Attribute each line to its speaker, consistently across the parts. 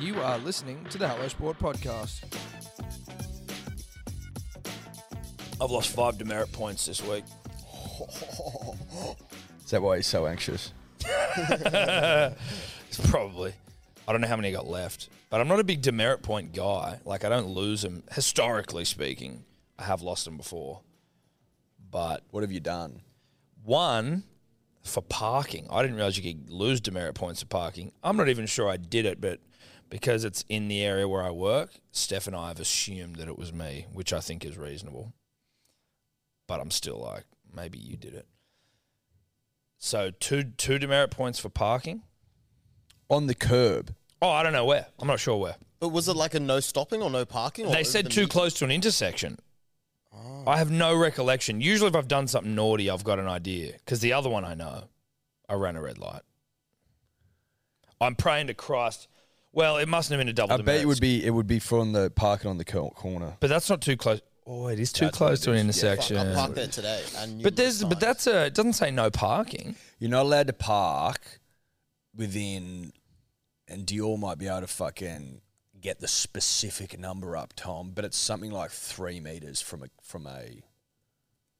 Speaker 1: You are listening to the Hello Sport podcast.
Speaker 2: I've lost five demerit points this week.
Speaker 3: Is that why he's so anxious?
Speaker 2: It's probably. I don't know how many I got left, but I'm not a big demerit point guy. Like I don't lose them. Historically speaking, I have lost them before. But
Speaker 3: What have you done?
Speaker 2: one for parking, I didn't realize you could lose demerit points for parking. I'm not even sure I did it, but because it's in the area where I work, Steph and I have assumed that it was me, which I think is reasonable. But I'm still like, maybe you did it. So two two demerit points for parking.
Speaker 3: On the curb.
Speaker 2: Oh, I don't know where. I'm not sure where.
Speaker 4: But was it like a no stopping or no parking? Or
Speaker 2: They
Speaker 4: over
Speaker 2: said
Speaker 4: the
Speaker 2: too
Speaker 4: meet-
Speaker 2: close to an intersection. I have no recollection. Usually, if I've done something naughty, I've got an idea because the other one I know, I ran a red light. I'm praying to Christ. Well, it mustn't have been a double.
Speaker 3: I bet
Speaker 2: demerit,
Speaker 3: it would be it would be from the parking on the cor- corner.
Speaker 2: but that's not too close. Oh, it is too
Speaker 3: That's what
Speaker 2: close
Speaker 3: it
Speaker 2: to an
Speaker 3: is. Yeah,
Speaker 2: intersection.
Speaker 4: Fuck, I parked there today. And
Speaker 2: but there's, but that's a. It doesn't say no parking.
Speaker 3: You're not allowed to park within, and Dior might be able to fucking get the specific number up, Tom. But it's something like three meters from a from a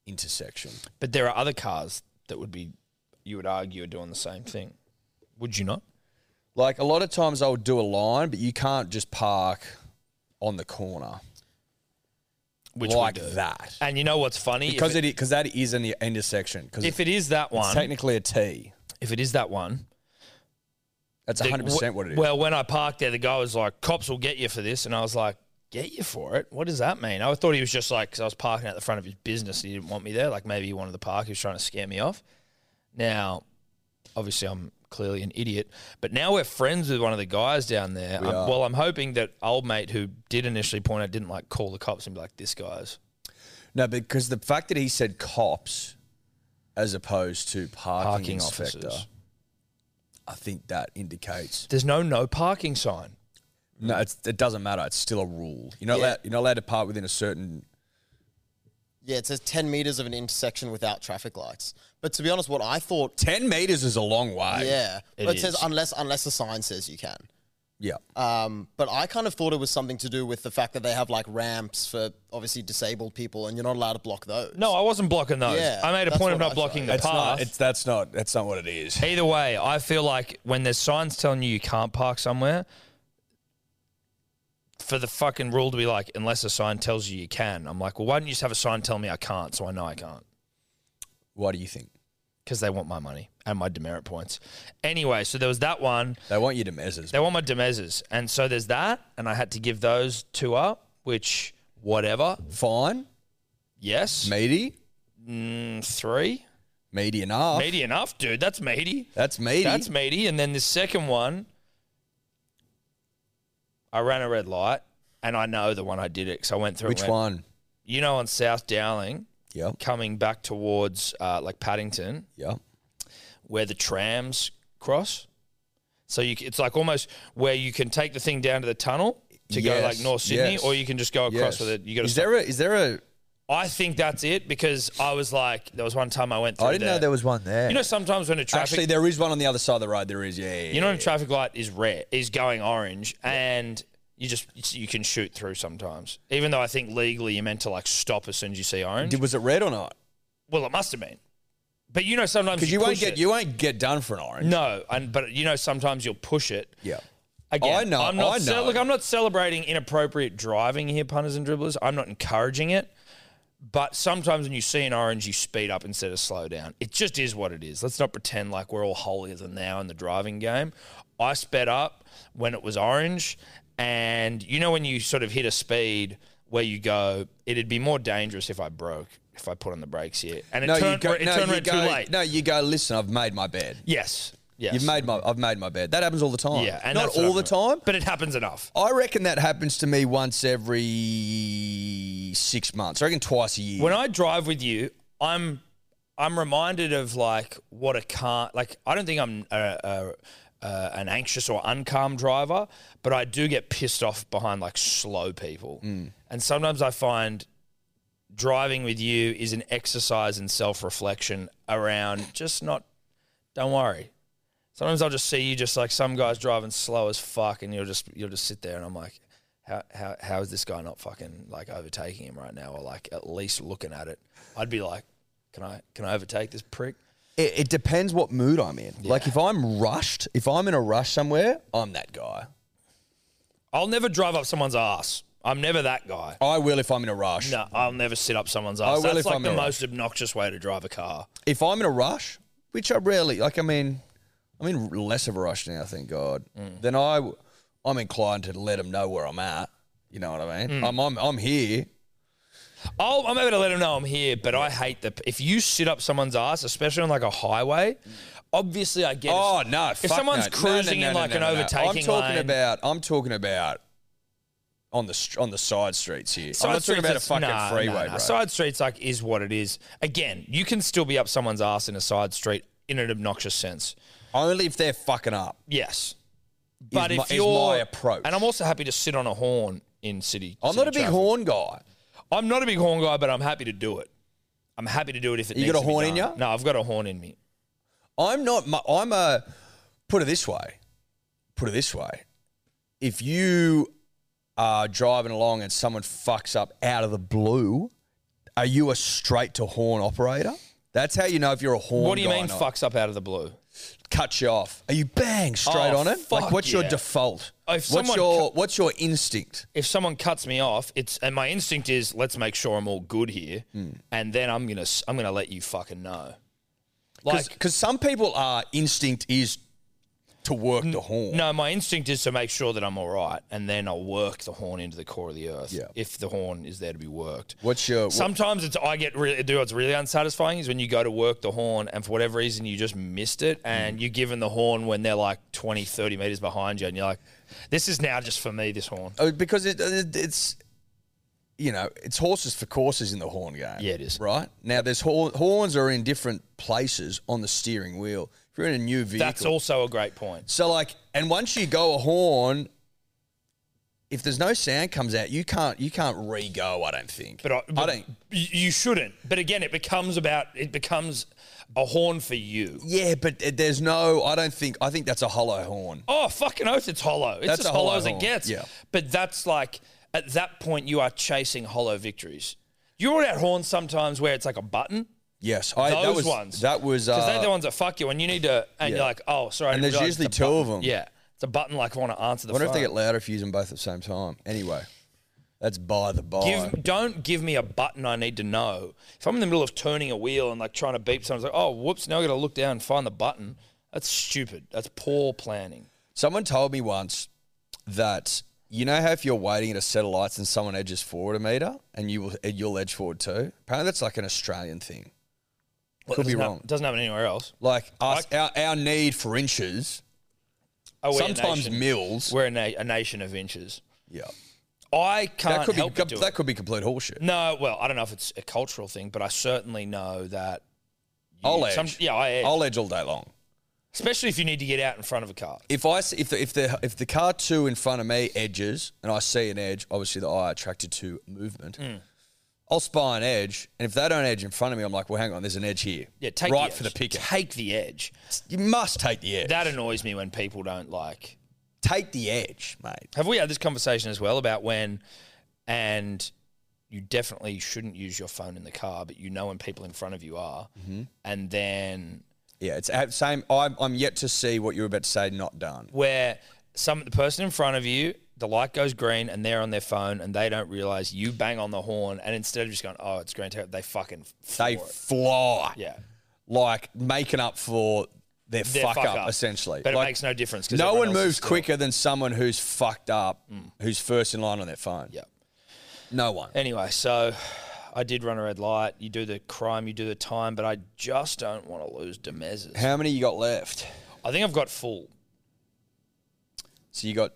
Speaker 3: intersection.
Speaker 2: But there are other cars that would be, you would argue, are doing the same thing. Would you not?
Speaker 3: Like a lot of times, I'll do a line, but you can't just park on the corner
Speaker 2: Which we
Speaker 3: like
Speaker 2: do.
Speaker 3: that
Speaker 2: And you know what's funny? If
Speaker 3: because
Speaker 2: it-
Speaker 3: it because that is an intersection because
Speaker 2: if it is that
Speaker 3: it's
Speaker 2: one,
Speaker 3: technically a T.
Speaker 2: if it is that one,
Speaker 3: That's
Speaker 2: the-
Speaker 3: 100 percent
Speaker 2: wh-
Speaker 3: what it is.
Speaker 2: Well, when I parked there, the guy was like, "Cops will get you for this," and I was like, "Get you for it? What does that mean?" I thought he was just like, because I was parking at the front of his business, and he didn't want me there. Like maybe he wanted the park. He was trying to scare me off. Now, obviously, I'm clearly an idiot, but now we're friends with one of the guys down there. I'm-
Speaker 3: are.
Speaker 2: well, I'm hoping that old mate who did initially point out didn't like call the cops and be like, "This guy's."
Speaker 3: No, because the fact that he said cops as opposed to parking,
Speaker 2: Parking
Speaker 3: inspector,
Speaker 2: officers.
Speaker 3: I think that indicates
Speaker 2: There's no no parking sign.
Speaker 3: no. It's, it doesn't matter. It's still a rule. You're not
Speaker 2: Yeah.
Speaker 3: allowed. You're not allowed to park within a certain.
Speaker 4: yeah. It says ten meters of an intersection without traffic lights. But to be honest, what I thought,
Speaker 3: Ten meters is a long way.
Speaker 4: yeah,
Speaker 2: It
Speaker 4: it, says
Speaker 2: is.
Speaker 4: unless unless the sign says you can.
Speaker 3: Yeah.
Speaker 2: Uh,
Speaker 4: Um, but I kind of thought it was something to do with the fact that they have like ramps for obviously disabled people, and you're not allowed to block those.
Speaker 2: No, I wasn't blocking those.
Speaker 4: Yeah,
Speaker 2: I made a
Speaker 4: that's
Speaker 2: point of
Speaker 4: what
Speaker 2: not
Speaker 4: I
Speaker 2: blocking the
Speaker 4: thought.
Speaker 3: That's
Speaker 2: path.
Speaker 3: not. It's that's not. That's not what it is.
Speaker 2: Either way, I feel like when there's signs telling you you can't park somewhere, for the fucking rule to be like, unless a sign tells you you can, I'm like, well, why don't you just have a sign telling me I can't so I know I can't?
Speaker 3: What do you think?
Speaker 2: Because they want my money and my demerit points. Anyway, so there was that one.
Speaker 3: They want you to measures.
Speaker 2: They want my Demezes. And so there's that. And I had to give those two up, which, whatever.
Speaker 3: Fine.
Speaker 2: Yes.
Speaker 3: Meaty.
Speaker 2: Mm, three.
Speaker 3: Meaty enough.
Speaker 2: Meaty enough, dude. That's meaty.
Speaker 3: That's meaty.
Speaker 2: That's meaty. And then the second one, I ran a red light, and I know the one I did it because I went through. it
Speaker 3: Which
Speaker 2: and went-
Speaker 3: one?
Speaker 2: You know, on South Dowling,
Speaker 3: Yep.
Speaker 2: coming back towards uh, like Paddington,
Speaker 3: Yep.
Speaker 2: where the trams cross. So you, c- it's like almost where you can take the thing down to the tunnel to go like
Speaker 3: Yes,
Speaker 2: North Sydney,
Speaker 3: yes,
Speaker 2: or you can just go across
Speaker 3: Yes.
Speaker 2: with it. You got to.
Speaker 3: is there a? Is there a?
Speaker 2: I think that's it because I was like, there was one time I went through.
Speaker 3: I didn't know there was one there.
Speaker 2: You know, sometimes when a traffic
Speaker 3: Actually, there is one on the other side of the road. There is. Yeah. yeah,
Speaker 2: You know
Speaker 3: yeah.
Speaker 2: when a traffic light is red, is going orange, and you just you can shoot through sometimes. Even though I think legally you're meant to like stop as soon as you see orange.
Speaker 3: Did, was it red or not?
Speaker 2: well, it must have been, but you know sometimes
Speaker 3: Because you, won't
Speaker 2: push
Speaker 3: get
Speaker 2: it.
Speaker 3: you won't get done for an orange.
Speaker 2: No, and but you know sometimes you'll push it.
Speaker 3: Yeah.
Speaker 2: Again,
Speaker 3: I know,
Speaker 2: I'm not
Speaker 3: I
Speaker 2: ce-
Speaker 3: know.
Speaker 2: look, I'm not celebrating inappropriate driving here, punters and dribblers. I'm not encouraging it. But sometimes when you see an orange, you speed up instead of slow down. It just is what it is. Let's not pretend like we're all holier than thou in the driving game. I sped up when it was orange. And you know, when you sort of hit a speed where you go, it'd be more dangerous if I broke, if I put on the brakes here. And it
Speaker 3: No,
Speaker 2: turned,
Speaker 3: you go.
Speaker 2: it
Speaker 3: no,
Speaker 2: turned
Speaker 3: you
Speaker 2: red
Speaker 3: go,
Speaker 2: too late.
Speaker 3: No, you go. Listen, I've made my bed.
Speaker 2: Yes. Yes.
Speaker 3: You've made my. I've made my bed. That happens all the time.
Speaker 2: Yeah. And
Speaker 3: not
Speaker 2: that's what
Speaker 3: all the
Speaker 2: happened.
Speaker 3: time.
Speaker 2: But it happens enough.
Speaker 3: I reckon that happens to me once every six months. I reckon twice a year.
Speaker 2: when I drive with you, I'm I'm reminded of like what a car like. I don't think I'm a, a, a, an anxious or uncalm driver, but I do get pissed off behind like slow people, and sometimes I find driving with you is an exercise in self reflection around just not. Don't worry. Sometimes I'll just see you just like some guys driving slow as fuck, and you'll just you'll just sit there, and I'm like, how how how is this guy not fucking like overtaking him right now, or like at least looking at it? I'd be like, can I can I overtake this prick?
Speaker 3: It, it depends what mood I'm in. Like if I'm rushed, if I'm in a rush somewhere, I'm that guy.
Speaker 2: I'll never drive up someone's ass. I'm never that guy.
Speaker 3: I will if I'm in a rush.
Speaker 2: No, I'll never sit up someone's
Speaker 3: I
Speaker 2: ass.
Speaker 3: will
Speaker 2: That's
Speaker 3: Oh, if
Speaker 2: like
Speaker 3: I'm
Speaker 2: the
Speaker 3: in a
Speaker 2: most obnoxious way to drive a car.
Speaker 3: If I'm in a rush, which I rarely, like I mean, I'm in less of a rush now, thank God.
Speaker 2: Mm.
Speaker 3: Then I, w- I'm inclined to let them know where I'm at. You know what I mean?
Speaker 2: Mm.
Speaker 3: I'm, I'm I'm here.
Speaker 2: I'll, I'm able to let them know I'm here, but I hate the. If you sit up someone's ass, especially on like a highway, obviously I get.
Speaker 3: Oh no!
Speaker 2: If
Speaker 3: fuck
Speaker 2: someone's
Speaker 3: no. No, no,
Speaker 2: cruising
Speaker 3: no,
Speaker 2: in
Speaker 3: no,
Speaker 2: like
Speaker 3: no,
Speaker 2: an
Speaker 3: no, no.
Speaker 2: overtaking
Speaker 3: I'm talking
Speaker 2: lane,
Speaker 3: about. I'm talking about on the str- on the side streets here.
Speaker 2: Side
Speaker 3: I'm not talking
Speaker 2: streets
Speaker 3: about a
Speaker 2: is-
Speaker 3: fucking
Speaker 2: nah,
Speaker 3: freeway,
Speaker 2: nah, nah.
Speaker 3: bro.
Speaker 2: Side streets like is what it is. Again, you can still be up someone's ass in a side street in an obnoxious sense.
Speaker 3: Only if they're fucking up.
Speaker 2: Yes, but
Speaker 3: my-
Speaker 2: if
Speaker 3: is
Speaker 2: you're
Speaker 3: my approach.
Speaker 2: and I'm also happy to sit on a horn in city.
Speaker 3: I'm
Speaker 2: city
Speaker 3: not a big
Speaker 2: traffic.
Speaker 3: horn guy.
Speaker 2: I'm not a big horn guy, but I'm happy to do it. I'm happy to do it if it.
Speaker 3: You
Speaker 2: needs
Speaker 3: got a
Speaker 2: to be
Speaker 3: horn in
Speaker 2: done.
Speaker 3: ya?
Speaker 2: No, I've got a horn in me.
Speaker 3: I'm not. mu- I'm a. Put it this way. Put it this way. If you are driving along and someone fucks up out of the blue, are you a straight to horn operator? That's how you know if you're a horn.
Speaker 2: What do you
Speaker 3: guy or
Speaker 2: mean
Speaker 3: not.
Speaker 2: fucks up out of the blue?
Speaker 3: Cut you off. Are you bang straight
Speaker 2: Oh,
Speaker 3: on it?
Speaker 2: fuck
Speaker 3: Like, what's
Speaker 2: yeah.
Speaker 3: your default?
Speaker 2: If
Speaker 3: what's
Speaker 2: someone
Speaker 3: your What's your instinct?
Speaker 2: if someone cuts me off, it's and my instinct is let's make sure I'm all good here,
Speaker 3: Hmm.
Speaker 2: and then I'm gonna s- I'm gonna let you fucking know.
Speaker 3: Because
Speaker 2: Like,
Speaker 3: some people are instinct is to work the horn.
Speaker 2: no, my instinct is to make sure that I'm all right, and then I'll work the horn into the core of the earth.
Speaker 3: Yeah.
Speaker 2: if the horn is there to be worked.
Speaker 3: What's your
Speaker 2: Sometimes it's I get really do what's really unsatisfying is when you go to work the horn and for whatever reason you just missed it and
Speaker 3: Mm.
Speaker 2: you're given the horn when they're like 20, 30 meters behind you and you're like, this is now just for me. This horn.
Speaker 3: Uh, because it, it, it's you know it's horses for courses in the horn game.
Speaker 2: Yeah, it is.
Speaker 3: Right now, there's hor- horns are in different places on the steering wheel. If you're in a new vehicle,
Speaker 2: That's also a great point.
Speaker 3: So like, and once you go a horn, if there's no sound comes out, you can't you can't re-go. I don't think.
Speaker 2: But I,
Speaker 3: I
Speaker 2: but
Speaker 3: don't.
Speaker 2: You you shouldn't. But again, it becomes about it becomes a horn for you.
Speaker 3: Yeah, but it- there's no. I don't think. I think that's a hollow horn.
Speaker 2: Oh fucking oath, it's hollow. It's
Speaker 3: That's
Speaker 2: as
Speaker 3: a
Speaker 2: hollow,
Speaker 3: hollow
Speaker 2: as it
Speaker 3: horn,
Speaker 2: gets.
Speaker 3: yeah.
Speaker 2: But that's like at that point you are chasing hollow victories. You are at horns sometimes where it's like a button.
Speaker 3: Yes, I,
Speaker 2: Those
Speaker 3: that was,
Speaker 2: ones.
Speaker 3: That was.
Speaker 2: Because they're
Speaker 3: uh,
Speaker 2: the ones that fuck you and you need to and
Speaker 3: Yeah.
Speaker 2: you're like, oh sorry. I
Speaker 3: And
Speaker 2: didn't
Speaker 3: there's
Speaker 2: realise it's
Speaker 3: usually
Speaker 2: a
Speaker 3: two
Speaker 2: button.
Speaker 3: of them.
Speaker 2: Yeah. It's a button like I want to answer the
Speaker 3: I wonder if
Speaker 2: phone.
Speaker 3: they get louder if you use them both at the same time. Anyway, that's by the by.
Speaker 2: Give, don't give me a button I need to know. If I'm in the middle of turning a wheel and like trying to beep someone's like, oh, whoops, now I gotta look down and find the button. That's stupid. That's poor planning.
Speaker 3: Someone told me once that you know how if you're waiting at a set of lights and someone edges forward a meter and you will and you'll edge forward too. Apparently that's like an Australian thing.
Speaker 2: Well,
Speaker 3: Could
Speaker 2: it
Speaker 3: be
Speaker 2: doesn't hap-
Speaker 3: wrong.
Speaker 2: doesn't happen anywhere else.
Speaker 3: Like us, our, our need for inches
Speaker 2: Oh, we're a
Speaker 3: sometimes
Speaker 2: nation-
Speaker 3: mills.
Speaker 2: We're a, na- a nation of inches.
Speaker 3: Yeah,
Speaker 2: I can't
Speaker 3: that could be
Speaker 2: help but
Speaker 3: com-
Speaker 2: do it.
Speaker 3: that could be complete horseshit.
Speaker 2: No, well, I don't know if it's a cultural thing, but I certainly know that.
Speaker 3: I'll edge.
Speaker 2: some- yeah, I edge.
Speaker 3: I'll edge all day long.
Speaker 2: Especially if you need to get out in front of a car.
Speaker 3: If I see, if the, if the if the car two in front of me edges and I see an edge, obviously the eye attracted to movement.
Speaker 2: Hmm.
Speaker 3: I'll spy an edge, and if they don't edge in front of me, I'm like, well, hang on, there's an edge here.
Speaker 2: Yeah, take the
Speaker 3: right
Speaker 2: edge.
Speaker 3: for the picket.
Speaker 2: Take the edge.
Speaker 3: You must take the edge.
Speaker 2: That annoys me when people don't like.
Speaker 3: take the edge, mate.
Speaker 2: Have we had this conversation as well about when, and you definitely shouldn't use your phone in the car, but you know when people in front of you are,
Speaker 3: Mm-hmm.
Speaker 2: and then
Speaker 3: Yeah, it's a- same. I'm, I'm yet to see what you're about to say. Not done.
Speaker 2: where some the person in front of you, the light goes green and they're on their phone and they don't realize you bang on the horn and instead of just going, oh, it's green, they fucking floor
Speaker 3: They
Speaker 2: it.
Speaker 3: fly
Speaker 2: yeah,
Speaker 3: like making up for their,
Speaker 2: Their
Speaker 3: fuck, up, essentially.
Speaker 2: But
Speaker 3: like,
Speaker 2: it makes no difference because
Speaker 3: no one moves quicker than someone who's fucked up, who's first in line on their phone.
Speaker 2: Hmm. Yeah.
Speaker 3: No one.
Speaker 2: Anyway, so I did run a red light. You do the crime, you do the time, but I just don't want to lose Demez's.
Speaker 3: How many you got left?
Speaker 2: I think I've got full.
Speaker 3: So you got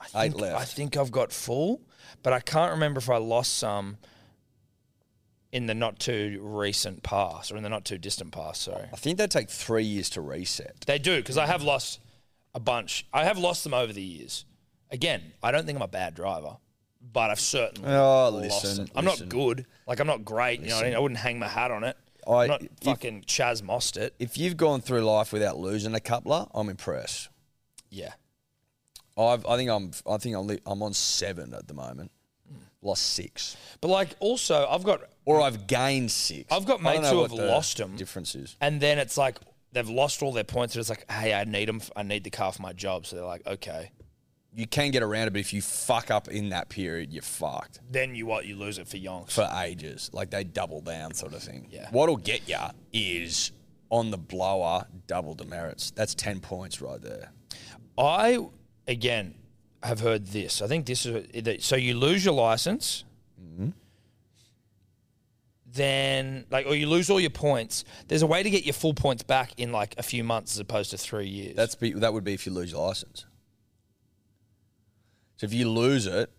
Speaker 2: I think,
Speaker 3: Eight left.
Speaker 2: I think I've got full, but I can't remember if I lost some in the not too recent past or in the not too distant past. Sorry.
Speaker 3: I think they take three years to reset.
Speaker 2: They do because I have lost a bunch. I have lost them over the years. Again, I don't think I'm a bad driver, but I've certainly
Speaker 3: Oh,
Speaker 2: lost
Speaker 3: listen,
Speaker 2: them. I'm
Speaker 3: listen.
Speaker 2: not good. Like I'm not great. You know, what I, mean? I wouldn't hang my hat on it.
Speaker 3: I
Speaker 2: not
Speaker 3: if-
Speaker 2: fucking Chaz Most it.
Speaker 3: if you've gone through life without losing a coupler, I'm impressed.
Speaker 2: Yeah.
Speaker 3: I've, I think I'm I think I'm, li- I'm on seven at the moment. Lost six,
Speaker 2: But like also I've got
Speaker 3: or I've gained six.
Speaker 2: I've got
Speaker 3: I
Speaker 2: mates
Speaker 3: don't know
Speaker 2: who
Speaker 3: what
Speaker 2: have
Speaker 3: the
Speaker 2: lost 'em.
Speaker 3: Difference is
Speaker 2: and then it's like they've lost all their points and it's like, hey, I need them I need the car for my job. So they're like, okay.
Speaker 3: you can get around it, but if you fuck up in that period, you're fucked
Speaker 2: Then you what you lose it for yonks.
Speaker 3: for ages. Like they double down, sort of thing.
Speaker 2: Yeah.
Speaker 3: What'll get ya is on the blower double demerits. That's ten points right there.
Speaker 2: I again have heard this. I think this is that- so you lose your license,
Speaker 3: Mm-hmm.
Speaker 2: then like or you lose all your points. There's a way to get your full points back in like a few months as opposed to three years.
Speaker 3: That's be, that would be if you lose your license. So if you lose it,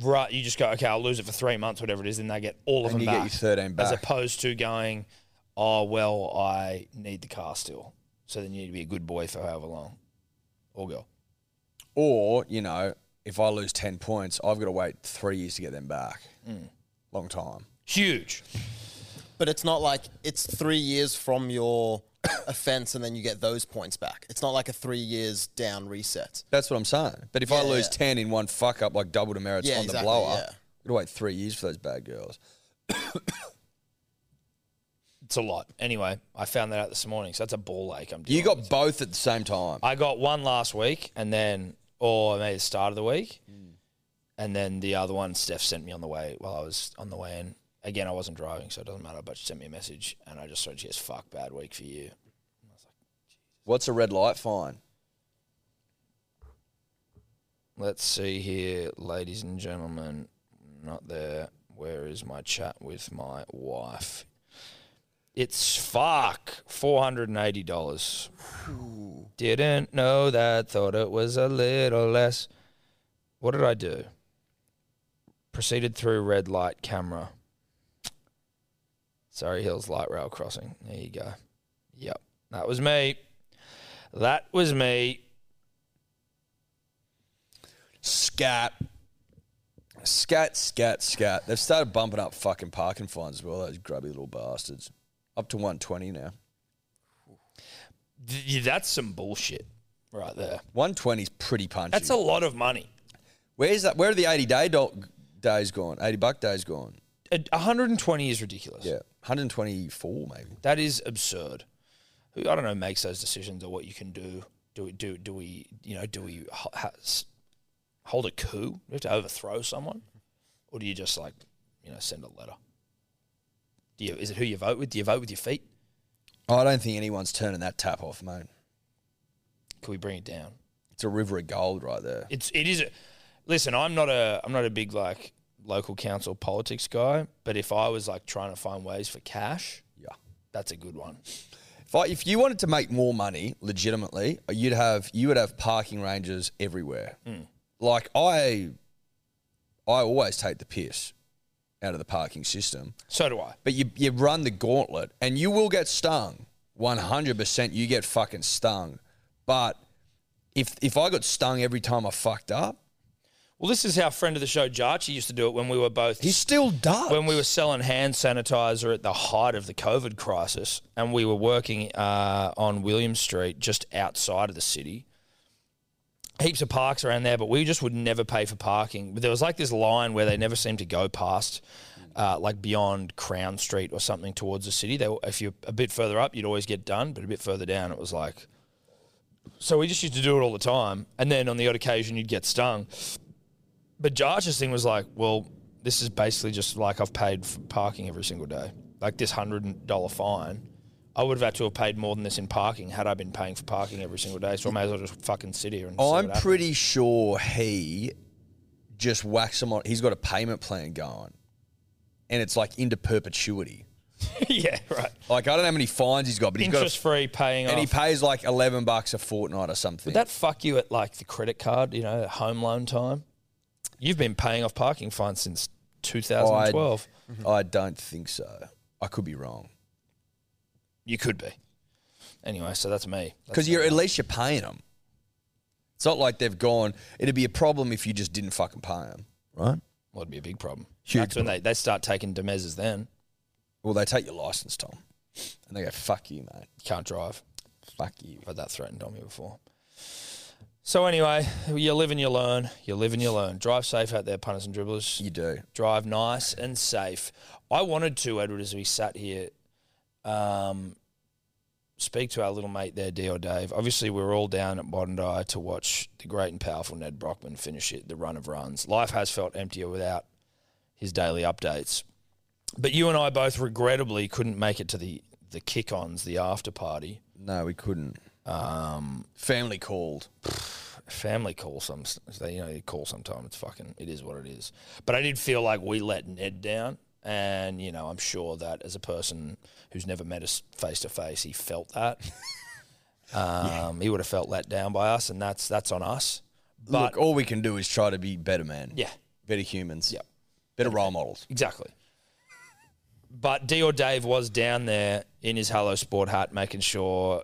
Speaker 2: right. You just go okay. I'll lose it for three months, whatever it is, and they get all of them
Speaker 3: And you get
Speaker 2: back.
Speaker 3: your 13
Speaker 2: as
Speaker 3: back.
Speaker 2: opposed to going, oh well, I need the car still. So then you need to be a good boy for however long, or girl.
Speaker 3: or you know, if I lose ten points, I've got to wait three years to get them back.
Speaker 4: Mm.
Speaker 3: Long time.
Speaker 2: Huge.
Speaker 4: But it's not like it's three years from your offense and then you get those points back. It's not like a three years down reset.
Speaker 3: That's what I'm saying. But if I
Speaker 4: Yeah,
Speaker 3: lose
Speaker 4: yeah.
Speaker 3: ten in one fuck up, like double demerits
Speaker 4: Yeah,
Speaker 3: on
Speaker 4: exactly,
Speaker 3: the blower,
Speaker 4: yeah.
Speaker 3: I've got to wait three years for those bad girls.
Speaker 2: It's a lot. Anyway, I found that out this morning. So that's a ball ache. I'm. Dealing
Speaker 3: You got both at the same time.
Speaker 2: I got one last week, and then, or maybe the start of the week,
Speaker 3: Mm.
Speaker 2: and then the other one Steph sent me on the way while I was on the way in. Again, I wasn't driving, so it doesn't matter. But she sent me a message, and I just said, "Yes, fuck, bad week for you."
Speaker 3: What's a red light fine?
Speaker 2: Let's see here, ladies and gentlemen. Not there. Where is my chat with my wife? It's fuck four hundred and eighty dollars. Didn't know that. Thought it was a little less. What did I do? Proceeded through red light camera. Surrey Hills light rail crossing. There you go. Yep, that was me. That was me.
Speaker 3: Scat. Scat, scat, scat. They've started bumping up fucking parking fines as well, those grubby little bastards. Up to 120 now.
Speaker 2: Th- yeah, that's some bullshit right there.
Speaker 3: 120 is pretty punchy.
Speaker 2: That's a lot of money.
Speaker 3: Where's that? Where are the 80 day do- days gone? 80 buck days gone?
Speaker 2: A- 120 is ridiculous.
Speaker 3: Yeah. 124 maybe.
Speaker 2: That is absurd. Who I don't know makes those decisions or what you can do. Do we, do do we you know do we ho- ha- s- hold a coup? Do we have to overthrow someone, or do you just like you know send a letter? Do you is it who you vote with? Do you vote with your feet?
Speaker 3: Oh, I don't think anyone's turning that tap off, mate.
Speaker 2: Can we bring it down?
Speaker 3: It's a river of gold right there.
Speaker 2: It's it is. A, listen, I'm not a I'm not a big like local council politics guy, but if I was like trying to find ways for cash,
Speaker 3: Yeah.
Speaker 2: that's a good one.
Speaker 3: If, I, if you wanted to make more money, legitimately, you'd have you would have parking ranges everywhere.
Speaker 2: Hmm.
Speaker 3: Like I, I always take the piss out of the parking system,
Speaker 2: So do I.
Speaker 3: but you you run the gauntlet, and you will get stung. One hundred percent, you get fucking stung. But if if I got stung every time I fucked up,
Speaker 2: Well, this is how friend of the show Jarchi used to do it when we were both
Speaker 3: he still does.
Speaker 2: when we were selling hand sanitizer at the height of the COVID crisis, and we were working uh, on William Street, just outside of the city. Heaps of parks around there, but we just would never pay for parking. But there was like this line where they never seemed to go past, uh, like beyond Crown Street or something towards the city. They, were- if you're a bit further up, you'd always get done, but a bit further down, it was like. So we just used to do it all the time, and then on the odd occasion, you'd get stung. But Jarch's thing was like, well, this is basically just like I've paid for parking every single day. Like this hundred dollar fine, I would have had to have paid more than this in parking had I been paying for parking every single day. So I may as well just fucking sit here and. see
Speaker 3: I'm
Speaker 2: what happens.
Speaker 3: pretty sure he just whacks him on. He's got a payment plan going, and it's like into perpetuity.
Speaker 2: yeah, right.
Speaker 3: Like I don't know how many fines he's got, but he's
Speaker 2: Interest
Speaker 3: got.
Speaker 2: free paying
Speaker 3: A,
Speaker 2: off.
Speaker 3: and he pays like eleven bucks a fortnight or something.
Speaker 2: Would that fuck you at like the credit card, you know, home loan time? You've been paying off parking fines since 2012.
Speaker 3: Mm-hmm. I don't think so. I could be wrong
Speaker 2: You could be. Anyway, so that's me. That's
Speaker 3: because you're at least you're paying them. It's not like they've gone. It'd be a problem if you just didn't fucking pay them, right?
Speaker 2: would be a big problem.
Speaker 3: Huge
Speaker 2: that's when they, they start taking Demezes then.
Speaker 3: Well, they take your license, Tom. and they go, "Fuck you, mate.
Speaker 2: Can't drive.
Speaker 3: Fuck you."
Speaker 2: I've had that threatened on me before. So anyway, you live and you learn. You live and you learn. Drive safe out there, punters and dribblers.
Speaker 3: You do.
Speaker 2: drive nice and safe. I wanted to, Edward, as we sat here, um, speak to our little mate there, D or Dave. Obviously, we were all down at Bondi to watch the great and powerful Ned Brockman finish it, the run of runs. Life has felt emptier without his daily updates. But you and I both regrettably couldn't make it to the, the kick ons, the after party.
Speaker 3: No, we couldn't.
Speaker 2: Um,
Speaker 3: Family called.
Speaker 2: family call some they you know they call sometime it's fucking it is what it is but i did feel like we let ned down and you know i'm sure that as a person who's never met us face to face he felt that um he would have felt let down by us and that's that's on us but
Speaker 3: Look, oh. all we can do is try to be better men.
Speaker 2: yeah
Speaker 3: Better humans.
Speaker 2: Yep.
Speaker 3: Better role models.
Speaker 2: Exactly. But D or Dave was down there in his Hello Sport hat, making sure,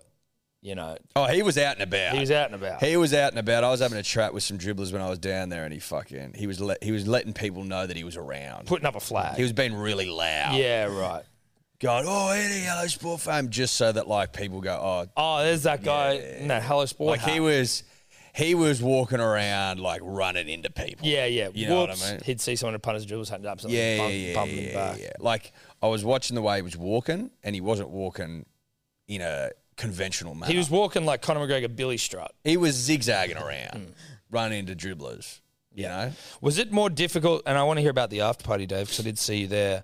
Speaker 2: you know,
Speaker 3: Oh, he was out and about.
Speaker 2: he was out and about.
Speaker 3: He was out and about. I was having a chat with some dribblers when I was down there, and he fucking he was let he was letting people know that he was around.
Speaker 2: putting up a flag.
Speaker 3: He was being really loud.
Speaker 2: yeah, right.
Speaker 3: Going, oh, any yellow sport fame, just so that like people go, oh,
Speaker 2: Oh, there's that guy in that Hello Sport
Speaker 3: like
Speaker 2: hat.
Speaker 3: he was he was walking around like running into people.
Speaker 2: Yeah, yeah.
Speaker 3: You know what I
Speaker 2: Whoops.
Speaker 3: mean?
Speaker 2: He'd see someone at Punters and Dribbles and absolutely
Speaker 3: yeah,
Speaker 2: bump,
Speaker 3: yeah, yeah,
Speaker 2: bump
Speaker 3: yeah,
Speaker 2: them
Speaker 3: yeah,
Speaker 2: back.
Speaker 3: yeah. Like I was watching the way he was walking, and he wasn't walking in a conventional manner.
Speaker 2: He was walking like Conor McGregor, Billy Strut.
Speaker 3: he was zigzagging
Speaker 2: Hmm.
Speaker 3: around, running into dribblers. You know,
Speaker 2: Was it more difficult? And I want to hear about the after party, Dave, because I did see you there.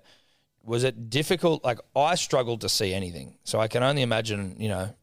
Speaker 2: Was it difficult? Like I struggled to see anything, so I can only imagine. You know,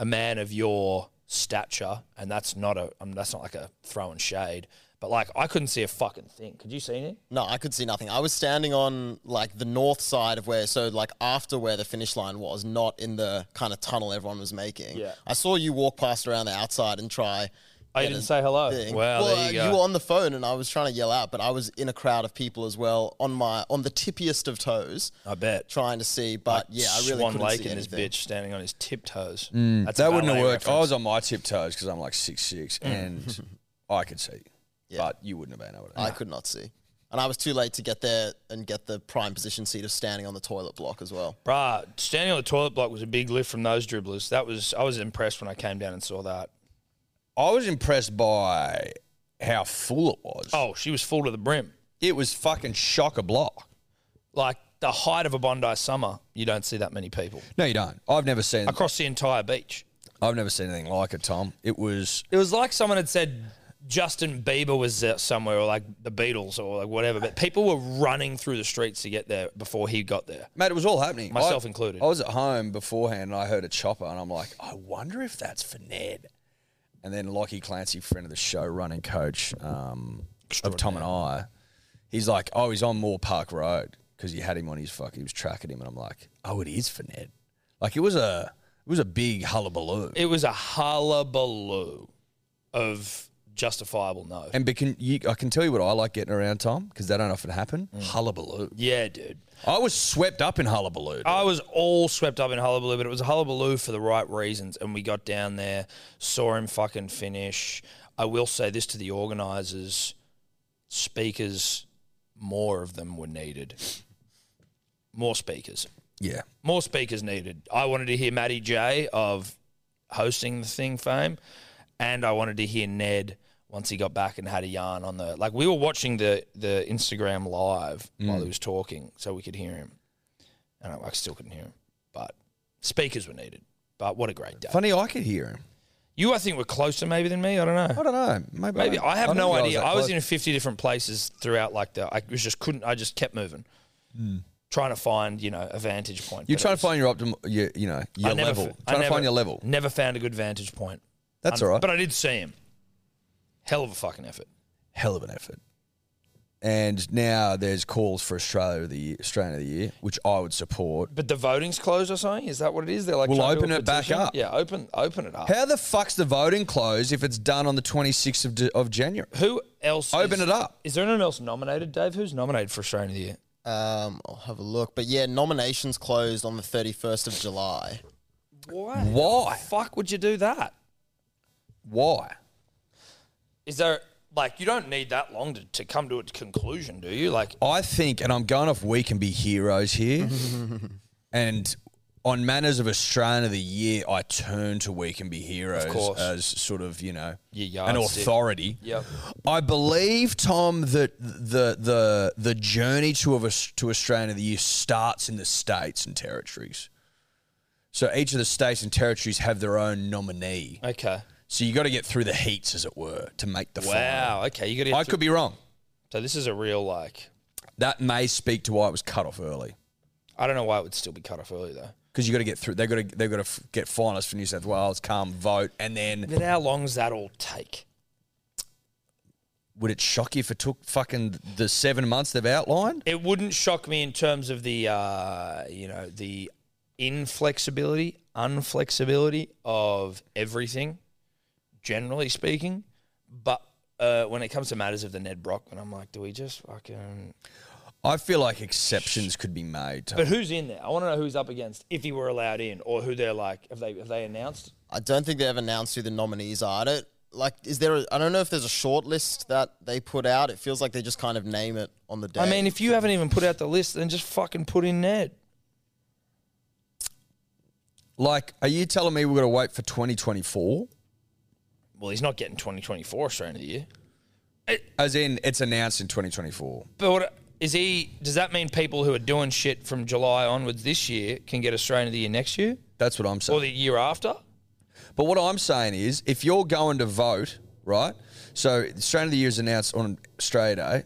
Speaker 2: a man of your stature, and that's not a um, that's not like a throwing shade, but like I couldn't see a fucking thing. Could you see anything?
Speaker 4: No, I could see nothing. I was standing on like the north side of where, so like after where the finish line was, not in the kind of tunnel everyone was making.
Speaker 2: Yeah.
Speaker 4: I saw you walk past around the outside and try.
Speaker 2: I
Speaker 4: get
Speaker 2: Oh, didn't
Speaker 4: a
Speaker 2: say hello.
Speaker 4: thing.
Speaker 2: Well, there you
Speaker 4: uh,
Speaker 2: go.
Speaker 4: were on the phone, and I was trying to yell out, but I was in a crowd of people as well on my on the tippiest of toes,
Speaker 2: I bet.
Speaker 4: trying to see. But yeah, I really
Speaker 2: Swan
Speaker 4: couldn't
Speaker 2: Lake
Speaker 4: see
Speaker 2: and this
Speaker 4: anything.
Speaker 2: bitch standing on his tiptoes. That's a
Speaker 3: Mm, that wouldn't have
Speaker 2: ballet
Speaker 3: worked. I
Speaker 2: reference.
Speaker 3: was on my tiptoes because I'm like six six, and I could see,
Speaker 4: Yeah.
Speaker 3: but you wouldn't have been able to.
Speaker 4: I could not see, and I was too late to get there and get the prime position seat of standing on the toilet block as well.
Speaker 2: Bruh, standing on the toilet block was a big lift from those dribblers. That was I was impressed when I came down and saw that.
Speaker 3: I was impressed by how full it was.
Speaker 2: Oh, she was full to the brim.
Speaker 3: It was fucking shock a block.
Speaker 2: Like the height of a Bondi summer, you don't see that many people.
Speaker 3: No, you don't. I've never seen.
Speaker 2: Across the entire beach.
Speaker 3: I've never seen anything like it, Tom. It was
Speaker 2: It was like someone had said Justin Bieber was uh, somewhere or like the Beatles or like whatever, but people were running through the streets to get there before he got there.
Speaker 3: Mate, it was all happening.
Speaker 2: Myself
Speaker 3: I-
Speaker 2: included.
Speaker 3: I was at home beforehand and I heard a chopper and I'm like, I wonder if that's for Ned. And then Lockie Clancy, friend of the show, running coach um, of Tom and I, he's like, oh, he's on Moore Park Road because he had him on his fuck. He was tracking him. And I'm like, oh, it is for Ned. Like it was a it was a big hullabaloo.
Speaker 2: It was a hullabaloo of justifiable no.
Speaker 3: and becon- you, I can tell you what I like getting around, Tom, because that don't often happen.
Speaker 2: Mm.
Speaker 3: Hullabaloo.
Speaker 2: Yeah, dude.
Speaker 3: I was swept up in hullabaloo.
Speaker 2: I was all swept up in hullabaloo, but it was hullabaloo for the right reasons. And we got down there, saw him fucking finish. I will say this to the organisers: speakers, more of them were needed. More speakers,
Speaker 3: yeah.
Speaker 2: more speakers needed. I wanted to hear Matty J of hosting the thing fame, and I wanted to hear Ned once he got back and had a yarn on the like. We were watching the the Instagram live
Speaker 3: Mm.
Speaker 2: while he was talking, so we could hear him. And I, I still couldn't hear him, but speakers were needed. But what a great day!
Speaker 3: Funny, I could hear him.
Speaker 2: You, I think, were closer maybe than me. I don't know.
Speaker 3: I don't know. Maybe,
Speaker 2: Maybe I have
Speaker 3: don't
Speaker 2: no
Speaker 3: think
Speaker 2: idea. I was
Speaker 3: that
Speaker 2: in
Speaker 3: close.
Speaker 2: fifty different places throughout. Like the I was just couldn't. I just kept moving, trying to find you know a vantage point.
Speaker 3: Mm. You're
Speaker 2: But it
Speaker 3: trying
Speaker 2: was-
Speaker 3: to find your optimal. Your, you know
Speaker 2: I
Speaker 3: your
Speaker 2: never
Speaker 3: level.
Speaker 2: f- I
Speaker 3: trying to
Speaker 2: never-
Speaker 3: find your level.
Speaker 2: Never found a good vantage point.
Speaker 3: That's
Speaker 2: Un-
Speaker 3: all right.
Speaker 2: But I did see him. Hell of a fucking effort.
Speaker 3: Hell of an effort. And now there's calls for Australia of the Year, Australian of the Year, which I would support.
Speaker 2: But the voting's closed or something? Is that what it is? They're like,
Speaker 3: We'll
Speaker 2: trying to do
Speaker 3: open
Speaker 2: a
Speaker 3: it back
Speaker 2: petition?
Speaker 3: up.
Speaker 2: Yeah, open open it up.
Speaker 3: How the fuck's the voting closed if it's done on the 26th of, De- of January?
Speaker 2: Who else?
Speaker 3: Open
Speaker 2: is-
Speaker 3: it up.
Speaker 2: Is there anyone else nominated, Dave? Who's nominated for Australian of the Year?
Speaker 4: Um, I'll have a look, but yeah, nominations closed on the thirty first of July.
Speaker 2: Why?
Speaker 3: Why?
Speaker 2: The fuck would you do that?
Speaker 3: Why?
Speaker 2: Is there like you don't need that long to, to come to a conclusion, do you? Like
Speaker 3: I think, and I'm going off. We can be heroes here, and on manners of Australian of the Year, I turn to We Can Be Heroes
Speaker 2: course.
Speaker 3: as sort of you know
Speaker 2: Your
Speaker 3: an
Speaker 2: yardstick.
Speaker 3: authority.
Speaker 2: Yep.
Speaker 3: I believe Tom that the the the journey to of us to Australian of the Year starts in the states and territories. So each of the states and territories have their own nominee.
Speaker 2: Okay.
Speaker 3: So you got to get through the heats, as it were, to make the final.
Speaker 2: Wow. Okay. You got to.
Speaker 3: I could be wrong.
Speaker 2: So this is a real like.
Speaker 3: That may speak to why it was cut off early.
Speaker 2: I don't know why it would still be cut off early though.
Speaker 3: because you got to get through. They got to they got to f- get finalists for New South Wales, come vote, and then
Speaker 2: Then how long's that all take?
Speaker 3: would it shock you if it took fucking the seven months they've outlined?
Speaker 2: It wouldn't shock me in terms of the uh, you know the inflexibility, unflexibility of everything, generally speaking. But uh, when it comes to matters of the Ned Brockman, I'm like, do we just fucking?
Speaker 3: I feel like exceptions could be made. Tom.
Speaker 2: But who's in there? I want to know who's up against if he were allowed in, or who they're like. Have they have they announced?
Speaker 4: I don't think they've announced who the nominees are. I don't like. Is there? A, I don't know if there's a short list that they put out. It feels like they just kind of name it on the day.
Speaker 2: I mean, if you haven't even put out the list, then just fucking put in Ned.
Speaker 3: Like, are you telling me we've got to wait for 2024?
Speaker 2: Well, he's not getting 2024 Australian of the Year.
Speaker 3: As in, it's announced in 2024.
Speaker 2: But what, is he? Does that mean people who are doing shit from July onwards this year can get Australian of the Year next year
Speaker 3: That's what I'm
Speaker 2: or
Speaker 3: saying.
Speaker 2: the year after?
Speaker 3: But what I'm saying is, if you're going to vote, right? So Australian of the Year is announced on Australia Day,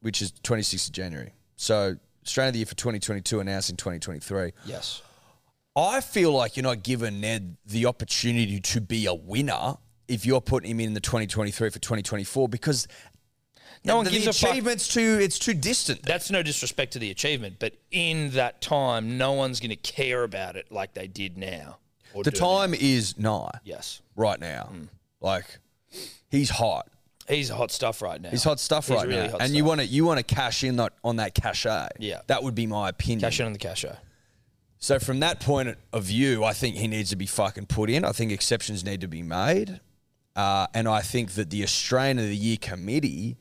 Speaker 3: which is 26th of January. So Australian of the Year for 2022 announced in 2023.
Speaker 2: Yes.
Speaker 3: I feel like you're not giving Ned the opportunity to be a winner if you're putting him in the 2023 for 2024 because
Speaker 2: No one
Speaker 3: the,
Speaker 2: gives
Speaker 3: the
Speaker 2: a fuck.
Speaker 3: achievements too it's too distant.
Speaker 2: That's no disrespect to the achievement, but in that time, no one's going to care about it like they did now. or
Speaker 3: The
Speaker 2: do
Speaker 3: time is nigh
Speaker 2: Yes.
Speaker 3: right now.
Speaker 2: Hmm.
Speaker 3: Like he's hot.
Speaker 2: He's hot stuff right now.
Speaker 3: He's hot stuff
Speaker 2: He's
Speaker 3: right
Speaker 2: really
Speaker 3: now.
Speaker 2: hot
Speaker 3: and
Speaker 2: stuff.
Speaker 3: you want to you want to cash in that, on that cachet.
Speaker 2: Yeah.
Speaker 3: That would be my opinion.
Speaker 2: Cash in on the cashier.
Speaker 3: So from that point of view, I think he needs to be fucking put in. I think exceptions need to be made, uh, and I think that the Australian of the Year committee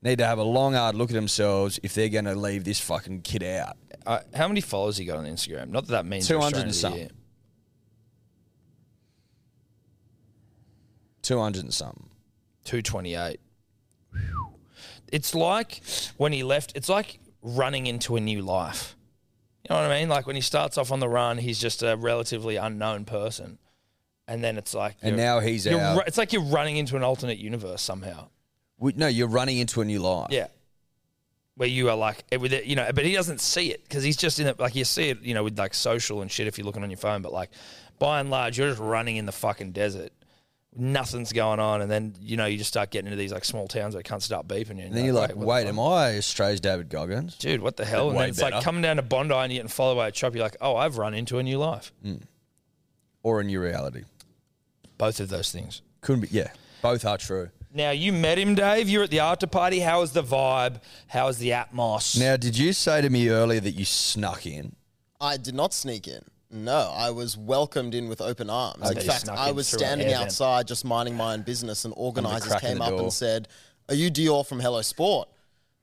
Speaker 3: need to have a long hard look at themselves if they're going to leave this fucking kid out.
Speaker 2: Uh, how many followers he got on Instagram? Not that that means
Speaker 3: 200
Speaker 2: Australian
Speaker 3: and
Speaker 2: of the
Speaker 3: some.
Speaker 2: Year.
Speaker 3: Two hundred and something.
Speaker 2: 228. It's like when he left, it's like running into a new life. You know what I mean? Like when he starts off on the run, he's just a relatively unknown person. And then it's like.
Speaker 3: And
Speaker 2: you're-
Speaker 3: now he's
Speaker 2: you're
Speaker 3: out.
Speaker 2: ru- it's like you're running into an alternate universe somehow.
Speaker 3: We, no, you're running into a new life.
Speaker 2: Yeah. Where you are like, eh, with it, you know, but he doesn't see it because he's just in it. Like you see it, you know, with like social and shit if you're looking on your phone. But like, by and large, you're just running in the fucking desert. Nothing's going on, and then you know you just start getting into these like small towns that can't start beeping. And,
Speaker 3: And then you're like,
Speaker 2: what the
Speaker 3: wait,
Speaker 2: fuck?"
Speaker 3: am I Australia's David Goggins?
Speaker 2: dude, what the hell? And
Speaker 3: Way
Speaker 2: then it's like
Speaker 3: better.
Speaker 2: coming down to Bondi and you're getting followed by a chop. You're like, oh, I've run into a new life.
Speaker 3: Mm. Or a new reality?
Speaker 2: Both of those things.
Speaker 3: Couldn't be. Yeah, both are true.
Speaker 2: Now you met him, Dave. You're at the after party. How was the vibe? How was the atmos?
Speaker 3: Now, did you say to me earlier that you snuck in?
Speaker 4: I did not sneak in. No, I was welcomed in with open arms. in
Speaker 2: bet you
Speaker 4: fact,
Speaker 2: snuck
Speaker 4: I
Speaker 2: in
Speaker 4: was
Speaker 2: through an
Speaker 4: standing
Speaker 2: air vent.
Speaker 4: outside just minding my own business, and organizers
Speaker 3: crack in
Speaker 4: came
Speaker 3: the
Speaker 4: up
Speaker 3: door.
Speaker 4: and said, Are you Dior from Hello Sport?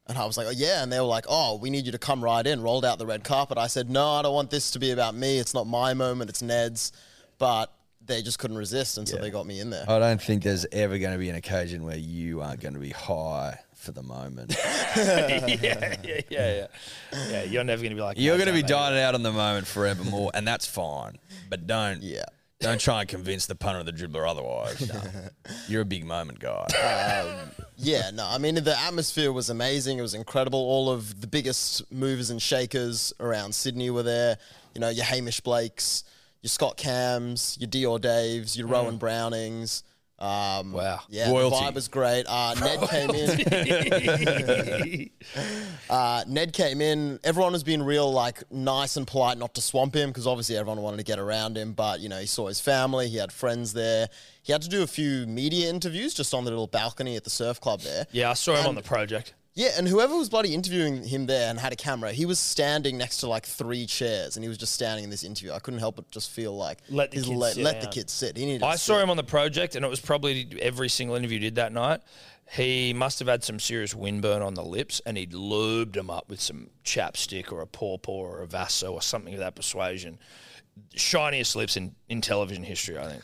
Speaker 4: And I was like, Oh, yeah. And they were like, Oh, we need you to come right in. Rolled out the red carpet. I said, No, I don't want this to be about me. It's not my moment, it's Ned's. But they just couldn't resist, and so they got me in there.
Speaker 3: I don't think there's ever going to be an occasion where you aren't going to be high for the moment.
Speaker 2: yeah, yeah, yeah, yeah. Yeah, you're never gonna be like.
Speaker 3: You're
Speaker 2: "No,
Speaker 3: going to be
Speaker 2: mate."
Speaker 3: dining out on the moment forevermore, and that's fine. But don't,
Speaker 4: Yeah.
Speaker 3: don't try and convince the punter or the dribbler otherwise. You're a big moment guy.
Speaker 4: Yeah, no, I mean, the atmosphere was amazing. It was incredible. All of the biggest movers and shakers around Sydney were there. You know, your Hamish Blakes, your Scott Cams, your Dior Daves, your Rowan Brownings. Um,
Speaker 2: Mm. Wow.
Speaker 4: Yeah,
Speaker 3: Royalty.
Speaker 4: the vibe was great. Uh, Ned came in. Uh, Ned came in. Everyone was being real, like, nice and polite not to swamp him because obviously everyone wanted to get around him. But, you know, he saw his family. He had friends there. He had to do a few media interviews just on the little balcony at the surf club there.
Speaker 2: yeah, I saw him on the project.
Speaker 4: Yeah, and whoever was bloody interviewing him there and had a camera, he was standing next to like three chairs, and he was just standing in this interview. I couldn't help but just feel like
Speaker 2: Let the
Speaker 4: his
Speaker 2: kid
Speaker 4: le-
Speaker 2: sit
Speaker 4: let the
Speaker 2: down.
Speaker 4: kid sit. He needed.
Speaker 2: I
Speaker 4: to
Speaker 2: saw
Speaker 4: sit.
Speaker 2: him on the project, and it was probably every single interview he did that night. He must have had some serious windburn on the lips, and he'd lubed them up with some chapstick or a pawpaw or a Vaso or something of that persuasion. Shiniest lips in, in television history, I think.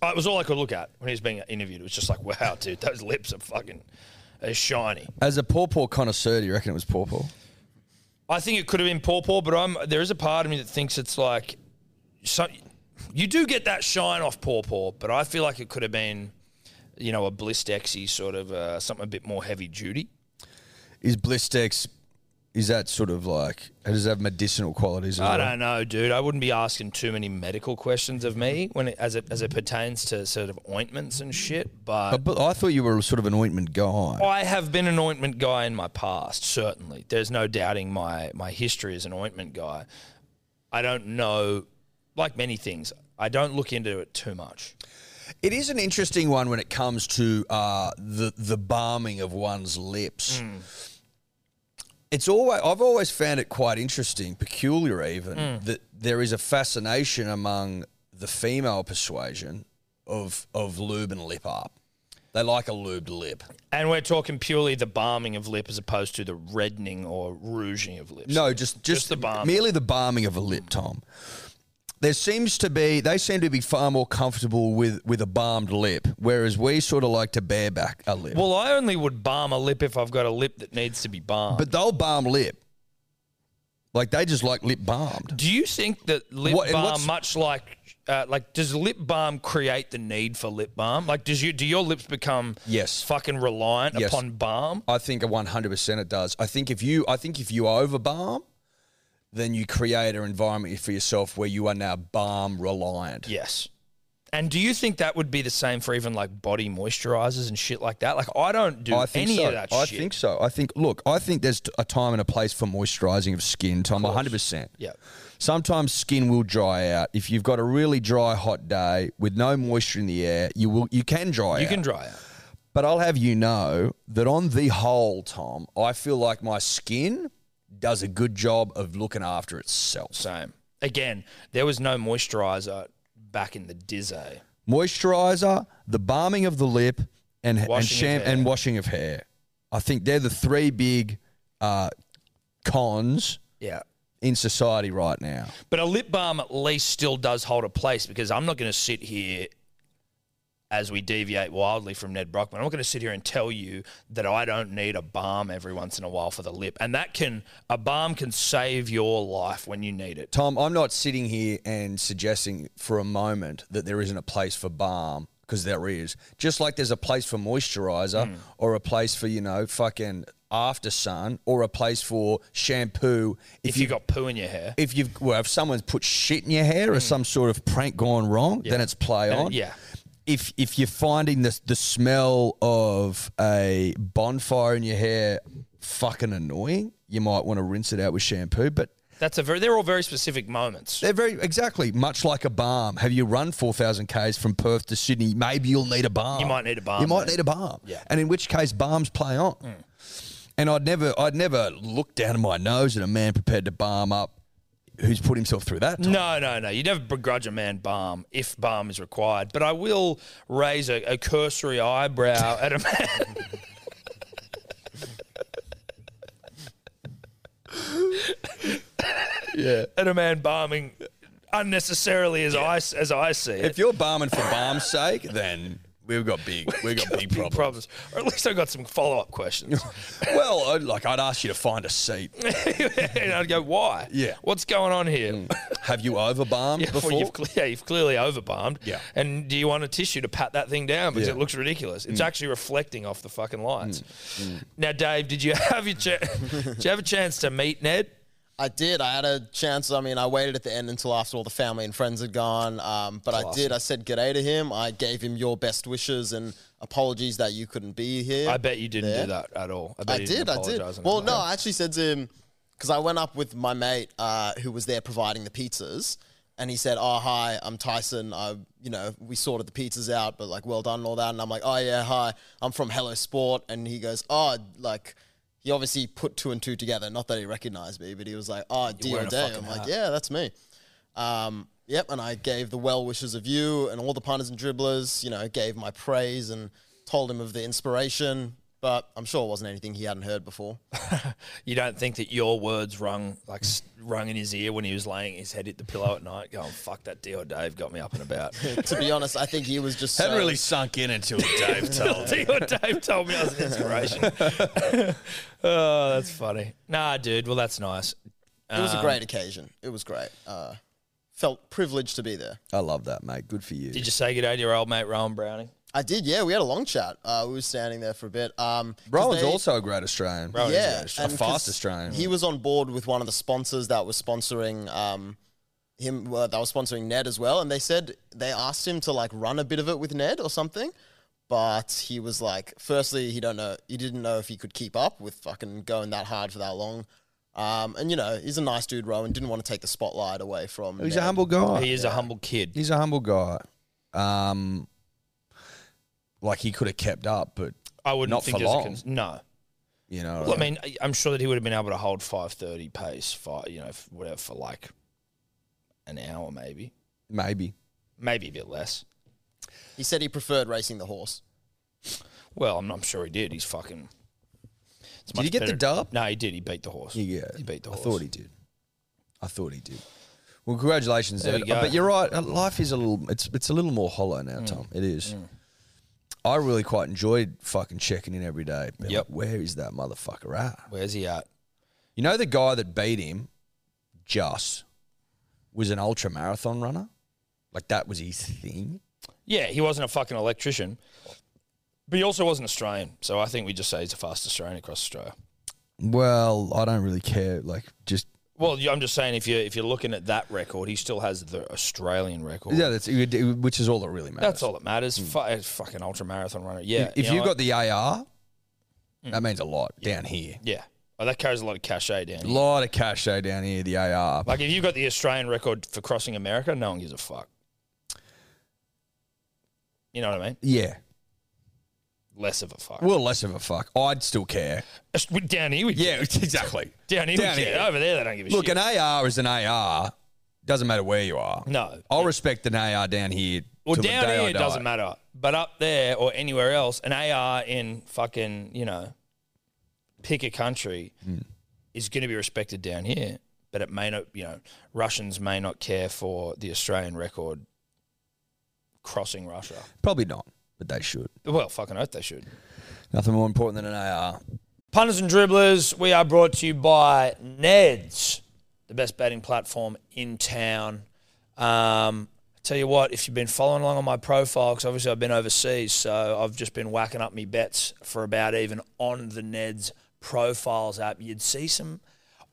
Speaker 2: Uh, It was all I could look at when he was being interviewed. It was just like, wow, dude, those lips are fucking are shiny.
Speaker 3: As a pawpaw connoisseur, do you reckon it was pawpaw?
Speaker 2: I think it could have been pawpaw, but I'm there is a part of me that thinks it's like, so, you do get that shine off pawpaw, but I feel like it could have been, you know, a Bliss Dexy sort of uh, something a bit more heavy duty.
Speaker 3: Is Blistex, is that sort of like, does it have medicinal qualities? As
Speaker 2: I
Speaker 3: well?
Speaker 2: don't know, dude. I wouldn't be asking too many medical questions of me when it, as it as it pertains to sort of ointments and shit, but.
Speaker 3: But I thought you were sort of an ointment guy.
Speaker 2: I have been an ointment guy in my past, certainly. There's no doubting my, my history as an ointment guy. I don't know, like many things, I don't look into it too much.
Speaker 3: It is an interesting one when it comes to uh, the the balming of one's lips.
Speaker 2: Hmm.
Speaker 3: It's always I've always found it quite interesting, peculiar even
Speaker 2: Hmm.
Speaker 3: that there is a fascination among the female persuasion of of lube and lip up. They like a lubed lip.
Speaker 2: And we're talking purely the balming of lip as opposed to the reddening or rouging of lips.
Speaker 3: No, just just,
Speaker 2: the balm.
Speaker 3: merely the balming of a lip, Tom. There seems to be they seem to be far more comfortable with with a balmed lip, whereas we sort of like to bareback a lip.
Speaker 2: Well, I only would balm a lip if I've got a lip that needs to be balmed. But
Speaker 3: But they'll balm lip. Like they just like lip balmed.
Speaker 2: do you think that lip
Speaker 3: What- and
Speaker 2: balm,
Speaker 3: what's-
Speaker 2: much like, uh, like, does lip balm create the need for lip balm? Like, does you do your lips become
Speaker 3: Yes.
Speaker 2: fucking reliant
Speaker 3: Yes.
Speaker 2: upon balm?
Speaker 3: I think one hundred percent it does. I think if you I think if you over balm, then you create an environment for yourself where you are now balm reliant.
Speaker 2: Yes. And do you think that would be the same for even like body moisturizers and shit like that? Like I don't do
Speaker 3: I think
Speaker 2: any
Speaker 3: so.
Speaker 2: of that
Speaker 3: I
Speaker 2: shit.
Speaker 3: think so. I think look, I think there's a time and a place for moisturizing of skin, Tom, one hundred percent.
Speaker 2: Yeah.
Speaker 3: Sometimes skin will dry out. If you've got a really dry hot day with no moisture in the air, you will you can dry
Speaker 2: You
Speaker 3: out.
Speaker 2: can dry out.
Speaker 3: But I'll have you know that on the whole, Tom, I feel like my skin does a good job of looking after itself.
Speaker 2: Same. Again, there was no moisturizer back in the dizzy.
Speaker 3: Moisturizer, the balming of the lip, and and,
Speaker 2: Washing of
Speaker 3: sham-
Speaker 2: hair.
Speaker 3: and washing of hair. I think they're the three big uh, cons
Speaker 2: Yeah.
Speaker 3: in society right now.
Speaker 2: But a lip balm at least still does hold a place because I'm not going to sit here as we deviate wildly from Ned Brockman. I'm not going to sit here and tell you that I don't need a balm every once in a while for the lip. And that can, a balm can save your life when you need it.
Speaker 3: Tom, I'm not sitting here and suggesting for a moment that there isn't a place for balm because there is. Just like there's a place for moisturizer
Speaker 2: Mm.
Speaker 3: or a place for, you know, fucking after sun or a place for shampoo if,
Speaker 2: If you got poo in your hair.
Speaker 3: if you've well, if someone's put shit in your hair or some sort of prank gone wrong, then it's play
Speaker 2: Mm. Then it-
Speaker 3: on.
Speaker 2: yeah.
Speaker 3: If if you're finding the the smell of a bonfire in your hair fucking annoying, you might want to rinse it out with shampoo, but
Speaker 2: That's a very. They're all very specific moments.
Speaker 3: They're very exactly much like a balm. Have you run four thousand k's from Perth to Sydney? Maybe you'll need a balm.
Speaker 2: You might need a balm
Speaker 3: You might
Speaker 2: then.
Speaker 3: need a balm.
Speaker 2: Yeah. Hmm.
Speaker 3: And in which case, balms play on. And I'd never, I'd never look down my nose at a man prepared to balm up, who's put himself through that.
Speaker 2: No, no, no. You never begrudge a man balm if balm is required. But I will raise a, a cursory eyebrow at a man. yeah. At a man balming unnecessarily as I s I as I see it.
Speaker 3: If you're balming for balm's sake, then we've got big, we've got big problems.
Speaker 2: Problems, or at least I got some follow up questions.
Speaker 3: Well, I'd, like I'd ask you to find a seat.
Speaker 2: and I'd go, why?
Speaker 3: Yeah.
Speaker 2: What's going on here?
Speaker 3: Have you over balmed
Speaker 2: Yeah, well,
Speaker 3: before?
Speaker 2: you've, cle- yeah, you've clearly overbalmed.
Speaker 3: Yeah.
Speaker 2: And do you want a tissue to pat that thing down because
Speaker 3: Yeah. Mm.
Speaker 2: it looks ridiculous? It's actually reflecting off the fucking lights. Now, Dave, did you have your cha- did you have a chance to meet Ned?
Speaker 4: I did. I had a chance. I mean, I waited at the end until after all the family and friends had gone. Um, but I did. I said g'day to him. I gave him your best wishes and apologies that you couldn't be here.
Speaker 2: I bet you didn't
Speaker 4: Yeah.
Speaker 2: do that at all. I, bet
Speaker 4: I
Speaker 2: you didn't
Speaker 4: did. I did.
Speaker 2: apologise on
Speaker 4: Well,
Speaker 2: that.
Speaker 4: no, I actually said to him because I went up with my mate uh, who was there providing the pizzas, and he said, "Oh, hi, I'm Tyson. I, you know, we sorted the pizzas out, but like, well done and all that." And I'm like, "Oh yeah, hi, I'm from Hello Sport," and he goes, "Oh, like." He obviously put two and two together. Not that he recognized me, but he was like, "Oh, D or
Speaker 2: wearing a
Speaker 4: day."
Speaker 2: fucking
Speaker 4: I'm like, "Yeah, that's me." Um, yep, and I gave the well wishes of you and all the punters and dribblers. You know, gave my praise and told him of the inspiration, but I'm sure it wasn't anything he hadn't heard before.
Speaker 2: You don't think that your words rung like s- rung in his ear when he was laying his head hit the pillow at night, going "Fuck that deal, Dave got me up and about."
Speaker 4: to be honest, I think he was just so,
Speaker 3: Hadn't really sunk in until Dave told.
Speaker 2: deal Dave told me I was an inspiration. oh, that's funny. Nah, dude. Well, that's nice.
Speaker 4: It was a
Speaker 3: Um,
Speaker 4: great occasion. It was great. Uh, felt privileged to be there.
Speaker 3: I love that, mate. Good for you.
Speaker 2: Did you say good day to your old mate Rowan Browning?
Speaker 4: I did, yeah. We had a long chat. Uh, we were standing there for a bit. Um, 'cause
Speaker 3: Rowan's
Speaker 4: they-
Speaker 3: also a great Australian.
Speaker 2: Rowan
Speaker 4: yeah,
Speaker 3: Oh, a
Speaker 4: and
Speaker 3: fast
Speaker 4: 'cause
Speaker 3: Australian.
Speaker 4: He was on board with one of the sponsors that was sponsoring um, him. Well, that was sponsoring Ned as well, and they said they asked him to like run a bit of it with Ned or something. But he was like, firstly, he don't know, he didn't know if he could keep up with fucking going that hard for that long. Um, and you know, he's a nice dude, Rowan. Didn't want to take the spotlight away from.
Speaker 3: he's a
Speaker 4: Ned.
Speaker 3: humble guy.
Speaker 2: He is a humble kid.
Speaker 3: He's a humble guy. Um, like he could have kept up, but
Speaker 2: I wouldn't
Speaker 3: Not
Speaker 2: think
Speaker 3: for
Speaker 2: there's a
Speaker 3: long.
Speaker 2: cons- no.
Speaker 3: you know,
Speaker 2: Well, I mean, I- I'm sure that he would have been able to hold 5:30 pace, five, you know, f- whatever for like an hour, maybe,
Speaker 3: maybe.
Speaker 2: maybe a bit less.
Speaker 4: He said he preferred racing the horse.
Speaker 2: Well, I'm, I'm sure he did. He's fucking. it's
Speaker 3: Did
Speaker 2: much
Speaker 3: he get the
Speaker 2: better-
Speaker 3: dub?
Speaker 2: No, he did. He beat the horse.
Speaker 3: Yeah,
Speaker 2: he beat the horse.
Speaker 3: I thought he did. I thought he did. Well, congratulations,
Speaker 2: There
Speaker 3: Ed.
Speaker 2: you go. Mm.
Speaker 3: But you're right. uh, Life is a little. It's it's a little more hollow now, Tom. It is. I really quite enjoyed fucking checking in every day. Being
Speaker 2: Yep.
Speaker 3: like, where is that motherfucker at?
Speaker 2: Where's he at?
Speaker 3: You know the guy that beat him, just was an ultra marathon runner. Like that was his thing.
Speaker 2: Yeah, he wasn't a fucking electrician, but he also wasn't Australian. So I think we just say he's the fastest Australian across Australia.
Speaker 3: Well, I don't really care. Like just
Speaker 2: Well, yeah, I'm just saying if you if you're looking at that record, he still has the Australian record.
Speaker 3: yeah, that's which is all that really matters.
Speaker 2: That's all that matters. Fu- fucking ultra marathon runner. Yeah.
Speaker 3: if
Speaker 2: you know
Speaker 3: you've
Speaker 2: what?
Speaker 3: got the AR, that means a lot down here.
Speaker 2: yeah, oh, that carries a lot of cachet down.
Speaker 3: A
Speaker 2: Here.
Speaker 3: lot of cachet down here. The AR.
Speaker 2: Like if you've got the Australian record for crossing America, no one gives a fuck. You know what I mean?
Speaker 3: yeah.
Speaker 2: Less of a fuck.
Speaker 3: Well, less of a fuck. I'd still care.
Speaker 2: Us- we- down here, we
Speaker 3: Yeah, exactly.
Speaker 2: down here,
Speaker 3: down
Speaker 2: we care.
Speaker 3: here.
Speaker 2: Over there, they don't give a
Speaker 3: Look,
Speaker 2: shit.
Speaker 3: an AR is an AR. Doesn't matter where you are.
Speaker 2: no,
Speaker 3: I'll respect an AR down here.
Speaker 2: Well,
Speaker 3: till the
Speaker 2: down
Speaker 3: day
Speaker 2: here
Speaker 3: I
Speaker 2: it
Speaker 3: die.
Speaker 2: doesn't matter, but up there or anywhere else, an AR in fucking you know, pick a country
Speaker 3: Mm.
Speaker 2: is going to be respected down here, but it may not. You know, Russians may not care for the Australian record crossing Russia.
Speaker 3: Probably not, but they should.
Speaker 2: Well, fucking oath they should.
Speaker 3: Nothing more important than an AR.
Speaker 2: Punters and dribblers, we are brought to you by Neds, the best betting platform in town. Um, tell you what, if you've been following along on my profile, because obviously I've been overseas, so I've just been whacking up me bets for about even on the Neds profiles app. You'd see some.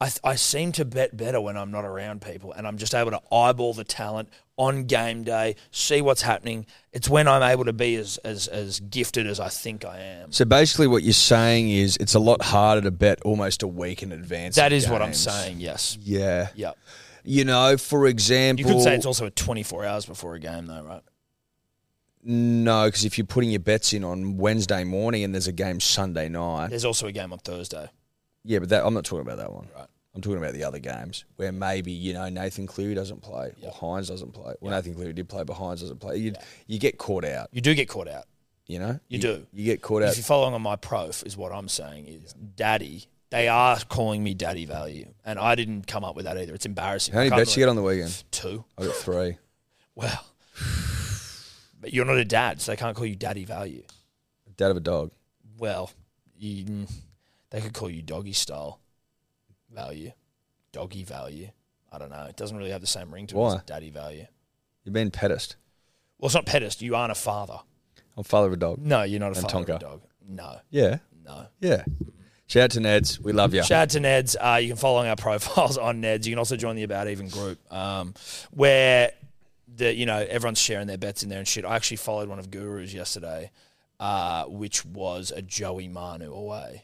Speaker 2: I, I seem to bet better when I'm not around people, and I'm just able to eyeball the talent on game day, see what's happening. It's when I'm able to be as as, as gifted as I think I am.
Speaker 3: So basically, what you're saying is it's a lot harder to bet almost a week in advance.
Speaker 2: That
Speaker 3: of
Speaker 2: is what I'm
Speaker 3: games.
Speaker 2: saying. Yes.
Speaker 3: Yeah.
Speaker 2: Yeah.
Speaker 3: You know, for
Speaker 2: You
Speaker 3: example,
Speaker 2: could say it's also a 24 hours before a game, though, right?
Speaker 3: no, because if you're putting your bets in on Wednesday morning and there's a game Sunday night,
Speaker 2: There's also a game on Thursday.
Speaker 3: yeah, but that, I'm not talking about that one.
Speaker 2: Right.
Speaker 3: I'm talking about the other games where maybe you know Nathan Cleary doesn't play or Hines doesn't play. Well, Nathan Cleary did play, but Hines doesn't play. You you get caught out.
Speaker 2: You do get caught out.
Speaker 3: You know,
Speaker 2: You do.
Speaker 3: You get caught
Speaker 2: If
Speaker 3: out.
Speaker 2: you're following on my prof, is what I'm saying is daddy. They are calling me daddy value, and I didn't come up with that either. It's embarrassing.
Speaker 3: How
Speaker 2: I
Speaker 3: many
Speaker 2: can't
Speaker 3: bets you
Speaker 2: believe-
Speaker 3: get on the weekend?
Speaker 2: Two.
Speaker 3: I got three.
Speaker 2: Well, but you're not a dad, so they can't call you daddy value.
Speaker 3: Dad of a dog.
Speaker 2: Well, you, mm, they could call you doggy style value, doggy value. I don't know. It doesn't really have the same ring to it
Speaker 3: Why?
Speaker 2: as daddy value.
Speaker 3: You've been pedest.
Speaker 2: Well, it's not pedest. You aren't a father.
Speaker 3: I'm father of a dog.
Speaker 2: No, you're not a
Speaker 3: And
Speaker 2: father of a
Speaker 3: Tonka.
Speaker 2: dog. No,
Speaker 3: Yeah,
Speaker 2: no.
Speaker 3: yeah. Shout out to Neds. We love you.
Speaker 2: Shout out to Neds. Uh, you can follow our profiles on Neds. You can also join the About Even group, um, where the you know everyone's sharing their bets in there and shit. I actually followed one of Guru's yesterday, uh, which was a Joey Manu away.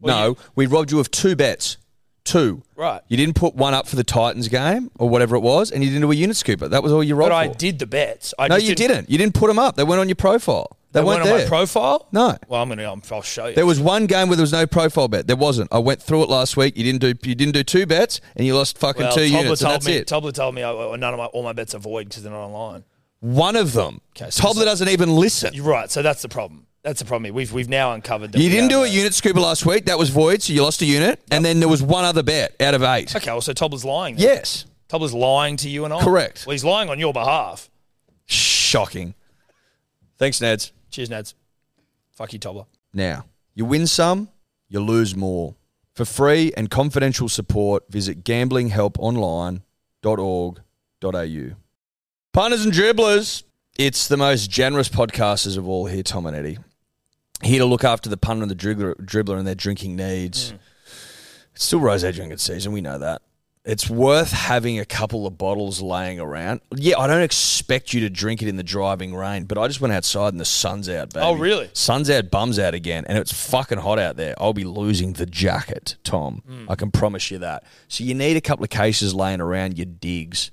Speaker 3: no, we robbed you of two bets. Two.
Speaker 2: Right.
Speaker 3: You didn't put one up for the Titans game or whatever it was, and you didn't do a unit scooper. That was all you robbed
Speaker 2: But I
Speaker 3: for.
Speaker 2: did the bets. I
Speaker 3: no,
Speaker 2: just
Speaker 3: you didn't. You didn't put them up. They weren't on your profile. They,
Speaker 2: They
Speaker 3: weren't
Speaker 2: weren't
Speaker 3: there.
Speaker 2: on my profile.
Speaker 3: No.
Speaker 2: Well, I'm gonna. I'm, I'll show you.
Speaker 3: There was one game where there was no profile bet. There wasn't. I went through it last week. You didn't do. You didn't do two bets, and you lost fucking
Speaker 2: well,
Speaker 3: two
Speaker 2: Tobler
Speaker 3: units. and
Speaker 2: told
Speaker 3: that's
Speaker 2: me.
Speaker 3: it.
Speaker 2: Tobler told me I, I- none of my all my bets are void because they're not online.
Speaker 3: one of them.
Speaker 2: Okay, so
Speaker 3: Tobler
Speaker 2: this-
Speaker 3: doesn't even listen.
Speaker 2: You're right. So that's the problem. That's the problem. here. We've we've now uncovered. That
Speaker 3: You
Speaker 2: we
Speaker 3: didn't
Speaker 2: are
Speaker 3: do a
Speaker 2: the-
Speaker 3: unit scuba last week. That was void, so you lost a unit. And then there was one other bet out of eight.
Speaker 2: Okay. Well, so Tobler's lying. Then.
Speaker 3: Yes.
Speaker 2: Tobler's lying to you and I.
Speaker 3: Correct.
Speaker 2: Well, he's lying on your behalf.
Speaker 3: Shocking. Thanks, Neds.
Speaker 2: Cheers, Nads. Fuck you, Tobler.
Speaker 3: Now, you win some, you lose more. For free and confidential support, visit gamblinghelponline.org.au. Punters and dribblers, it's the most generous podcasters of all here, Tom and Eddie. Here to look after the punter and the dribbler, dribbler and their drinking needs.
Speaker 2: Hmm.
Speaker 3: It's still rose drinking season, we know that. It's worth having a couple of bottles laying around. Yeah, I don't expect you to drink it in the driving rain, but I just went outside and the sun's out, baby.
Speaker 2: Oh, really?
Speaker 3: Sun's out, bums out again, and it's fucking hot out there. I'll be losing the jacket, Tom.
Speaker 2: Hmm.
Speaker 3: I can promise you that. So you need a couple of cases laying around your digs.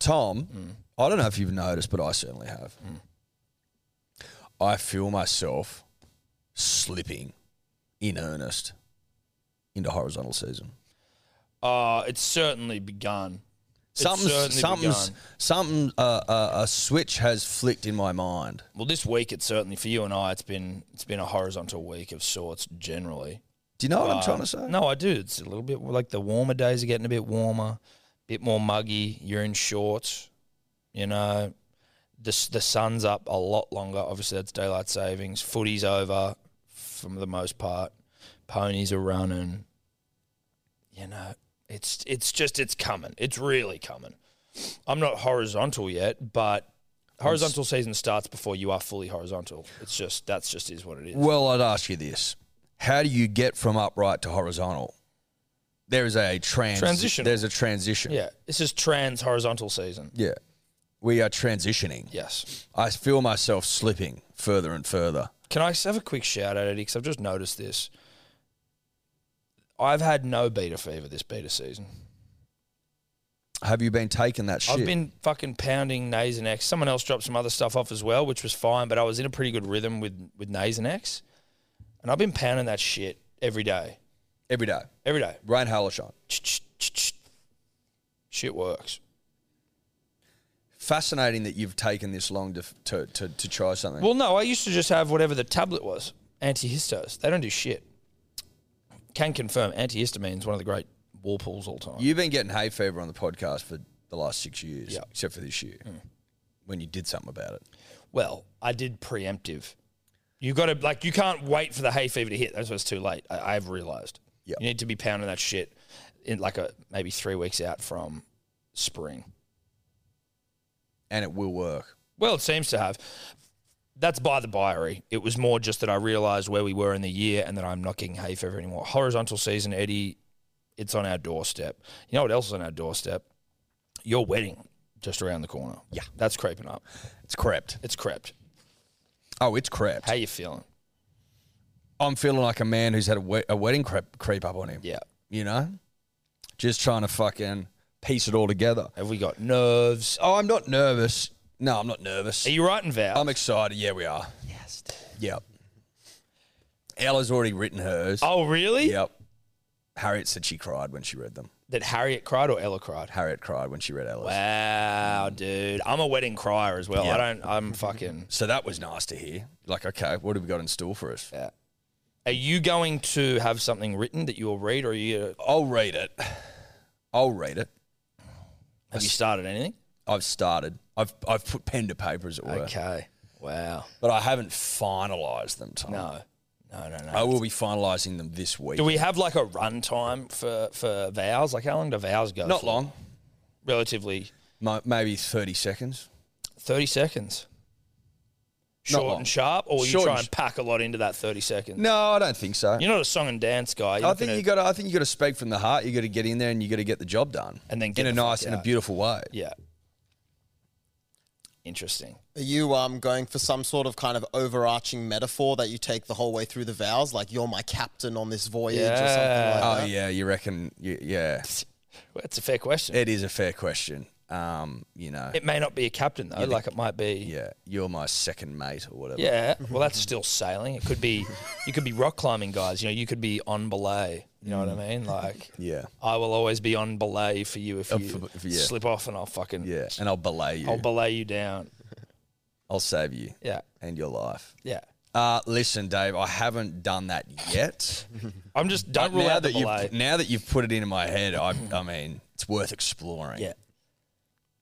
Speaker 3: Tom,
Speaker 2: Mm.
Speaker 3: I don't know if you've noticed, but I certainly have. I feel myself slipping in earnest into horizontal season.
Speaker 2: Uh, it's certainly begun. It's
Speaker 3: something's
Speaker 2: certainly
Speaker 3: something's
Speaker 2: begun.
Speaker 3: something uh, uh, a switch has flicked in my mind.
Speaker 2: Well, this week it's certainly for you and I. It's been it's been a horizontal week of sorts generally.
Speaker 3: Do you know what I'm
Speaker 2: Uh,
Speaker 3: trying to say?
Speaker 2: No, I do. It's a little bit like the warmer days are getting a bit warmer, bit more muggy. You're in shorts, you know. The s- the sun's up a lot longer. Obviously, that's daylight savings. Footy's over for the most part. Ponies are running. You know, it's it's just it's coming. It's really coming. I'm not horizontal yet, but horizontal season starts before you are fully horizontal. It's just that's just is what it is.
Speaker 3: Well, I'd ask you this: How do you get from upright to horizontal? There is a trans-
Speaker 2: Transition.
Speaker 3: There's a transition.
Speaker 2: Yeah, this is trans horizontal season.
Speaker 3: Yeah. We are transitioning.
Speaker 2: Yes.
Speaker 3: I feel myself slipping further and further.
Speaker 2: Can I just have a quick shout out, Eddie? Because I've just noticed this. I've had no beta fever this beta season.
Speaker 3: Have you been taking that shit?
Speaker 2: I've been fucking pounding Nasonex. Someone else dropped some other stuff off as well, which was fine, but I was in a pretty good rhythm with, with Nasonex. And I've been pounding that shit every day.
Speaker 3: every day.
Speaker 2: Every day.
Speaker 3: Rain, hail, or shine.
Speaker 2: Shit works.
Speaker 3: Fascinating that you've taken this long to f- to, to, to try something.
Speaker 2: Well, no, I used to just have whatever the tablet was. Antihistos. They don't do shit. Can confirm antihistamine's one of the great war pools all time.
Speaker 3: You've been getting hay fever on the podcast for the last six years,
Speaker 2: Yeah. Mm.
Speaker 3: except for this year when you did something about it.
Speaker 2: Well, I did preemptive. You got to like you can't wait for the hay fever to hit. That's when it's too late. I, I've realized.
Speaker 3: Yeah.
Speaker 2: You need to be pounding that shit in like a maybe three weeks out from spring.
Speaker 3: And it will work.
Speaker 2: Well, it seems to have. That's by the byery. It was more just that I realized where we were in the year and that I'm not getting hay fever anymore. Horizontal season, Eddie, it's on our doorstep. You know what else is on our doorstep? Your wedding just around the corner.
Speaker 3: Yeah.
Speaker 2: That's creeping up.
Speaker 3: It's crept.
Speaker 2: It's crept.
Speaker 3: Oh, it's crept.
Speaker 2: How you feeling?
Speaker 3: I'm feeling like a man who's had a, we- a wedding creep, creep up on him.
Speaker 2: Yeah.
Speaker 3: You know? Just trying to fucking piece it all together.
Speaker 2: Have we got nerves?
Speaker 3: Oh, I'm not nervous. No, I'm not nervous.
Speaker 2: Are you writing vows?
Speaker 3: I'm excited. Yeah, we are. Yes. Yep. Ella's already written hers.
Speaker 2: Oh, really?
Speaker 3: Yep. Harriet said she cried when she read them.
Speaker 2: That Harriet cried or Ella cried?
Speaker 3: Harriet cried when she read Ella's.
Speaker 2: Wow, dude. I'm a wedding crier as well.
Speaker 3: Yeah.
Speaker 2: I don't, I'm fucking.
Speaker 3: So that was nice to hear. Like, okay, what have we got in store for us?
Speaker 2: Yeah. Are you going to have something written that you'll read or are you,
Speaker 3: I'll read it. I'll read it.
Speaker 2: have you started anything?
Speaker 3: I've started. I've I've put pen to paper as it were,
Speaker 2: Okay. Wow.
Speaker 3: but I haven't finalised them. Tom.
Speaker 2: No. No, no, no.
Speaker 3: I will be finalising them this week.
Speaker 2: Do we have like a run time for, for vows? Like how long do vows go?
Speaker 3: Not
Speaker 2: for?
Speaker 3: long.
Speaker 2: Relatively
Speaker 3: Mi- Maybe thirty seconds.
Speaker 2: 30 seconds. Short
Speaker 3: long.
Speaker 2: and sharp, or you
Speaker 3: Short
Speaker 2: try
Speaker 3: and
Speaker 2: and pack a lot into that 30 seconds?
Speaker 3: No, I don't think so.
Speaker 2: You're not a song and dance guy. You're
Speaker 3: I
Speaker 2: not
Speaker 3: think
Speaker 2: gonna-
Speaker 3: you got. I think you got to speak from the heart. You got to get in there and you got to get the job done,
Speaker 2: And then get
Speaker 3: in a
Speaker 2: the fuck
Speaker 3: nice, in a
Speaker 2: out.
Speaker 3: beautiful way.
Speaker 2: Yeah. Interesting.
Speaker 4: Are you um, going for some sort of kind of overarching metaphor that you take the whole way through the vows? Like, you're my captain on this voyage or something
Speaker 2: Yeah.
Speaker 4: like that?
Speaker 3: Oh yeah, you reckon? y- Yeah,
Speaker 2: Well, that's a fair question. It,
Speaker 3: it is a fair question. Um, you know,
Speaker 2: may not be a captain though. like it might be.
Speaker 3: yeah, you're my second mate or whatever.
Speaker 2: Yeah. Well, that's still sailing. It could be. You could be rock climbing guys. You know. You could be on belay. You know what I mean? Like.
Speaker 3: Mm. yeah,
Speaker 2: I will always be on belay for you if
Speaker 3: Oh,
Speaker 2: you
Speaker 3: for- for- yeah.
Speaker 2: slip off and I'll fucking.
Speaker 3: yeah. And I'll belay you.
Speaker 2: I'll
Speaker 3: I'll,
Speaker 2: belay you down.
Speaker 3: save you
Speaker 2: Yeah.
Speaker 3: and your life.
Speaker 2: Yeah.
Speaker 3: Uh, listen, Dave, I haven't done that yet.
Speaker 2: I'm just don't
Speaker 3: But
Speaker 2: rule
Speaker 3: now
Speaker 2: out the
Speaker 3: that you've
Speaker 2: belay.
Speaker 3: now that you've put it into my head, I, I mean, it's worth exploring.
Speaker 2: Yeah.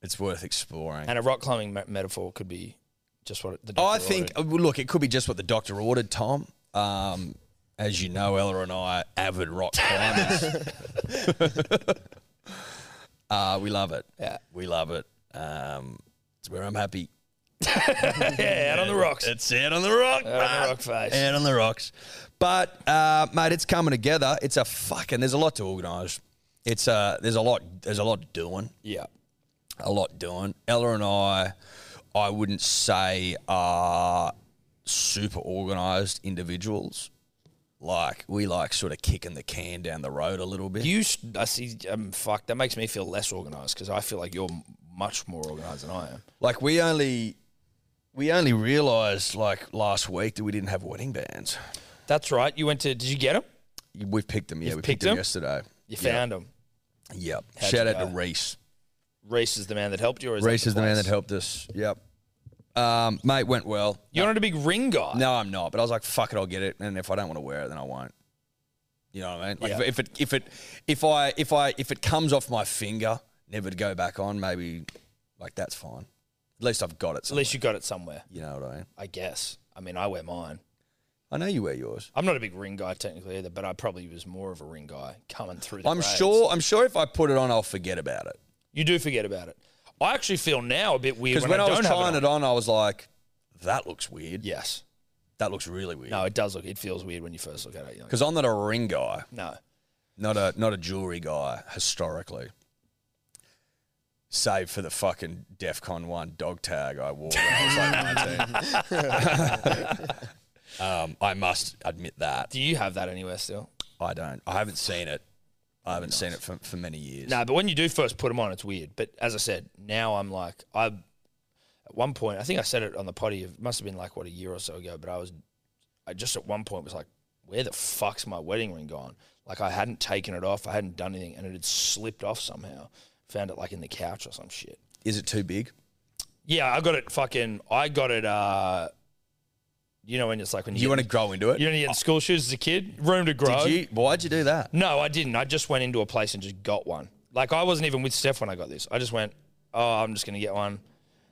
Speaker 3: it's worth exploring.
Speaker 2: And a rock climbing me- metaphor could be just what it- the.
Speaker 3: I
Speaker 2: doctor
Speaker 3: think,
Speaker 2: ordered.
Speaker 3: uh, well, look, it could be just what the doctor ordered, Tom. Um, as you know, Ella and I are avid rock climbers. uh, we love it.
Speaker 2: Yeah.
Speaker 3: We love it. Um, it's where I'm happy. oh,
Speaker 2: Yeah, out on the rocks.
Speaker 3: It's out on the rock.
Speaker 2: Out on the rock face.
Speaker 3: Out on the rocks. But, uh, mate, it's coming together. It's a fucking, there's a lot to organise. It's uh, there's a lot, there's a lot doing
Speaker 2: yeah.
Speaker 3: a lot doing. Ella and I, I wouldn't say are super organized individuals. Like we like sort of kicking the can down the road a little bit.
Speaker 2: You, s- I see. Um, fuck, that makes me feel less organised because I feel like you're m- much more organised than I am.
Speaker 3: like we only we only realized like last week that we didn't have wedding bands.
Speaker 2: That's right. You went to. Did you get them?
Speaker 3: We've picked them. Yeah, we
Speaker 2: picked
Speaker 3: picked them
Speaker 2: them?
Speaker 3: yesterday.
Speaker 2: You found them.
Speaker 3: Yep.
Speaker 2: How'd
Speaker 3: Shout
Speaker 2: you
Speaker 3: out to
Speaker 2: go?
Speaker 3: Reese.
Speaker 2: Reese is the man that helped you. Or is
Speaker 3: Reese
Speaker 2: that
Speaker 3: is the man
Speaker 2: place?
Speaker 3: that helped us. Yep. Um, mate went well.
Speaker 2: You're not a big ring guy.
Speaker 3: No, I'm not. But I was like, fuck it, I'll get it. And if I don't want to wear it, then I won't. You know what I mean? Like
Speaker 2: Yeah.
Speaker 3: if, if it if it if I if I if it comes off my finger, never to go back on, maybe like that's fine. At least I've got it.
Speaker 2: At
Speaker 3: Somewhere.
Speaker 2: least you got it somewhere,
Speaker 3: you know what I mean?
Speaker 2: I guess. I mean, I wear mine.
Speaker 3: I know you wear yours.
Speaker 2: I'm not a big ring guy technically either, but I probably was more of a ring guy coming through. The
Speaker 3: I'm
Speaker 2: grades.
Speaker 3: sure. I'm sure if I put it on, I'll forget about it.
Speaker 2: you do forget about it. I actually feel now a bit weird
Speaker 3: Because
Speaker 2: when,
Speaker 3: when,
Speaker 2: I,
Speaker 3: I,
Speaker 2: don't
Speaker 3: was
Speaker 2: have
Speaker 3: trying
Speaker 2: it. on.
Speaker 3: it on, I was like, that looks weird.
Speaker 2: Yes.
Speaker 3: That looks really weird.
Speaker 2: No, it does look. It feels weird when you first look at it. You're like,
Speaker 3: Because I'm not a ring guy,
Speaker 2: no.
Speaker 3: not a not a jewelry guy historically. Save for the fucking DefCon one dog tag I wore when I was like 19. Um, I must admit that
Speaker 2: Do you have that anywhere still?
Speaker 3: I don't. I haven't seen it. I haven't seen it for, for many years.
Speaker 2: No, but when you do first put them on, it's weird. But as I said, now I'm like I. At one point, I think I said it on the potty. It must have been like what a year or so ago. But I was, I just at one point was like, "Where the fuck's my wedding ring gone?" Like I hadn't taken it off. I hadn't done anything, and it had slipped off somehow. Found it like in the couch or some shit.
Speaker 3: Is it too big?
Speaker 2: Yeah, I got it. Fucking, I got it. uh You know when it's like when you
Speaker 3: You
Speaker 2: get-
Speaker 3: want to grow into it?
Speaker 2: you know when you get in school shoes as a kid, room to grow.
Speaker 3: Did you? Why'd you do that?
Speaker 2: No, I didn't. I just went into a place and just got one. Like I wasn't even with Steph when I got this. I just went, oh, I'm just gonna get one.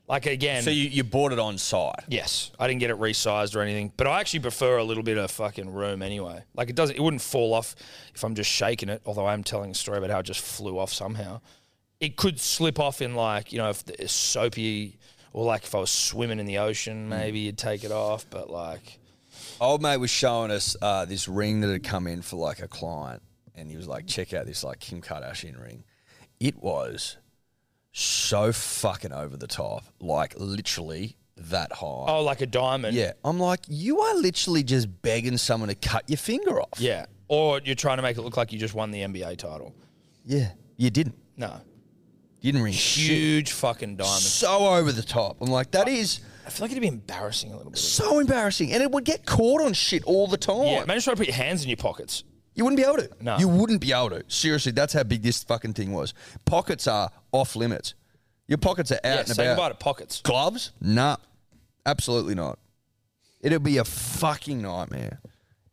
Speaker 2: Like again,
Speaker 3: So you, you bought it on site.
Speaker 2: yes, I didn't get it resized or anything. But I actually prefer a little bit of fucking room anyway. Like it doesn't, it wouldn't fall off if I'm just shaking it. Although I am telling a story about how it just flew off somehow. It could slip off in like you know if it's soapy or like if I was swimming in the
Speaker 3: Mm.
Speaker 2: ocean, maybe you'd take it off. But like,
Speaker 3: old mate was showing us uh, this ring that had come in for like a client, and he was like, "Check out this like Kim Kardashian ring." It was so fucking over the top, like literally that high.
Speaker 2: oh, like a diamond.
Speaker 3: Yeah, I'm like, you are literally just begging someone to cut your finger off.
Speaker 2: Yeah. Or you're trying to make it look like you just won the NBA title.
Speaker 3: yeah, you didn't.
Speaker 2: No.
Speaker 3: You didn't ring shit.
Speaker 2: huge fucking diamond.
Speaker 3: So over the top. I'm like, that is
Speaker 2: I feel like it'd be embarrassing a little bit.
Speaker 3: so embarrassing, and it would get caught on shit all the time.
Speaker 2: Yeah, imagine trying to put your hands in your pockets.
Speaker 3: You wouldn't be able to.
Speaker 2: No.
Speaker 3: You wouldn't be able to. Seriously, that's how big this fucking thing was. Pockets are off limits. Your pockets are out
Speaker 2: Yeah,
Speaker 3: and
Speaker 2: say goodbye
Speaker 3: about.
Speaker 2: to pockets.
Speaker 3: Gloves? Nah. Absolutely not. It'd be a fucking nightmare.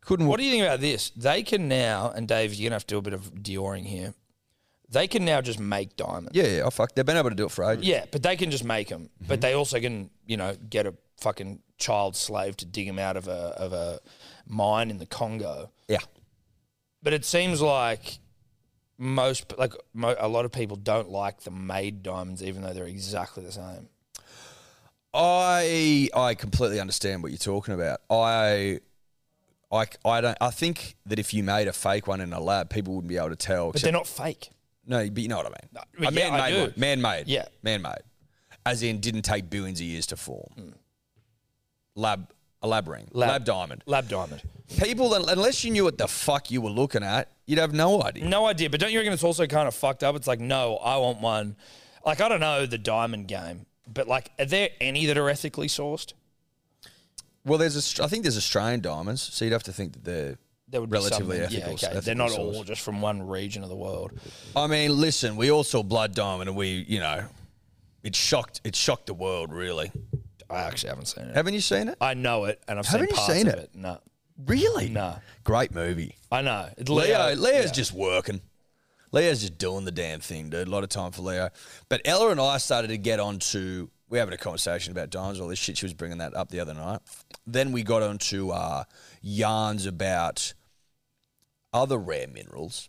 Speaker 3: Couldn't.
Speaker 2: What do you think about this? They can now, and Dave, you're gonna have to do a bit of Dioring here. They can now just make diamonds.
Speaker 3: Yeah, yeah. Oh fuck, they've been able to do it for ages.
Speaker 2: Yeah, but they can just make them. But they also can, you know, get a fucking child slave to dig them out of a of a mine in the Congo.
Speaker 3: Yeah,
Speaker 2: But it seems like most, like mo- a lot of people don't like the made diamonds, even though they're exactly the same.
Speaker 3: I I completely understand what you're talking about. I. I, I don't. I think that if you made a fake one in a lab, people wouldn't be able to tell.
Speaker 2: But
Speaker 3: except-
Speaker 2: they're not fake.
Speaker 3: No, but you know what I mean.
Speaker 2: but
Speaker 3: a
Speaker 2: yeah, I
Speaker 3: man-made
Speaker 2: do.
Speaker 3: one. Man-made.
Speaker 2: Yeah.
Speaker 3: Man-made. As in, didn't take billions of years to form. Lab, a lab ring. Lab, diamond.
Speaker 2: Hmm. Lab diamond.
Speaker 3: People, un- unless you knew what the fuck you were looking at, you'd have no idea.
Speaker 2: No idea. But don't you reckon it's also kind of fucked up? It's like, no, I want one. Like, I don't know the diamond game, but like, are there any that are ethically sourced?
Speaker 3: Well, there's a, Aust- I think there's Australian diamonds, so you'd have to think that they're
Speaker 2: There would
Speaker 3: relatively
Speaker 2: be some-
Speaker 3: ethical.
Speaker 2: Yeah, okay. They're
Speaker 3: ethical
Speaker 2: not
Speaker 3: source.
Speaker 2: all just from one region of the world.
Speaker 3: I mean, listen, we all saw blood diamond, and we, you know, it shocked, it shocked the world, really.
Speaker 2: I actually haven't seen it.
Speaker 3: Haven't you seen it?
Speaker 2: I know it, and I've seen
Speaker 3: Haven't you
Speaker 2: parts
Speaker 3: seen
Speaker 2: of
Speaker 3: it?
Speaker 2: it. No,
Speaker 3: Really?
Speaker 2: no,
Speaker 3: Great movie.
Speaker 2: I know. It's
Speaker 3: Leo, Leo's
Speaker 2: yeah.
Speaker 3: just working. Leo's just doing the damn thing, dude. A lot of time for Leo. But Ella and I started to get on to we were having a conversation about dimes, all this shit. She was bringing that up the other night. Then we got on to uh, yarns about other rare minerals,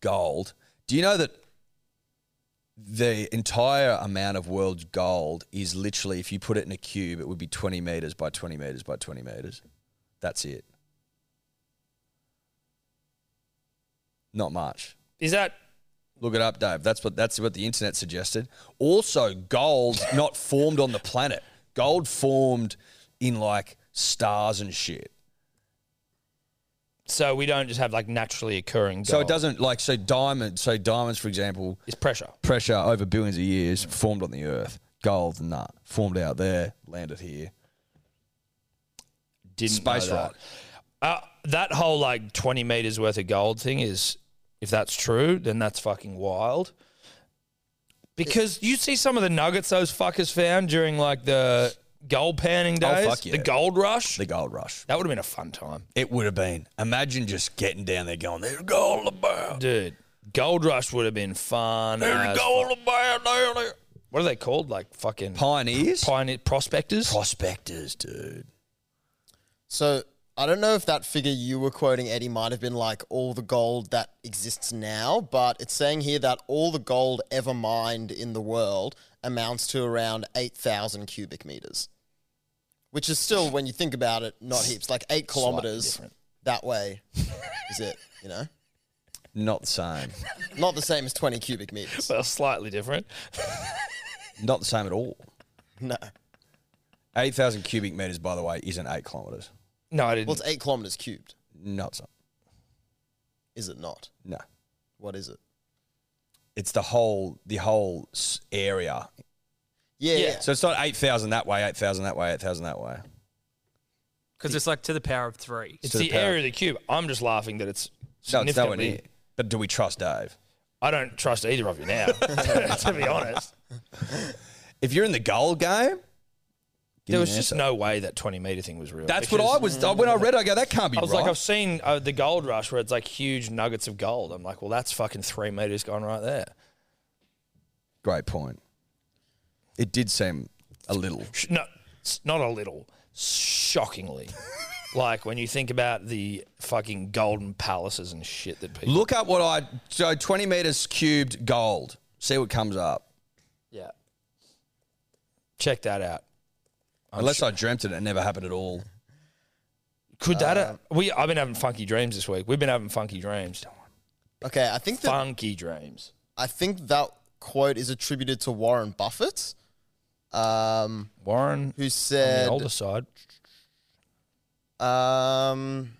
Speaker 3: gold. Do you know that the entire amount of world's gold is literally, if you put it in a cube, it would be 20 meters by 20 meters by 20 meters. That's it. Not much.
Speaker 2: is that
Speaker 3: Look it up, Dave. That's what that's what the internet suggested. Also, gold not formed on the planet. Gold formed in like stars and shit.
Speaker 2: so? We don't just have like naturally occurring. Gold.
Speaker 3: So it doesn't like so diamond. So diamonds, for example,
Speaker 2: It's pressure.
Speaker 3: pressure over billions of years formed on the Earth. Gold, nah, formed out there, landed here.
Speaker 2: Didn't
Speaker 3: Space
Speaker 2: know that.
Speaker 3: rock.
Speaker 2: Uh, that whole like twenty meters worth of gold thing is, if that's true, then that's fucking wild. Because you see some of the nuggets those fuckers found during like the gold panning
Speaker 3: Oh,
Speaker 2: days,
Speaker 3: fuck yeah.
Speaker 2: the gold rush.
Speaker 3: The gold rush.
Speaker 2: that would have been a fun time.
Speaker 3: It would have been. Imagine just getting down there, going, "There's gold about,
Speaker 2: Dude, Gold Rush would have been fun.
Speaker 3: there's
Speaker 2: as
Speaker 3: gold
Speaker 2: fuck.
Speaker 3: about." there, there."
Speaker 2: What are they called? Like fucking
Speaker 3: Pioneers,
Speaker 2: pioneer prospectors?
Speaker 3: prospectors, dude.
Speaker 4: So I don't know if that figure you were quoting, Eddie, might have been like all the gold that exists now, but it's saying here that all the gold ever mined in the world amounts to around 8,000 cubic meters, which is still, when you think about it, not heaps. Like eight kilometers
Speaker 2: different.
Speaker 4: that way is it, you know?
Speaker 3: Not the same.
Speaker 4: Not the same as 20 cubic meters.
Speaker 2: Well, slightly different.
Speaker 3: Not the same at all.
Speaker 4: No.
Speaker 3: Eight thousand cubic meters, by the way, isn't eight kilometers.
Speaker 2: No, I
Speaker 4: Well,
Speaker 2: didn't.
Speaker 4: it's eight kilometers cubed,
Speaker 3: No, it's not.
Speaker 4: is it not?
Speaker 3: No,
Speaker 4: What is it?
Speaker 3: it's the whole the whole s- area.
Speaker 4: Yeah,
Speaker 2: Yeah.
Speaker 4: yeah.
Speaker 3: So it's not eight thousand that way, eight thousand that way, eight thousand that way.
Speaker 5: because it's like to the power of three.
Speaker 2: It's
Speaker 3: to the
Speaker 2: the
Speaker 3: power.
Speaker 2: area of the cube. I'm just laughing that it's
Speaker 3: No, it's nowhere
Speaker 2: significantly.
Speaker 3: near. But do we trust Dave?
Speaker 2: I don't trust either of you now, to be honest.
Speaker 3: If you're in the gold game, give me
Speaker 2: There was
Speaker 3: an
Speaker 2: just
Speaker 3: answer.
Speaker 2: no way that 20 meter thing was real.
Speaker 3: That's
Speaker 2: because
Speaker 3: what I was. When I read, I go, that can't be
Speaker 2: I was
Speaker 3: right.
Speaker 2: like, I've seen uh, the gold rush where it's like huge nuggets of gold. I'm like, well, that's fucking three meters gone right there.
Speaker 3: Great point. It did seem a little.
Speaker 2: sh- no, s- not a little, shockingly. like when you think about the fucking golden palaces and shit that people.
Speaker 3: Look up what I so twenty meters cubed gold. See what comes up.
Speaker 2: Yeah. Check that out.
Speaker 3: Unless I dreamt it, it never happened at all.
Speaker 2: Could that?
Speaker 3: Uh,
Speaker 2: we I've been having funky dreams this week. We've been having funky dreams.
Speaker 4: Okay, I think that
Speaker 2: Funky dreams.
Speaker 4: I think that quote is attributed to Warren Buffett, um,
Speaker 2: Warren,
Speaker 4: who
Speaker 2: on the
Speaker 4: said,
Speaker 2: older side,
Speaker 4: um,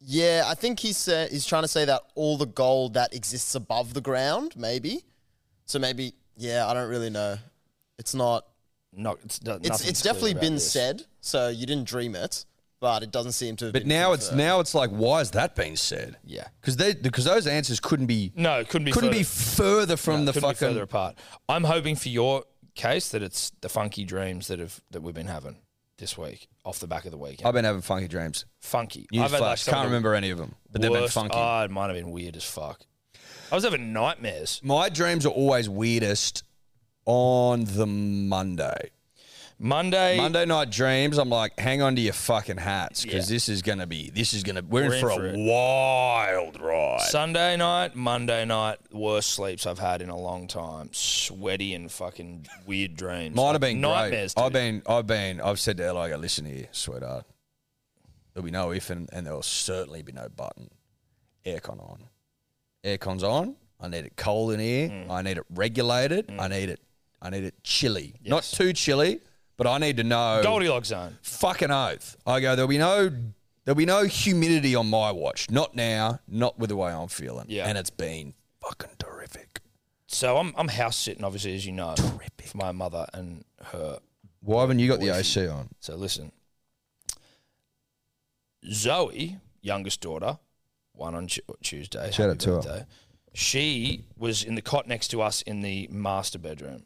Speaker 4: "Yeah, I think he said he's trying to say that all the gold that exists above the ground, maybe. So maybe, yeah, I don't really know. It's not.
Speaker 2: not. It's, no-
Speaker 4: It's
Speaker 2: nothing's
Speaker 4: it's
Speaker 2: clear
Speaker 4: definitely
Speaker 2: about
Speaker 4: been
Speaker 2: this.
Speaker 4: said. So you didn't dream it, but it doesn't seem to. Have
Speaker 3: But
Speaker 4: been
Speaker 3: now it's
Speaker 4: confirmed.
Speaker 3: now it's like, why has that been said?
Speaker 2: Yeah.
Speaker 3: because they because those answers couldn't be
Speaker 2: No, it couldn't be.
Speaker 3: couldn't
Speaker 2: further.
Speaker 3: be further from the
Speaker 2: couldn't be
Speaker 3: fucking.
Speaker 2: further apart. I'm hoping for your case that it's the funky dreams that have that we've been having this week off the back of the weekend.
Speaker 3: I've been having funky dreams.
Speaker 2: funky.
Speaker 3: Newsflash,
Speaker 2: some
Speaker 3: can't
Speaker 2: of the
Speaker 3: remember any of them, but they've been
Speaker 2: worst-
Speaker 3: funky.
Speaker 2: Oh, it might have been weird as fuck. I was having nightmares.
Speaker 3: My dreams are always weirdest on the Monday.
Speaker 2: Monday,
Speaker 3: Monday night dreams. I'm like, hang on to your fucking hats because this is gonna be. This is gonna. We're, in for, a
Speaker 2: it.
Speaker 3: wild ride.
Speaker 2: Sunday night, Monday night, worst sleeps I've had in a long time. Sweaty and fucking weird dreams.
Speaker 3: Might have been
Speaker 2: nightmares.
Speaker 3: Great. I've
Speaker 2: dude.
Speaker 3: been, I've been, I've said to Ella, I go, listen here, sweetheart. There'll be no if and, and there'll certainly be no button. Aircon on. Aircon's on. I need it cold in here.
Speaker 2: Mm.
Speaker 3: I need it regulated. I need it. I need it chilly. Not
Speaker 2: Yes.
Speaker 3: too chilly, but I need to know.
Speaker 2: Goldilocks zone.
Speaker 3: Fucking oath. I go. There'll be no. There'll be no humidity on my watch. Not now. Not with the way I'm feeling.
Speaker 2: Yeah.
Speaker 3: And it's been fucking terrific.
Speaker 2: So I'm I'm house sitting, obviously, as you know, for my mother and her.
Speaker 3: Why haven't you got the AC on?
Speaker 2: So listen, Zoe, youngest daughter, one on Tu- Tuesday.
Speaker 3: Shout out to her.
Speaker 2: her. She was in the cot next to us in the master bedroom,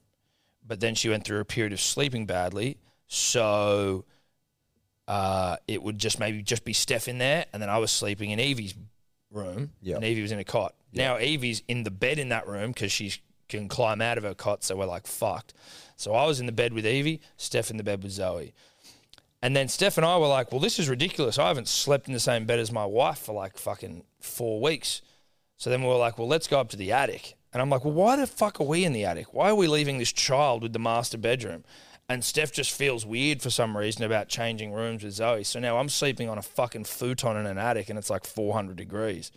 Speaker 2: but then she went through a period of sleeping badly, so. Uh, it would just maybe just be Steph in there, and then I was sleeping in Evie's room,
Speaker 3: Yeah.
Speaker 2: and Evie was in a cot. Now Evie's in the bed in that room because she can climb out of her cot, so we're like fucked. So I was in the bed with Evie, Steph in the bed with Zoe. And then Steph and I were like, well, this is ridiculous. I haven't slept in the same bed as my wife for like fucking four weeks. So then we were like, well, let's go up to the attic. And I'm like, well, why the fuck are we in the attic? Why are we leaving this child with the master bedroom? And Steph just feels weird for some reason about changing rooms with Zoe. So now I'm sleeping on a fucking futon in an attic and it's like 400 degrees.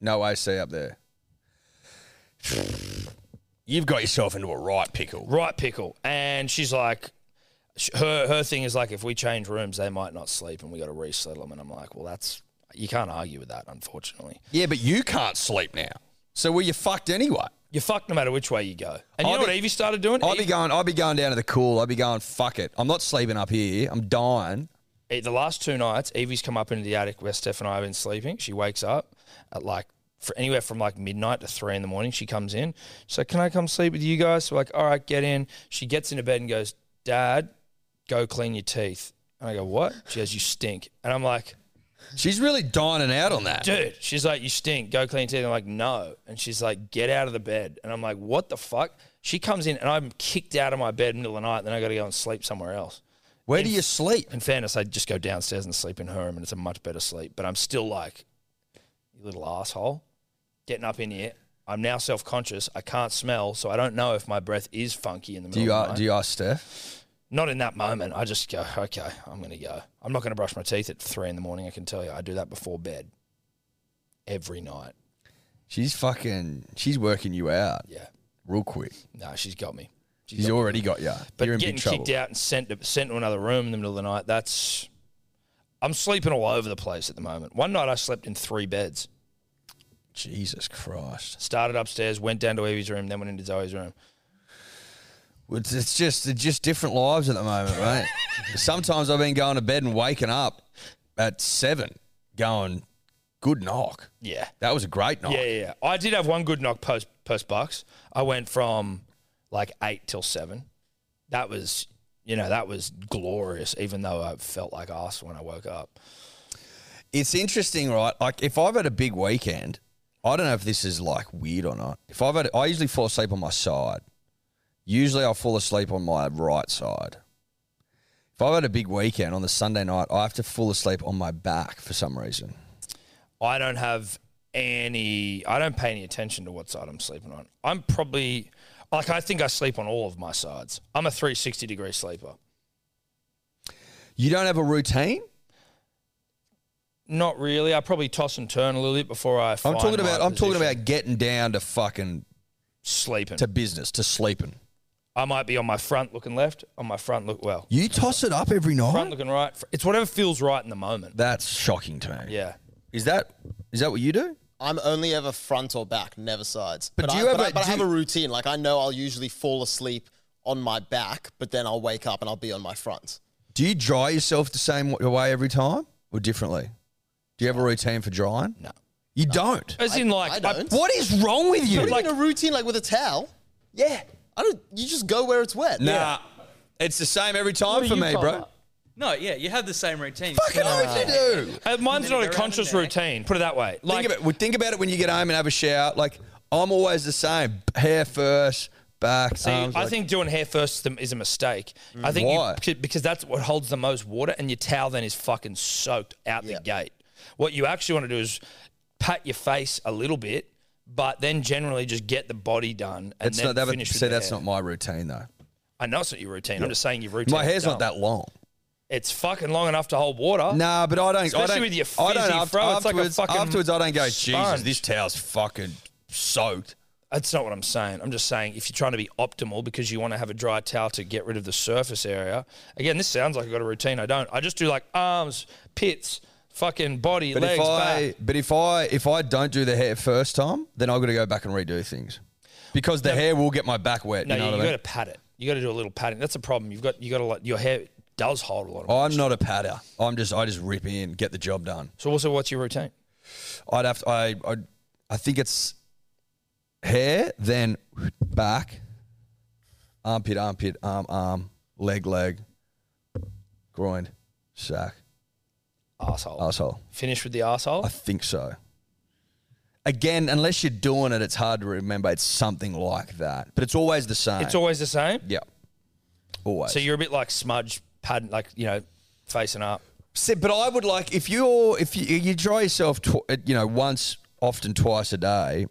Speaker 3: No AC up there. You've got yourself into a right pickle.
Speaker 2: Right pickle. And she's like, sh- her her thing is like, if we change rooms, they might not sleep and we got to resettle them. And I'm like, well, that's, you can't argue with that, unfortunately.
Speaker 3: Yeah, but you can't sleep now. So were you fucked anyway?
Speaker 2: You're fucked no matter which way you go. And you
Speaker 3: I'll
Speaker 2: know what
Speaker 3: be-
Speaker 2: Evie started doing?
Speaker 3: I'd be
Speaker 2: Evie-
Speaker 3: going. I'd be going down to the cool. I'd be going. Fuck it. I'm not sleeping up here. I'm dying.
Speaker 2: eh, the last two nights, Evie's come up into the attic where Steph and I have been sleeping. She wakes up at like fr anywhere from like midnight to three in the morning. She comes in. She's like, "Can I come sleep with you guys?" So we're like, "All right, get in." She gets into bed and goes, "Dad, go clean your teeth." And I go, "What?" She goes, "You stink." And I'm like,
Speaker 3: She's really dining out on that.
Speaker 2: dude. She's like, you stink. Go clean your teeth. I'm like, no. And she's like, get out of the bed. And I'm like, what the fuck? She comes in and I'm kicked out of my bed middle of the night. Then I got to go and sleep somewhere else.
Speaker 3: Where do you sleep?
Speaker 2: In fairness, I just go downstairs and sleep in her room, and it's a much better sleep. But I'm still like, you little asshole, getting up in here. I'm now self conscious. I can't smell, so I don't know if my breath is funky in the
Speaker 3: Do
Speaker 2: middle.
Speaker 3: you
Speaker 2: of the night.
Speaker 3: ask, do you ask Steph?
Speaker 2: Not in that moment. I just go, okay, I'm going to go. I'm not going to brush my teeth at three in the morning. I can tell you, I do that before bed every night.
Speaker 3: She's fucking. She's working you out
Speaker 2: Yeah.
Speaker 3: real quick.
Speaker 2: No, she's got me. She's
Speaker 3: She's
Speaker 2: got me.
Speaker 3: already got you.
Speaker 2: But
Speaker 3: You're in
Speaker 2: getting
Speaker 3: big trouble.
Speaker 2: kicked out and sent to, sent to another room in the middle of the night, that's. I'm sleeping all over the place at the moment. One night I slept in three beds.
Speaker 3: Jesus Christ.
Speaker 2: Started upstairs, went down to Evie's room, then went into Zoe's room.
Speaker 3: It's, it's just it's just different lives at the moment, mate. Sometimes I've been going to bed and waking up at seven, going, "Good knock.
Speaker 2: Yeah.
Speaker 3: That was a great knock."
Speaker 2: Yeah, yeah, yeah. I did have one good knock post post bucks. I went from like eight till seven. That was, you know, that was glorious. Even though I felt like ass when I woke up.
Speaker 3: It's interesting, right? Like if I've had a big weekend, I don't know if this is like weird or not. If I've had, I usually fall asleep on my side. Usually, I fall asleep on my right side. If I've had a big weekend on the Sunday night, I have to fall asleep on my back for some reason.
Speaker 2: I don't have any. I don't pay any attention to what side I'm sleeping on. I'm probably like I think I sleep on all of my sides. I'm a 360 degree sleeper.
Speaker 3: You don't have a routine.
Speaker 2: Not really. I probably toss and turn a little bit before I.
Speaker 3: I'm
Speaker 2: find
Speaker 3: talking
Speaker 2: my
Speaker 3: about. I'm talking
Speaker 2: position.
Speaker 3: about getting down to fucking
Speaker 2: sleeping.
Speaker 3: to business to sleeping.
Speaker 2: I might be on my front looking left, on my front look well,
Speaker 3: You toss it up every night.
Speaker 2: front looking right. Fr- It's whatever feels right in the moment.
Speaker 3: That's shocking to me.
Speaker 2: Yeah.
Speaker 3: Is that is that what you do?
Speaker 4: I'm only ever front or back, never sides.
Speaker 3: But do
Speaker 4: I,
Speaker 3: you
Speaker 4: but,
Speaker 3: ever-
Speaker 4: I, but I
Speaker 3: do
Speaker 4: have
Speaker 3: you-
Speaker 4: a routine. Like I know I'll usually fall asleep on my back, but then I'll wake up and I'll be on my front.
Speaker 3: Do you dry yourself the same wa- way every time or differently? Do you have a routine for drying?
Speaker 2: No.
Speaker 3: You don't.
Speaker 2: As in, like,
Speaker 4: I
Speaker 2: I-
Speaker 4: don't.
Speaker 3: What is wrong with you?
Speaker 4: Put like, in a routine, like with a towel.
Speaker 3: yeah.
Speaker 4: I don't. You just go where it's wet.
Speaker 3: Nah. It's the same every time for me, bro.
Speaker 6: No, yeah, you have the same routine.
Speaker 3: Fucking know what you do.
Speaker 2: Uh, mine's not a
Speaker 6: go around
Speaker 2: conscious
Speaker 6: the neck.
Speaker 2: routine. Put it that way. Like,
Speaker 3: think about it. Think about it when you get home and have a shower. Like I'm always the same. Hair first, back.
Speaker 2: See,
Speaker 3: arms,
Speaker 2: I
Speaker 3: like-
Speaker 2: think doing hair first is the- is a mistake. I think
Speaker 3: Why?
Speaker 2: You, because that's what holds the most water, and your towel then is fucking soaked out the gate. What you actually want to do is pat your face a little bit, but then generally just get the body done and
Speaker 3: It's
Speaker 2: then
Speaker 3: not that.
Speaker 2: finish. with
Speaker 3: See,
Speaker 2: the
Speaker 3: that's
Speaker 2: hair.
Speaker 3: not my routine though.
Speaker 2: I know it's not your routine. I'm just saying your routine.
Speaker 3: My hair's not that long.
Speaker 2: It's fucking long enough to hold water.
Speaker 3: Nah, but I don't. I
Speaker 2: Especially
Speaker 3: don't,
Speaker 2: with your
Speaker 3: I don't,
Speaker 2: fizzy
Speaker 3: aft-
Speaker 2: fro, it's like a
Speaker 3: afterwards,
Speaker 2: fucking
Speaker 3: afterwards, I don't go. Jesus,
Speaker 2: sponge."
Speaker 3: this towel's fucking soaked.
Speaker 2: That's not what I'm saying. I'm just saying if you're trying to be optimal because you want to have a dry towel to get rid of the surface area. Again, this sounds like I've got a routine. I don't. I just do like arms, pits, fucking body,
Speaker 3: But
Speaker 2: legs,
Speaker 3: if I,
Speaker 2: back.
Speaker 3: but if I, if I don't do the hair first time, then I've got to go back and redo things because the hair will get my back wet.
Speaker 2: No,
Speaker 3: you
Speaker 2: you,
Speaker 3: know
Speaker 2: you
Speaker 3: what I
Speaker 2: got
Speaker 3: mean?
Speaker 2: to pat it. You got to do a little patting. That's the problem. You've got you got to like your hair does hold a lot of.
Speaker 3: I'm not a patter. I'm just, I just rip in, get the job done.
Speaker 2: So also, what's your routine?
Speaker 3: I'd have to, I, I, I think it's hair, then back, armpit, armpit, arm, arm, leg, leg, groin, sack,
Speaker 2: Asshole.
Speaker 3: asshole.
Speaker 2: Finish with the asshole.
Speaker 3: Uh, I think so. Again, unless you're doing it, it's hard to remember. It's something like that, but it's always the same.
Speaker 2: It's always the same.
Speaker 3: yeah, always.
Speaker 2: So you're a bit like smudge pad, like you know, facing up.
Speaker 3: See, but I would like if you're if you, you dry yourself, tw- uh, you know, once, often twice a day.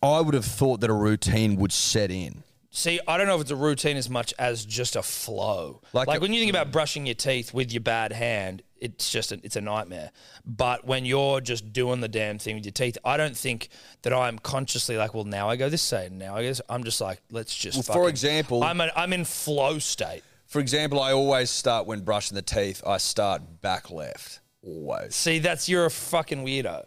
Speaker 3: I would have thought that a routine would set in.
Speaker 2: See, I don't know if it's a routine as much as just a flow.
Speaker 3: Like
Speaker 2: Like,
Speaker 3: a-
Speaker 2: when you think about brushing your teeth with your bad hand, it's just a, it's a nightmare. But when you're just doing the damn thing with your teeth, I don't think that I'm consciously like, well, now I go this way, now I guess I'm just like, let's just.
Speaker 3: Well, for
Speaker 2: fucking-
Speaker 3: example-
Speaker 2: I'm a, I'm in flow state.
Speaker 3: For example, I always start when brushing the teeth. I start back left always.
Speaker 2: See, that's you're a fucking weirdo.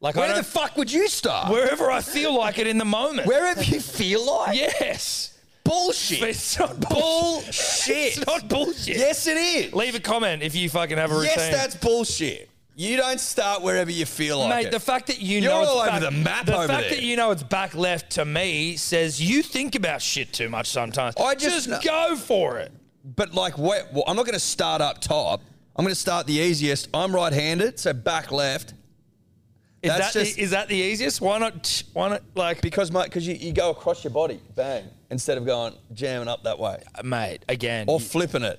Speaker 2: Like I
Speaker 3: Where
Speaker 2: don't,
Speaker 3: the fuck would you start?
Speaker 2: wherever I feel like it in the moment.
Speaker 3: Wherever you feel like.
Speaker 2: yes,
Speaker 3: Bullshit.
Speaker 2: it's not bullshit.
Speaker 3: Bullshit.
Speaker 2: It's not bullshit.
Speaker 3: yes, it is.
Speaker 2: Leave a comment if you fucking have a routine.
Speaker 3: Yes, that's bullshit. You don't start wherever you feel like
Speaker 2: Mate,
Speaker 3: it.
Speaker 2: the fact that you
Speaker 3: You're
Speaker 2: know
Speaker 3: all
Speaker 2: it's
Speaker 3: over
Speaker 2: back,
Speaker 3: the map
Speaker 2: The
Speaker 3: over
Speaker 2: fact
Speaker 3: there.
Speaker 2: that you know it's back left to me says you think about shit too much sometimes.
Speaker 3: I just kn-
Speaker 2: go for it.
Speaker 3: but like, wait, well, I'm not going to start up top. I'm going to start the easiest. I'm right-handed, so back left
Speaker 2: Is
Speaker 3: That's
Speaker 2: that the-
Speaker 3: just-
Speaker 2: is that the easiest? Why not? Why not? Like,
Speaker 3: because my because you, you go across your body, bang, instead of going jamming up that way
Speaker 2: mate, again,
Speaker 3: or
Speaker 2: you-
Speaker 3: flipping it.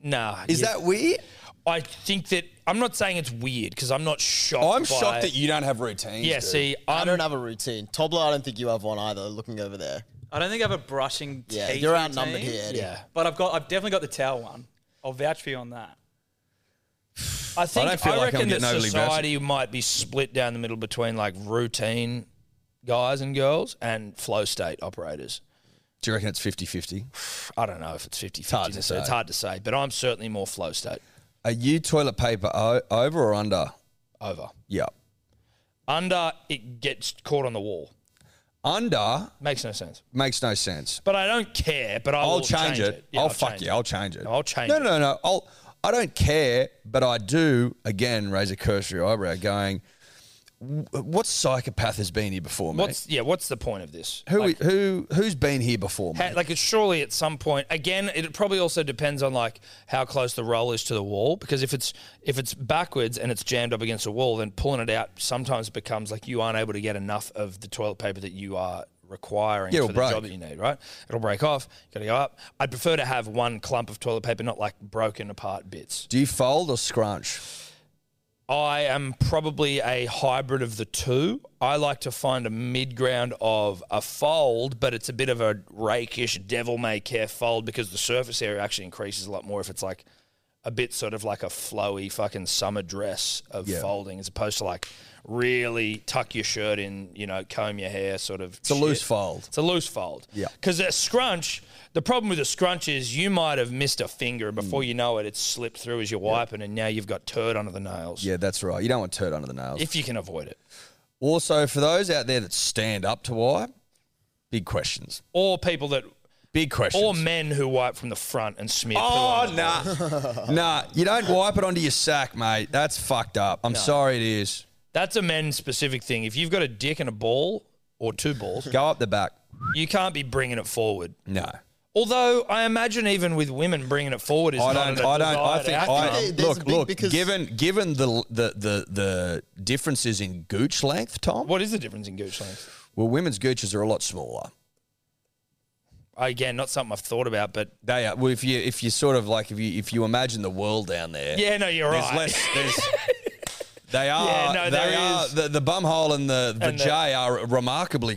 Speaker 2: nah.
Speaker 3: Is
Speaker 2: you-
Speaker 3: that weird?
Speaker 2: I think that I'm not saying it's weird because I'm not shocked.
Speaker 3: I'm
Speaker 2: by
Speaker 3: shocked
Speaker 2: it.
Speaker 3: that you don't have routines.
Speaker 2: Yeah,
Speaker 3: dude.
Speaker 2: see,
Speaker 4: I
Speaker 2: I'm,
Speaker 4: don't have a routine. Tobler, I don't think you have one either. Looking over there,
Speaker 6: I don't think I have a brushing teeth.
Speaker 4: yeah, you're outnumbered
Speaker 6: routine,
Speaker 4: here. Eddie.
Speaker 2: Yeah,
Speaker 6: But I've got, I've definitely got the towel one. I'll vouch for you on that.
Speaker 2: I think I,
Speaker 3: don't feel like I'm
Speaker 2: reckon
Speaker 3: getting
Speaker 2: that
Speaker 3: overly
Speaker 2: society might be split down the middle between like routine guys and girls and flow state operators.
Speaker 3: Do you reckon it's 50-50?
Speaker 2: I don't know if it's 50 50.
Speaker 3: hard
Speaker 2: It's
Speaker 3: to
Speaker 2: hard,
Speaker 3: say.
Speaker 2: to, say, but I'm certainly more flow state
Speaker 3: Are you toilet paper o- over or under?
Speaker 2: over.
Speaker 3: Yeah,
Speaker 2: Under, it gets caught on the wall.
Speaker 3: under
Speaker 2: Makes no sense.
Speaker 3: makes no sense.
Speaker 2: But I don't care, but I
Speaker 3: I'll
Speaker 2: will
Speaker 3: change, it.
Speaker 2: Yeah,
Speaker 3: I'll, fuck
Speaker 2: change
Speaker 3: you.
Speaker 2: it.
Speaker 3: I'll change it.
Speaker 2: No, I'll change
Speaker 3: No,
Speaker 2: it.
Speaker 3: no, no. I'll. I don't care, but I do. Again, raise a cursory eyebrow, going, "W- "What psychopath has been here before, mate?
Speaker 2: What's, yeah, what's the point of this?
Speaker 3: who,
Speaker 2: like,
Speaker 3: who, who's been here before, mate?
Speaker 2: ha- like, it's surely at some point, again, it probably also depends on like how close the roll is to the wall. Because if it's if it's backwards and it's jammed up against a wall, then pulling it out sometimes becomes like you aren't able to get enough of the toilet paper that you are requiring
Speaker 3: Yeah,
Speaker 2: for
Speaker 3: it'll
Speaker 2: the
Speaker 3: break.
Speaker 2: job that you need, right? It'll break off. Got to go up. I'd prefer to have one clump of toilet paper, not like broken apart bits.
Speaker 3: do you fold or scrunch?
Speaker 2: I am probably a hybrid of the two. I like to find a mid ground of a fold, but it's a bit of a rakish, devil may care fold because the surface area actually increases a lot more if it's like a bit sort of like a flowy fucking summer dress of
Speaker 3: Yeah.
Speaker 2: folding as opposed to like really tuck your shirt in, you know, comb your hair sort of.
Speaker 3: It's a loose fold.
Speaker 2: It's a loose fold.
Speaker 3: Yeah.
Speaker 2: Because a scrunch, the problem with a scrunch is you might have missed a finger and
Speaker 3: Mm.
Speaker 2: before you know it, it's slipped through as you're wiping and now you've got turd under the nails.
Speaker 3: Yeah, that's right. You don't want turd under the nails.
Speaker 2: If you can avoid it.
Speaker 3: also, for those out there that stand up to wipe, big questions.
Speaker 2: Or people that,
Speaker 3: Big questions.
Speaker 2: or men who wipe from the front and smear poo on
Speaker 3: Oh
Speaker 2: them.
Speaker 3: nah, nah. You don't wipe it onto your sack, mate. That's fucked up. I'm sorry, it is.
Speaker 2: That's a men specific thing. If you've got a dick and a ball or two balls,
Speaker 3: Go up the back.
Speaker 2: you can't be bringing it forward.
Speaker 3: No.
Speaker 2: Although I imagine even with women bringing it forward is
Speaker 3: I
Speaker 2: not
Speaker 3: don't.
Speaker 2: a
Speaker 3: I don't. I
Speaker 2: desired
Speaker 3: think.
Speaker 2: outcome.
Speaker 3: I,
Speaker 4: There- there's a
Speaker 3: look,
Speaker 4: big-
Speaker 3: look.
Speaker 4: because-
Speaker 3: Given given the, the the the differences in gooch length, Tom.
Speaker 2: What is the difference in gooch length?
Speaker 3: Well, women's gooches are a lot smaller.
Speaker 2: Again, not something I've thought about, but
Speaker 3: They are. Well, if you if you sort of like if you if you imagine the world down there.
Speaker 2: yeah, no, you're
Speaker 3: There's
Speaker 2: right.
Speaker 3: less. There's. They are.
Speaker 2: Yeah, no,
Speaker 3: they
Speaker 2: there
Speaker 3: are.
Speaker 2: is.
Speaker 3: The, the bum hole and the the
Speaker 2: And the-
Speaker 3: J are remarkably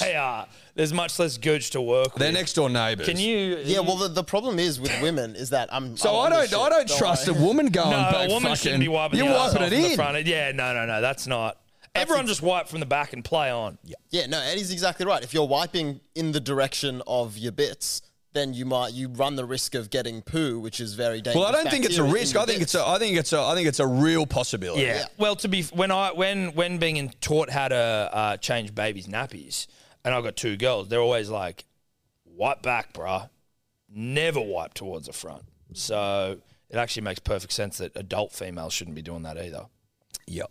Speaker 2: they are. There's much less gooch to work
Speaker 3: They're
Speaker 2: with.
Speaker 3: next door neighbours.
Speaker 2: Can you?
Speaker 4: Yeah, well, the, the problem is with women is that I'm.
Speaker 3: So I
Speaker 4: I'm
Speaker 3: don't. I don't
Speaker 4: shit,
Speaker 3: trust a woman going
Speaker 2: No,
Speaker 3: back.
Speaker 2: a woman
Speaker 3: fucking,
Speaker 2: shouldn't be wiping
Speaker 3: You're
Speaker 2: the arse
Speaker 3: wiping
Speaker 2: off
Speaker 3: it
Speaker 2: in
Speaker 3: in.
Speaker 2: the front. end. Yeah, no, no, no, that's not. Everyone just wipe from the back and play on.
Speaker 4: Yeah, no, Eddie's exactly right. If you're wiping in the direction of your bits, then you might you run the risk of getting poo, which is very dangerous.
Speaker 3: Well, I don't think it's a
Speaker 4: bacteria in
Speaker 3: risk.
Speaker 4: your
Speaker 3: I think
Speaker 4: bits.
Speaker 3: it's a. I think it's a. I think it's a real possibility.
Speaker 2: Yeah. Well, to be f- when I when when being in- taught how to uh, change babies' nappies, and I've got two girls, they're always like, "Wipe back, bruh. Never wipe towards the front." So it actually makes perfect sense that adult females shouldn't be doing that either.
Speaker 3: Yep.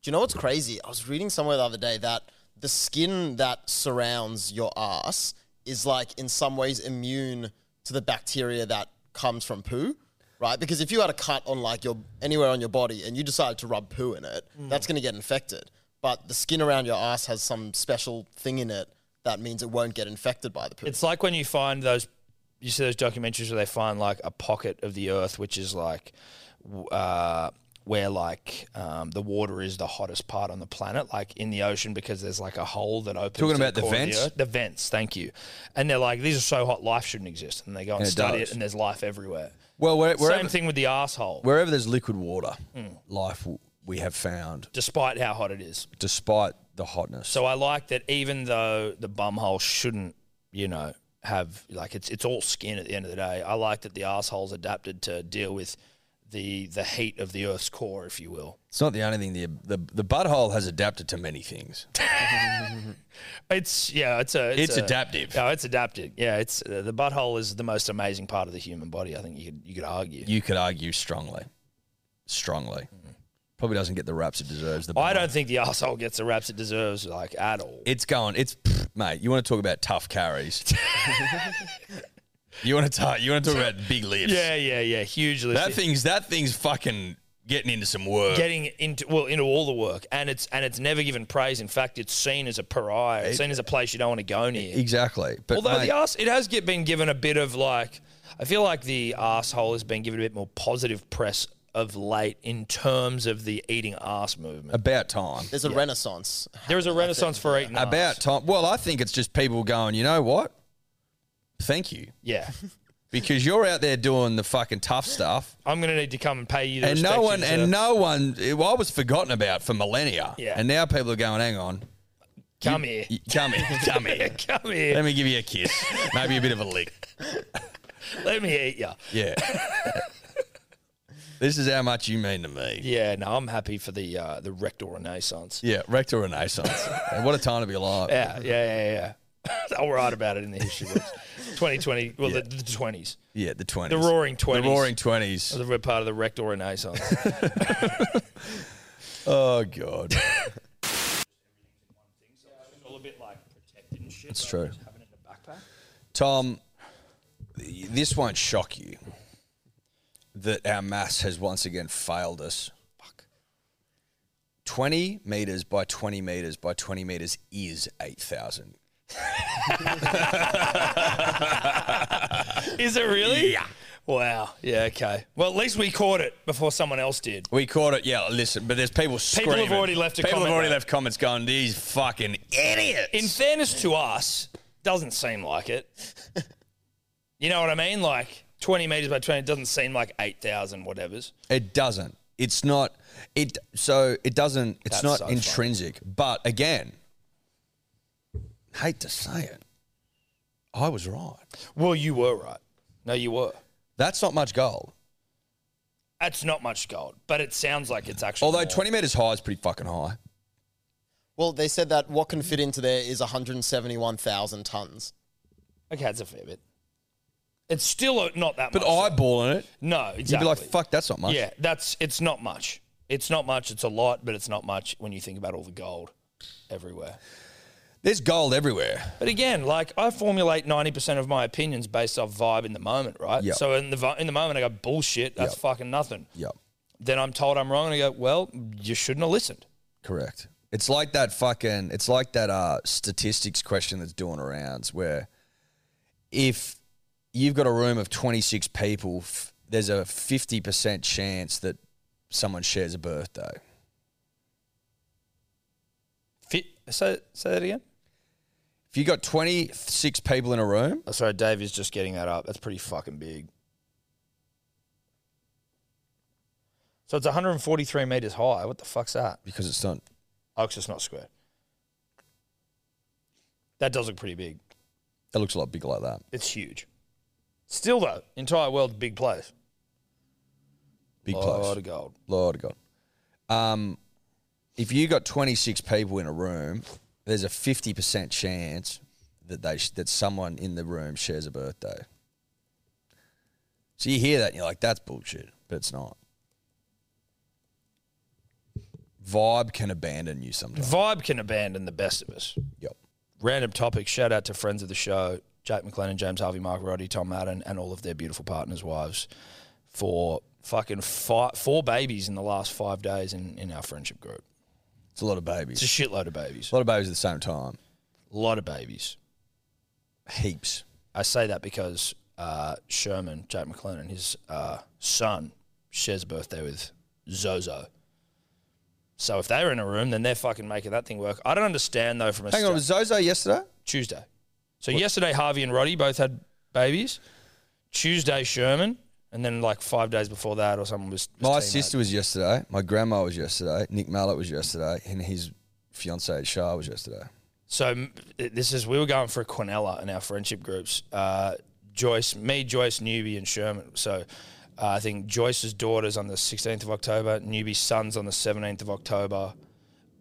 Speaker 4: Do you know what's crazy? I was reading somewhere the other day that the skin that surrounds your ass is like in some ways immune to the bacteria that comes from poo, right? Because if you had a cut on like your anywhere on your body and you decided to rub poo in it,
Speaker 3: Mm.
Speaker 4: that's going to get infected. But the skin around your ass has some special thing in it that means it won't get infected by the poo.
Speaker 2: It's like when you find those, you see those documentaries where they find like a pocket of the earth, which is like, w- uh, where like um, the water is the hottest part on the planet, like in the ocean, because there's like a hole that opens.
Speaker 3: Talking
Speaker 2: to
Speaker 3: about the
Speaker 2: core of
Speaker 3: vents?
Speaker 2: The, earth. The vents, thank you. And they're like, these are so hot, life shouldn't exist. And they go and,
Speaker 3: And it
Speaker 2: study
Speaker 3: does.
Speaker 2: it, and there's life everywhere.
Speaker 3: Well, where,
Speaker 2: Same
Speaker 3: wherever
Speaker 2: thing Mm. with the asshole,
Speaker 3: wherever there's liquid water, life w- we have found,
Speaker 2: despite how hot it is.
Speaker 3: despite the hotness.
Speaker 2: So I like that even though the bumhole shouldn't, you know, have like it's it's all skin at the end of the day. I like that the asshole's adapted to deal with the the heat of the earth's core, if you will.
Speaker 3: It's not the only thing. The the, the butthole has adapted to many things.
Speaker 2: It's yeah, it's a
Speaker 3: It's adaptive.
Speaker 2: No, it's adaptive. Yeah, it's uh, the butthole is the most amazing part of the human body. I think you could you could argue.
Speaker 3: You could argue strongly, strongly. Probably doesn't get the raps it deserves. The
Speaker 2: Mm. I
Speaker 3: butthole.
Speaker 2: don't think the asshole gets the raps it deserves, like at all.
Speaker 3: It's going. It's pfft, mate. You want to talk about tough carries? you want to talk? You want to talk about big lifts?
Speaker 2: yeah, yeah, yeah. Hugely.
Speaker 3: That thing's that thing's fucking getting into some work.
Speaker 2: getting into well into all the work, and it's and it's never given praise. In fact, it's seen as a pariah. It's seen as a place you don't want to go near.
Speaker 3: exactly. But
Speaker 2: Although
Speaker 3: mate,
Speaker 2: the ass, it has get, been given a bit of like, I feel like the asshole has been given a bit more positive press of late in terms of the eating ass movement.
Speaker 3: about time.
Speaker 4: There's a renaissance.
Speaker 2: There is a renaissance for eating ass.
Speaker 3: About time. Well, I think it's just people going. You know what? Thank you,
Speaker 2: yeah.
Speaker 3: because you're out there doing the fucking tough stuff,
Speaker 2: I'm gonna need to come and pay you. The
Speaker 3: and no
Speaker 2: respect you
Speaker 3: one,
Speaker 2: deserve.
Speaker 3: and no one. it- well, I was forgotten about for millennia,
Speaker 2: Yeah.
Speaker 3: and now people are going. Hang on,
Speaker 2: come here,
Speaker 3: y- come here, come here.
Speaker 2: come here,
Speaker 3: Let me give you a kiss, maybe a bit of a lick.
Speaker 2: let me eat you.
Speaker 3: Yeah. this is how much you mean to me.
Speaker 2: Yeah, no, I'm happy for the uh, the rectal renaissance.
Speaker 3: Yeah, rectal renaissance. and what a time to be alive.
Speaker 2: Yeah, yeah, yeah, yeah. I'll write about it in the history books. 2020, well, the, the 20s.
Speaker 3: Yeah, the 20s.
Speaker 2: The roaring 20s.
Speaker 3: The roaring 20s.
Speaker 2: The red part of the rectal renaissance.
Speaker 3: Oh, God.
Speaker 2: all a bit like protected and shit.
Speaker 3: It's true. Tom, this won't shock you that our mass has once again failed us. Fuck. 20 meters by 20 meters by 20 meters is 8,000.
Speaker 2: Is it really? Yeah. Wow. Yeah, okay. Well, at least we caught it before someone else did.
Speaker 3: We caught it, yeah. Listen, but there's people screaming.
Speaker 2: already left a
Speaker 3: People have
Speaker 2: comment,
Speaker 3: already
Speaker 2: mate.
Speaker 3: left comments going, "These fucking idiots."
Speaker 2: In fairness to us, doesn't seem like it. You know what I mean? Like 20 meters by 20 doesn't seem like 8,000 whatevers.
Speaker 3: It doesn't. It's not. It so it doesn't. It's
Speaker 2: That's
Speaker 3: not
Speaker 2: so funny.
Speaker 3: intrinsic. But again, hate to say it, I was right.
Speaker 2: Well, you were right. No, you were.
Speaker 3: That's not much gold.
Speaker 2: That's not much gold, but it sounds like it's actually.
Speaker 3: Although
Speaker 2: more.
Speaker 3: twenty meters high is pretty fucking high.
Speaker 4: Well, they said that what can fit into there is 171,000 tons.
Speaker 2: Okay, that's a fair bit. It's still not that
Speaker 3: But
Speaker 2: much. though.
Speaker 3: eyeballing it,
Speaker 2: No,
Speaker 3: you'd be
Speaker 2: exactly.
Speaker 3: like, "Fuck, that's not much."
Speaker 2: Yeah, that's it's not much. It's not much. It's a lot, but it's not much when you think about all the gold everywhere.
Speaker 3: There's gold everywhere.
Speaker 2: But again, like I formulate ninety percent of my opinions based off vibe in the moment, right?
Speaker 3: Yep.
Speaker 2: So in the vi- in the moment, I go bullshit. That's
Speaker 3: Yep.
Speaker 2: fucking nothing.
Speaker 3: Yep.
Speaker 2: Then I'm told I'm wrong, and I go, well, you shouldn't have listened.
Speaker 3: Correct. It's like that fucking. It's like that uh, statistics question that's doing arounds where if you've got a room of twenty six people, f- there's a fifty percent chance that someone shares a birthday.
Speaker 2: Fit. Say say that again.
Speaker 3: If you got twenty six people in a room,
Speaker 2: Oh, sorry, Dave is just getting that up. That's pretty fucking big. So it's 143 meters high. What the fuck's that?
Speaker 3: because it's not.
Speaker 2: Oh, 'cause it's not square. That does look pretty big.
Speaker 3: It looks a lot bigger like that.
Speaker 2: It's huge. Still though, entire world's a big place.
Speaker 3: Big
Speaker 2: Lot
Speaker 3: place.
Speaker 2: of gold.
Speaker 3: Lord of God. Um, if you got 26 people in a room, there's a 50% chance that they sh- that someone in the room shares a birthday. So you hear that and you're like, that's bullshit, but it's not. Vibe can abandon you sometimes.
Speaker 2: Vibe can abandon the best of us.
Speaker 3: Yep.
Speaker 2: Random topic. Shout out to friends of the show, Jake McLennan, James Harvey, Mark Roddy, Tom Madden, and all of their beautiful partners' wives for fucking fi four babies in the last five days in, in our friendship group.
Speaker 3: It's a lot of
Speaker 2: It's a
Speaker 3: babies.
Speaker 2: shitload of babies.
Speaker 3: A lot of babies at the same time.
Speaker 2: A lot of babies.
Speaker 3: Heaps.
Speaker 2: I say that because uh, Sherman, Jake McLennan, his uh, son, shares a birthday with Zozo. So if they're in a room, then they're fucking making that thing work. I don't understand though. From a
Speaker 3: Hang on,
Speaker 2: sta-
Speaker 3: was Zozo yesterday?
Speaker 2: Tuesday, so yesterday Harvey and Roddy both had babies. Tuesday Sherman, and then like five days before that or something was, was
Speaker 3: My
Speaker 2: teamed
Speaker 3: sister was yesterday. My grandma was yesterday. Nick Mallet was yesterday. And his fiancee, Shah, was yesterday.
Speaker 2: So m- this is we were going for a Quinella in our friendship groups. Uh, Joyce, me, Joyce, Newbie, and Sherman. So uh, I think Joyce's daughter's on the 16th of October. Newbie's son's on the 17th of October,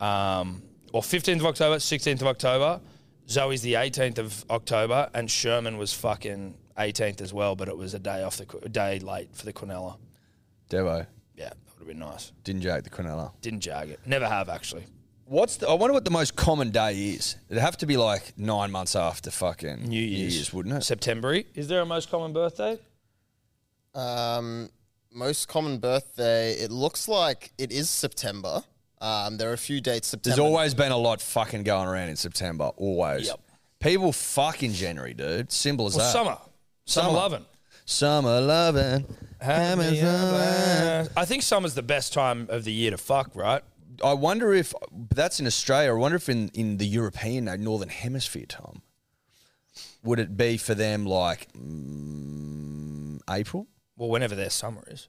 Speaker 2: um, or 15th of October, 16th of October. Zoe's the 18th of October, and Sherman was fucking 18th as well, but it was a day off the qu- a day late for the Quinella.
Speaker 3: Devo.
Speaker 2: Yeah, that would have been nice.
Speaker 3: Didn't Jake the Quinella.
Speaker 2: Didn't jag it. Never have actually.
Speaker 3: What's the, I wonder what the most common day is. It'd have to be like nine months after fucking New
Speaker 2: Year's.
Speaker 3: wouldn't it?
Speaker 2: September. Is there a most common birthday?
Speaker 4: Um, most common birthday. It looks like it is September. Um, there are a few dates September.
Speaker 3: There's always been a lot fucking going around in September. Always.
Speaker 2: Yep.
Speaker 3: People fuck in January, dude. Simple as
Speaker 2: Well,
Speaker 3: that.
Speaker 2: summer. Summer,
Speaker 3: Summer.
Speaker 2: loving.
Speaker 3: Summer loving. Hammers loving.
Speaker 2: I think summer's the best time of the year to fuck, right?
Speaker 3: I wonder if that's in Australia. I wonder if in, in the European, uh, Northern Hemisphere, Tom, would it be for them like mm, April?
Speaker 2: Well, whenever their summer is.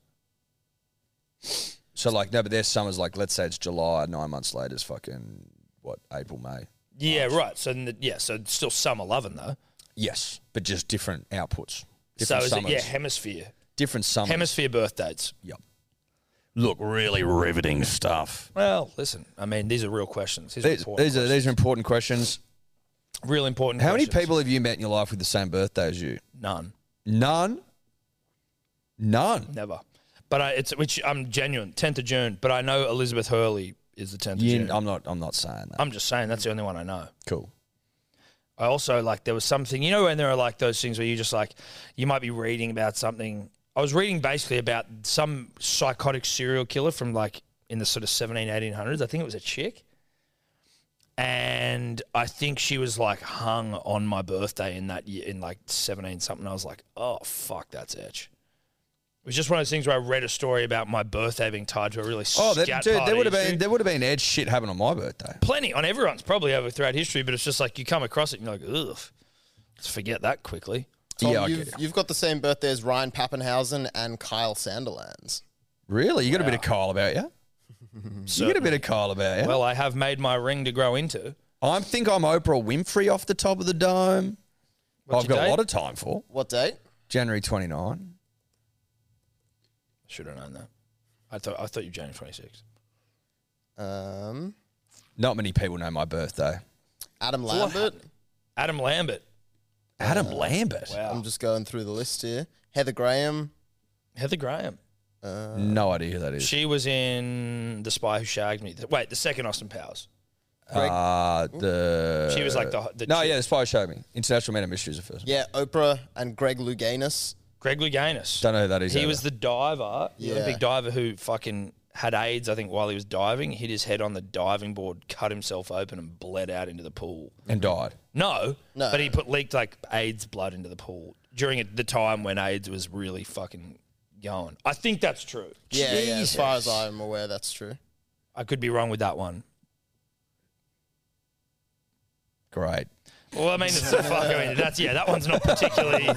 Speaker 3: So like no, but their summer's like let's say it's July, nine months later is fucking what April, May.
Speaker 2: Yeah, right. So then the, yeah, so it's still summer loving though.
Speaker 3: Yes, but just different outputs,
Speaker 2: so
Speaker 3: different
Speaker 2: is
Speaker 3: summers,
Speaker 2: it yeah hemisphere
Speaker 3: different summers.
Speaker 2: hemisphere birth dates?
Speaker 3: yep.
Speaker 7: Look, really riveting stuff.
Speaker 2: Well, listen, I mean these are real questions. These, are
Speaker 3: These,
Speaker 2: important.
Speaker 3: these are these are important questions.
Speaker 2: real important.
Speaker 3: How many
Speaker 2: questions.
Speaker 3: people have you met in your life with the same birthday as you?
Speaker 2: None.
Speaker 3: None. None.
Speaker 2: Never. But I, it's which I'm genuine. 10th of June. But I know Elizabeth Hurley is the 10th of
Speaker 3: You-
Speaker 2: June. I'm,
Speaker 3: I'm not. I'm not saying that.
Speaker 2: just saying that's the only one I know.
Speaker 3: cool.
Speaker 2: I also like there was something you know when there are like those things where you just like you might be reading about something. I was reading basically about some psychotic serial killer from like in the sort of 17 1800s. I think it was a chick. And I think she was like hung on my birthday in that year in like 17 something. I was like, "Oh fuck, that's etch." It was just one of those things where I read a story about my birthday being tied to a really
Speaker 3: Oh, that,
Speaker 2: scat
Speaker 3: dude,
Speaker 2: party
Speaker 3: there would have
Speaker 2: issue
Speaker 3: been there would have been edge shit happening on my birthday.
Speaker 2: plenty on everyone's probably over throughout history, but it's just like you come across it and you're like, ugh, let's forget that quickly.
Speaker 4: Tom,
Speaker 3: yeah, I
Speaker 4: you've,
Speaker 3: get it.
Speaker 4: you've got the same birthday as Ryan Pappenhausen and Kyle Sanderlands.
Speaker 3: Really, you got a bit of Kyle about you. You got a bit of Kyle about you.
Speaker 2: Well, I have made my ring to grow into.
Speaker 3: I think I'm Oprah Winfrey off the top of the dome. I've
Speaker 2: your
Speaker 3: got a
Speaker 2: date?
Speaker 3: lot of time for
Speaker 4: What date?
Speaker 3: January 29.
Speaker 2: Should have known that. I thought I thought you were January 26.
Speaker 4: Um,
Speaker 3: Not many people know my birthday.
Speaker 4: Adam Lambert.
Speaker 2: Adam Lambert. Um,
Speaker 3: Adam Lambert.
Speaker 4: I'm
Speaker 2: Wow.
Speaker 4: just going through the list here. Heather Graham.
Speaker 2: Heather Graham.
Speaker 3: no idea who that is.
Speaker 2: She was in The Spy Who Shagged Me. Wait, the second Austin Powers.
Speaker 3: Uh, the
Speaker 2: She was like the- the
Speaker 3: no,
Speaker 2: chick.
Speaker 3: yeah, the spy showed me. International Man of Mystery is the first. one.
Speaker 4: Yeah, Oprah and Greg Louganis.
Speaker 2: Greg Louganis.
Speaker 3: Don't know who that is.
Speaker 2: He
Speaker 3: either.
Speaker 2: was the diver, the
Speaker 4: Yeah.
Speaker 2: Olympic diver who fucking had AIDS, I think, while he was diving, hit his head on the diving board, cut himself open, and bled out into the pool.
Speaker 3: and died.
Speaker 2: No,
Speaker 4: No.
Speaker 2: but he put leaked like AIDS blood into the pool during the time when AIDS was really fucking going. I think that's true.
Speaker 4: Yeah, yeah, as far as I'm aware, that's true.
Speaker 2: I could be wrong with that one.
Speaker 3: Great.
Speaker 2: Well, I mean, it's a fuck. I mean, that's yeah, that one's not particularly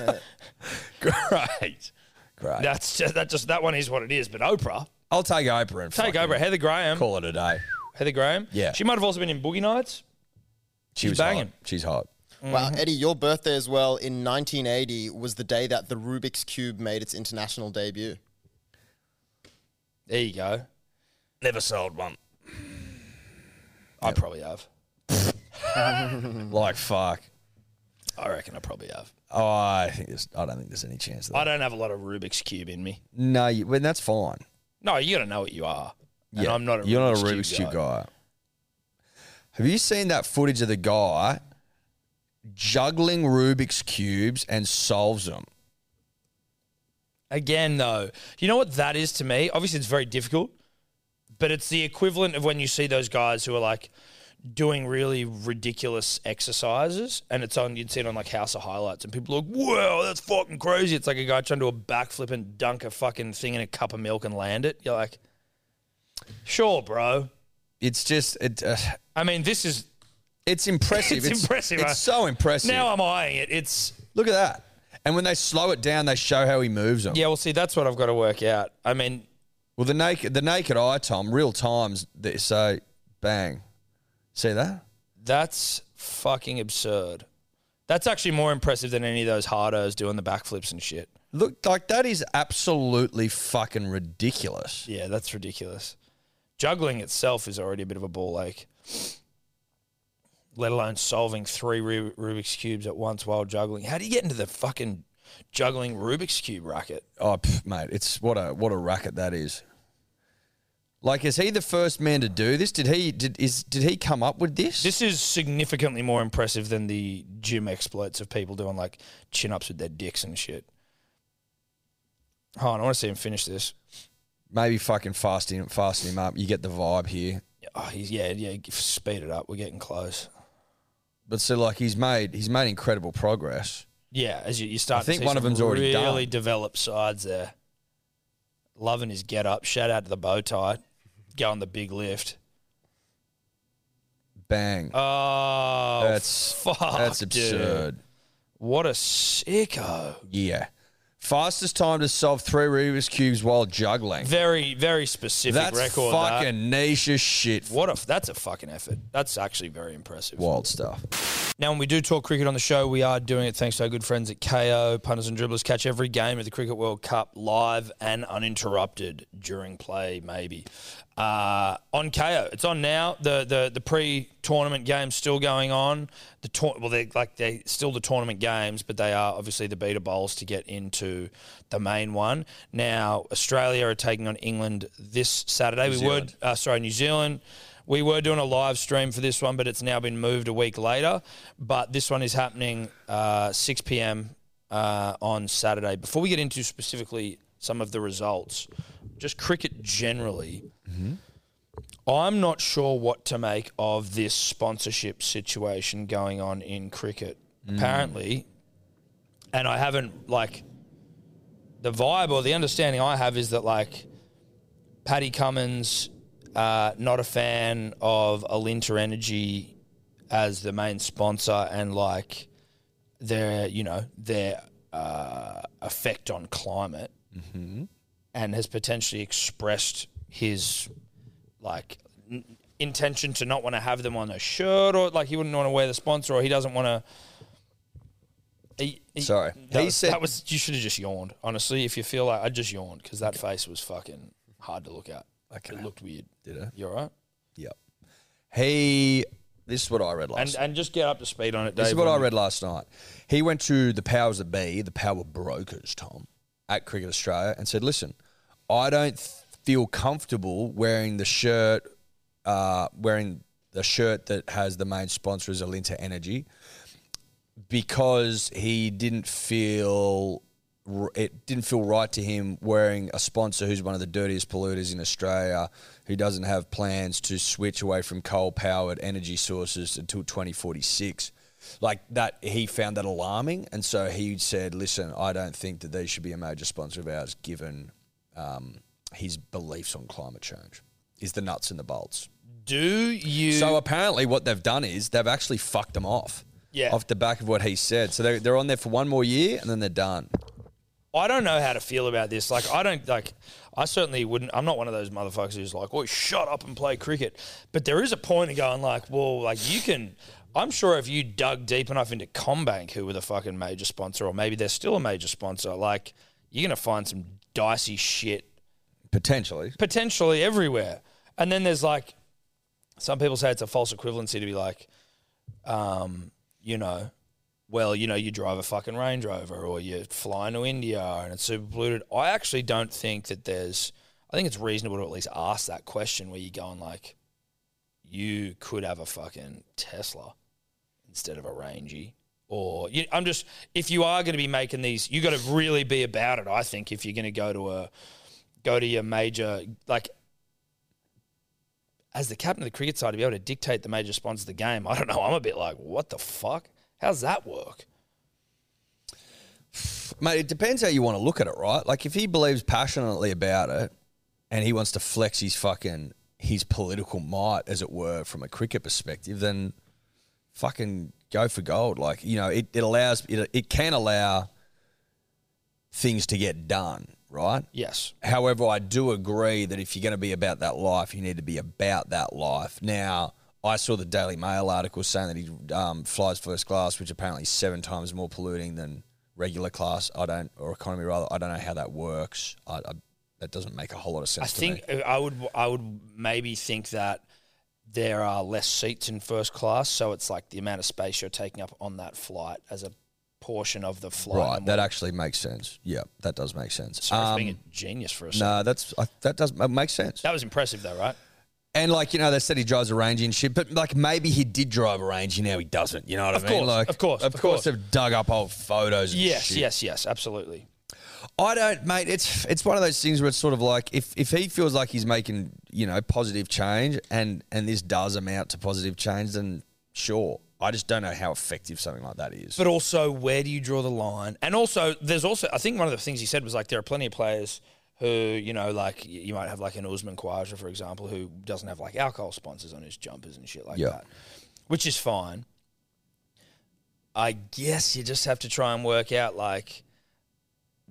Speaker 2: great.
Speaker 3: Great.
Speaker 2: That's just, that just that one is what it is. But Oprah,
Speaker 3: I'll take Oprah and
Speaker 2: take
Speaker 3: fucking
Speaker 2: over. Heather Graham,
Speaker 3: Call it a day.
Speaker 2: Heather Graham.
Speaker 3: Yeah.
Speaker 2: she might have also been in Boogie Nights.
Speaker 3: She
Speaker 2: She's
Speaker 3: was
Speaker 2: banging.
Speaker 3: Hot. She's hot.
Speaker 4: Wow, Eddie, your birthday as well in 1980 was the day that the Rubik's Cube made its international debut.
Speaker 2: There you go.
Speaker 7: Never sold one.
Speaker 2: I probably have.
Speaker 3: Like fuck.
Speaker 2: I reckon I probably have.
Speaker 3: Oh, I think there's. I don't think there's any chance of that.
Speaker 2: I don't have a lot of Rubik's cube in me.
Speaker 3: No, you, well, that's fine.
Speaker 2: No, you gotta know what you are. And I'm not. A
Speaker 3: You're
Speaker 2: Rubik's
Speaker 3: not a Rubik's Cube,
Speaker 2: guy.
Speaker 3: guy. Have you seen that footage of the guy juggling Rubik's cubes and solves them?
Speaker 2: Again, though, you know what that is to me? Obviously, it's very difficult, but it's the equivalent of when you see those guys who are like doing really ridiculous exercises and it's on, you'd see it on like House of Highlights and people are like, wow, that's fucking crazy. It's like a guy trying to do a backflip and dunk a fucking thing in a cup of milk and land it. You're like, sure, bro.
Speaker 3: It's just it, uh,
Speaker 2: I mean, this is,
Speaker 3: it's impressive.
Speaker 2: It's impressive,
Speaker 3: It's
Speaker 2: huh?
Speaker 3: so impressive.
Speaker 2: now I'm eyeing it. It's,
Speaker 3: Look at that. And when they slow it down, they show how he moves them.
Speaker 2: yeah, well, see, that's what I've got to work out. I mean,
Speaker 3: Well, the naked the naked eye, Tom, real times. They say bang. See that?
Speaker 2: That's fucking absurd. That's actually more impressive than any of those hardos doing the backflips and shit.
Speaker 3: Look like that is absolutely fucking ridiculous.
Speaker 2: Yeah, that's ridiculous. Juggling itself is already a bit of a ball ache, let alone solving three Ru- Rubik's Cubes at once while juggling. How do you get into the fucking juggling Rubik's Cube racket?
Speaker 3: Oh, pff, mate, it's what a what a racket that is. Like, is he the first man to do this? Did he did is did he come up with this?
Speaker 2: This is significantly more impressive than the gym exploits of people doing like chin ups with their dicks and shit. Hold on, I want to see him finish this.
Speaker 3: Maybe fucking fasten him, fasten him up. You get the vibe here.
Speaker 2: Oh, he's, yeah, yeah, speed it up. We're getting close.
Speaker 3: But so like he's made he's made incredible progress.
Speaker 2: Yeah, as you, you start,
Speaker 3: I think
Speaker 2: to see
Speaker 3: one of
Speaker 2: some
Speaker 3: them's already
Speaker 2: really
Speaker 3: done.
Speaker 2: developed sides there. Loving his get up. Shout out to the bow tie. Go on the big lift.
Speaker 3: Bang.
Speaker 2: Oh,
Speaker 3: that's
Speaker 2: fuck.
Speaker 3: that's
Speaker 2: dude.
Speaker 3: absurd.
Speaker 2: What a sicko.
Speaker 3: Yeah. Fastest time to solve three Rubik's cubes while juggling.
Speaker 2: Very, very specific
Speaker 3: That's
Speaker 2: record. that.
Speaker 3: fucking niche as shit.
Speaker 2: What a f- that's a fucking effort. That's actually very impressive.
Speaker 3: Wild stuff.
Speaker 2: Now, when we do talk cricket on the show, we are doing it thanks to our good friends at KO. Punters and dribblers catch every game of the Cricket World Cup live and uninterrupted during play, maybe. Uh, on KO, it's on now. The the, the pre tournament game's still going on. The tour- well, they like they still the tournament games, but they are obviously the beta bowls to get into the main one. Now, Australia are taking on England this Saturday. we were uh, sorry, New Zealand. We were doing a live stream for this one, but it's now been moved a week later. But this one is happening uh, 6 p.m. Uh, on Saturday. Before we get into specifically some of the results, just cricket generally, I'm not sure what to make of this sponsorship situation going on in cricket. Apparently, and I haven't like the vibe or the understanding I have is that like Paddy Cummins, uh, not a fan of Alinta Energy as the main sponsor, and like their you know their uh, effect on climate,
Speaker 3: Mm-hmm.
Speaker 2: and has potentially expressed his like n- intention to not want to have them on a shirt or like he wouldn't want to wear the sponsor or he doesn't want to. He, he-
Speaker 3: Sorry.
Speaker 2: that,
Speaker 3: He
Speaker 2: was,
Speaker 3: said-
Speaker 2: that was you should have just yawned. Honestly, if you feel like I just yawned because that face was fucking hard to look at.
Speaker 3: Okay.
Speaker 2: It looked weird.
Speaker 3: Did it?
Speaker 2: You all right?
Speaker 3: Yep. He. This is what I read last.
Speaker 2: And and just get up to speed on it, Dave.
Speaker 3: this is what
Speaker 2: when
Speaker 3: I
Speaker 2: you-
Speaker 3: read last night. He went to the powers that be, the power brokers, Tom, at Cricket Australia, and said, "Listen, I don't th- feel comfortable wearing the shirt, uh, wearing the shirt that has the main sponsor is Alinta Energy, because he didn't feel r- it didn't feel right to him wearing a sponsor who's one of the dirtiest polluters in Australia, who doesn't have plans to switch away from coal powered energy sources until 2046. Like that, he found that alarming, and so he said, "Listen, I don't think that they should be a major sponsor of ours, given um, his beliefs on climate change." Is the nuts and the bolts.
Speaker 2: Do you?
Speaker 3: So apparently, what they've done is they've actually fucked them off.
Speaker 2: Yeah.
Speaker 3: Off the back of what he said, so they're, they're on there for one more year and then they're done.
Speaker 2: I don't know how to feel about this. Like, I don't like. I certainly wouldn't. I'm not one of those motherfuckers who's like, "Oh, shut up and play cricket." But there is a point in going like, "Well, like you can." I'm sure if you dug deep enough into Combank, who were the fucking major sponsor, or maybe they're still a major sponsor, like you're gonna find some dicey shit
Speaker 3: Potentially,
Speaker 2: potentially everywhere. And then there's like some people say it's a false equivalency to be like, um, you know, well, you know, you drive a fucking Range Rover or you're flying to India and it's super polluted. I actually don't think that there's. I think it's reasonable to at least ask that question where you're going like, you could have a fucking Tesla instead of a Rangy. Or you, I'm just if you are going to be making these, you got to really be about it. I think if you're going to go to a go to your major like as the captain of the cricket side to be able to dictate the major sponsor of the game i don't know i'm a bit like what the fuck how's that work
Speaker 3: mate. It depends how you want to look at it, right? Like if he believes passionately about it and he wants to flex his fucking his political might, as it were, from a cricket perspective, then fucking go for gold. Like you know, it, it allows it, it can allow things to get done, right?
Speaker 2: yes
Speaker 3: However, I do agree that if you're going to be about that life, you need to be about that life. Now, I saw the Daily Mail article saying that he um, flies first class, which apparently is seven times more polluting than regular class. I don't, or economy rather. I don't know how that works. I, I, that doesn't make a whole lot of sense.
Speaker 2: i think i would i would maybe think that there are less seats in first class so it's like the amount of space you're taking up on that flight as a portion of the
Speaker 3: to me.
Speaker 2: flight
Speaker 3: right.
Speaker 2: And
Speaker 3: That
Speaker 2: what-
Speaker 3: actually makes sense. Yeah, that does make sense.
Speaker 2: sorry for
Speaker 3: Um,
Speaker 2: being a genius for a second
Speaker 3: no, that's I, that does make sense.
Speaker 2: that was impressive though right
Speaker 3: And like you know, they said he drives a Ranger and shit, but like maybe he did drive a Ranger. Now he doesn't. You know what
Speaker 2: Of
Speaker 3: I mean?
Speaker 2: course,
Speaker 3: like,
Speaker 2: of course,
Speaker 3: of
Speaker 2: of
Speaker 3: course,
Speaker 2: course.
Speaker 3: they've dug up old photos. And
Speaker 2: yes
Speaker 3: shit.
Speaker 2: yes yes absolutely
Speaker 3: I don't, mate. It's it's one of those things where it's sort of like if if he feels like he's making you know positive change and and this does amount to positive change, then sure. I just don't know how effective something like that is.
Speaker 2: but also where do you draw the line? And also, there's also I think one of the things he said was like there are plenty of players who you know like y- you might have like an Usman Khawaja for example who doesn't have like alcohol sponsors on his jumpers and shit like
Speaker 3: Yeah.
Speaker 2: that, which is fine. I guess you just have to try and work out like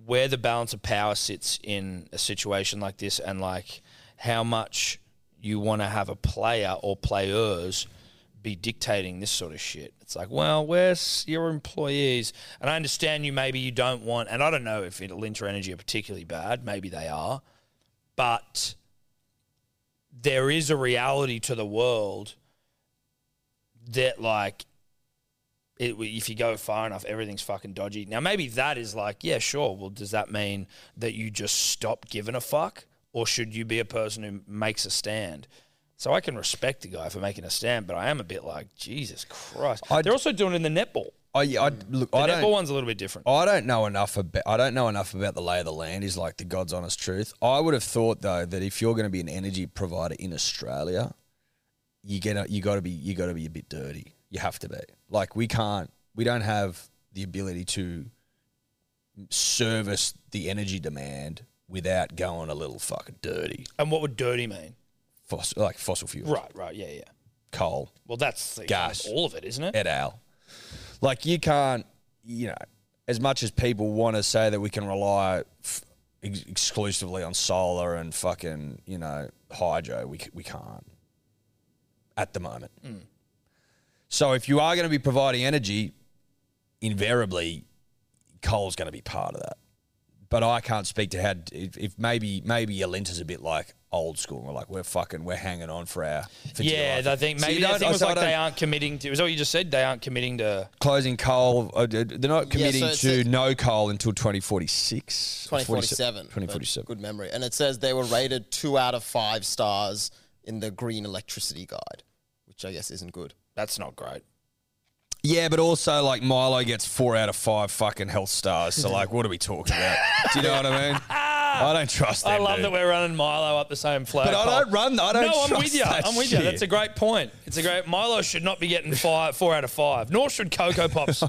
Speaker 2: where the balance of power sits in a situation like this and like how much you want to have a player or players be dictating this sort of shit. It's like, well, we're s- your employees. And I understand you maybe you don't want, and I don't know if it- Linter Energy are particularly bad. Maybe they are. But there is a reality to the world that, like, it, if you go far enough, everything's fucking dodgy. Now, maybe that is like, yeah, sure. Well, does that mean that you just stop giving a fuck? Or should you be a person who makes a stand? So I can respect the guy for making a stand, but I am a bit like, Jesus Christ.
Speaker 3: I d-
Speaker 2: They're also doing it in the netball.
Speaker 3: I, I look.
Speaker 2: The
Speaker 3: I
Speaker 2: netball
Speaker 3: don't.
Speaker 2: one's a little bit different.
Speaker 3: I don't know enough about. I don't know enough about the lay of the land. Is like the God's honest truth. I would have thought though that if you're going to be an energy provider in Australia, you get a, you got to be you got to be a bit dirty. You have to be. Like we can't. We don't have the ability to service the energy demand without going a little fucking dirty.
Speaker 2: And what would dirty mean?
Speaker 3: Fossil, like fossil fuels,
Speaker 2: Right, right, yeah, yeah.
Speaker 3: coal,
Speaker 2: Well, that's the,
Speaker 3: Gas.
Speaker 2: all of it, isn't it?
Speaker 3: et al. Like you can't, you know, as much as people want to say that we can rely f- ex- exclusively on solar and fucking, you know, hydro, we, c- we can't at the moment.
Speaker 2: Hmm.
Speaker 3: So if you are going to be providing energy, invariably coal's going to be part of that. But I can't speak to how if, if maybe maybe your lint is a bit like old school. We're like we're fucking we're hanging on for our for
Speaker 2: Yeah,
Speaker 3: dear life.
Speaker 2: I think
Speaker 3: So you
Speaker 2: maybe
Speaker 3: don't-
Speaker 2: the thing was
Speaker 3: so I
Speaker 2: like
Speaker 3: don't-
Speaker 2: they aren't committing to. Is that what you just said? They aren't committing to.
Speaker 3: closing coal. Uh, d- they're not committing
Speaker 4: it's-
Speaker 3: to
Speaker 4: it's-
Speaker 3: no coal until 2046.
Speaker 4: 2047. but
Speaker 3: 2047.
Speaker 4: Good memory. And it says they were rated two out of five stars in the Green Electricity Guide, which which I guess isn't good.
Speaker 2: That's not great.
Speaker 3: Yeah, but also like Milo gets four out of five fucking health stars. So like, what are we talking about? Do you know what I mean? I don't trust. Them,
Speaker 2: I love
Speaker 3: dude.
Speaker 2: that we're running Milo up the same flag.
Speaker 3: But I don't run. I don't.
Speaker 2: No, I'm
Speaker 3: trust
Speaker 2: with you.
Speaker 3: that
Speaker 2: I'm with
Speaker 3: shit.
Speaker 2: you. That's a great point. It's a great. Milo should not be getting five, four out of five. Nor should Cocoa Pops.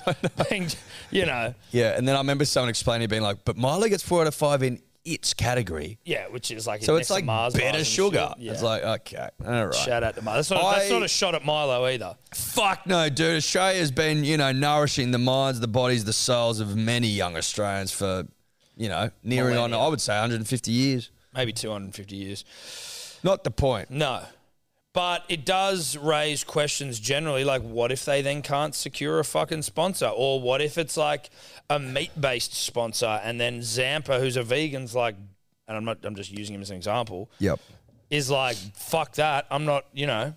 Speaker 2: being, you know,
Speaker 3: yeah, and then I remember someone explaining, it being like, "But Milo gets four out of five in its category,
Speaker 2: yeah, which is like
Speaker 3: so
Speaker 2: next
Speaker 3: it's
Speaker 2: to
Speaker 3: like
Speaker 2: Mars bars
Speaker 3: better
Speaker 2: and
Speaker 3: sugar."
Speaker 2: shit. Yeah.
Speaker 3: It's like, okay, all right.
Speaker 2: shout out to Milo. That's not,
Speaker 3: I-
Speaker 2: that's not a shot at Milo either.
Speaker 3: Fuck no, dude. Australia's been, you know, nourishing the minds, the bodies, the souls of many young Australians for, you know, nearing on, I would say, 150 years.
Speaker 2: Maybe 250 years.
Speaker 3: Not the point.
Speaker 2: No. But it does raise questions generally, like what if they then can't secure a fucking sponsor? Or what if it's like a meat based sponsor and then Zampa, who's a vegan's like and I'm not I'm just using him as an example,
Speaker 3: Yep.
Speaker 2: is like, fuck that. I'm not, you know.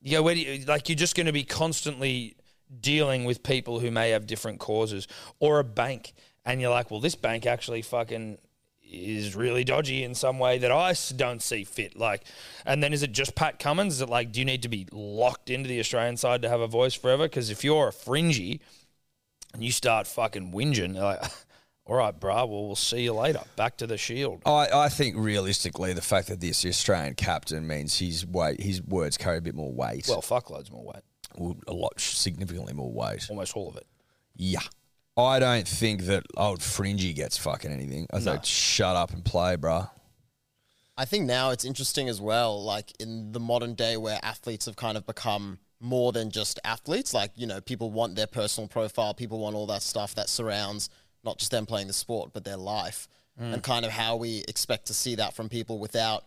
Speaker 2: You go, where do you like you're just gonna be constantly dealing with people who may have different causes or a bank and you're like, well, this bank actually fucking is really dodgy in some way that I s- don't see fit. Like, and then is it just Pat Cummins? Is it like, do you need to be locked into the Australian side to have a voice forever? Because if you're a fringy and you start fucking whinging, like, all right, brah, well, we'll see you later. Back to the shield.
Speaker 3: I, I think realistically, the fact that this Australian captain means his weight, his words carry a bit more weight.
Speaker 2: Well, fuck loads more weight.
Speaker 3: Well, a lot, significantly more weight.
Speaker 2: Almost all of it.
Speaker 3: Yeah. I don't think that old Fringy gets fucking anything. I think shut up and play, bruh.
Speaker 4: I think now it's interesting as well, like in the modern day where athletes have kind of become more than just athletes. Like, you know, people want their personal profile, people want all that stuff that surrounds not just them playing the sport, but their life and kind of how we expect to see that from people without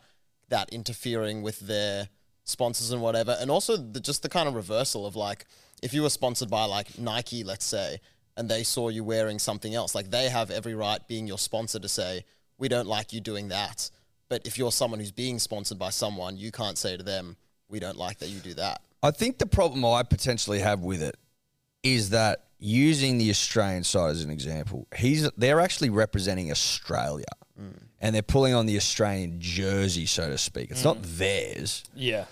Speaker 4: that interfering with their sponsors and whatever. And also the, just the kind of reversal of like, if you were sponsored by like Nike, let's say, and they saw you wearing something else, like they have every right being your sponsor to say, we don't like you doing that. But if you're someone who's being sponsored by someone, you can't say to them, we don't like that you do that.
Speaker 3: I think the problem I potentially have with it is that using the Australian side as an example, he's they're actually representing Australia. And they're pulling on the Australian jersey, so to speak. It's not theirs.
Speaker 2: Yeah.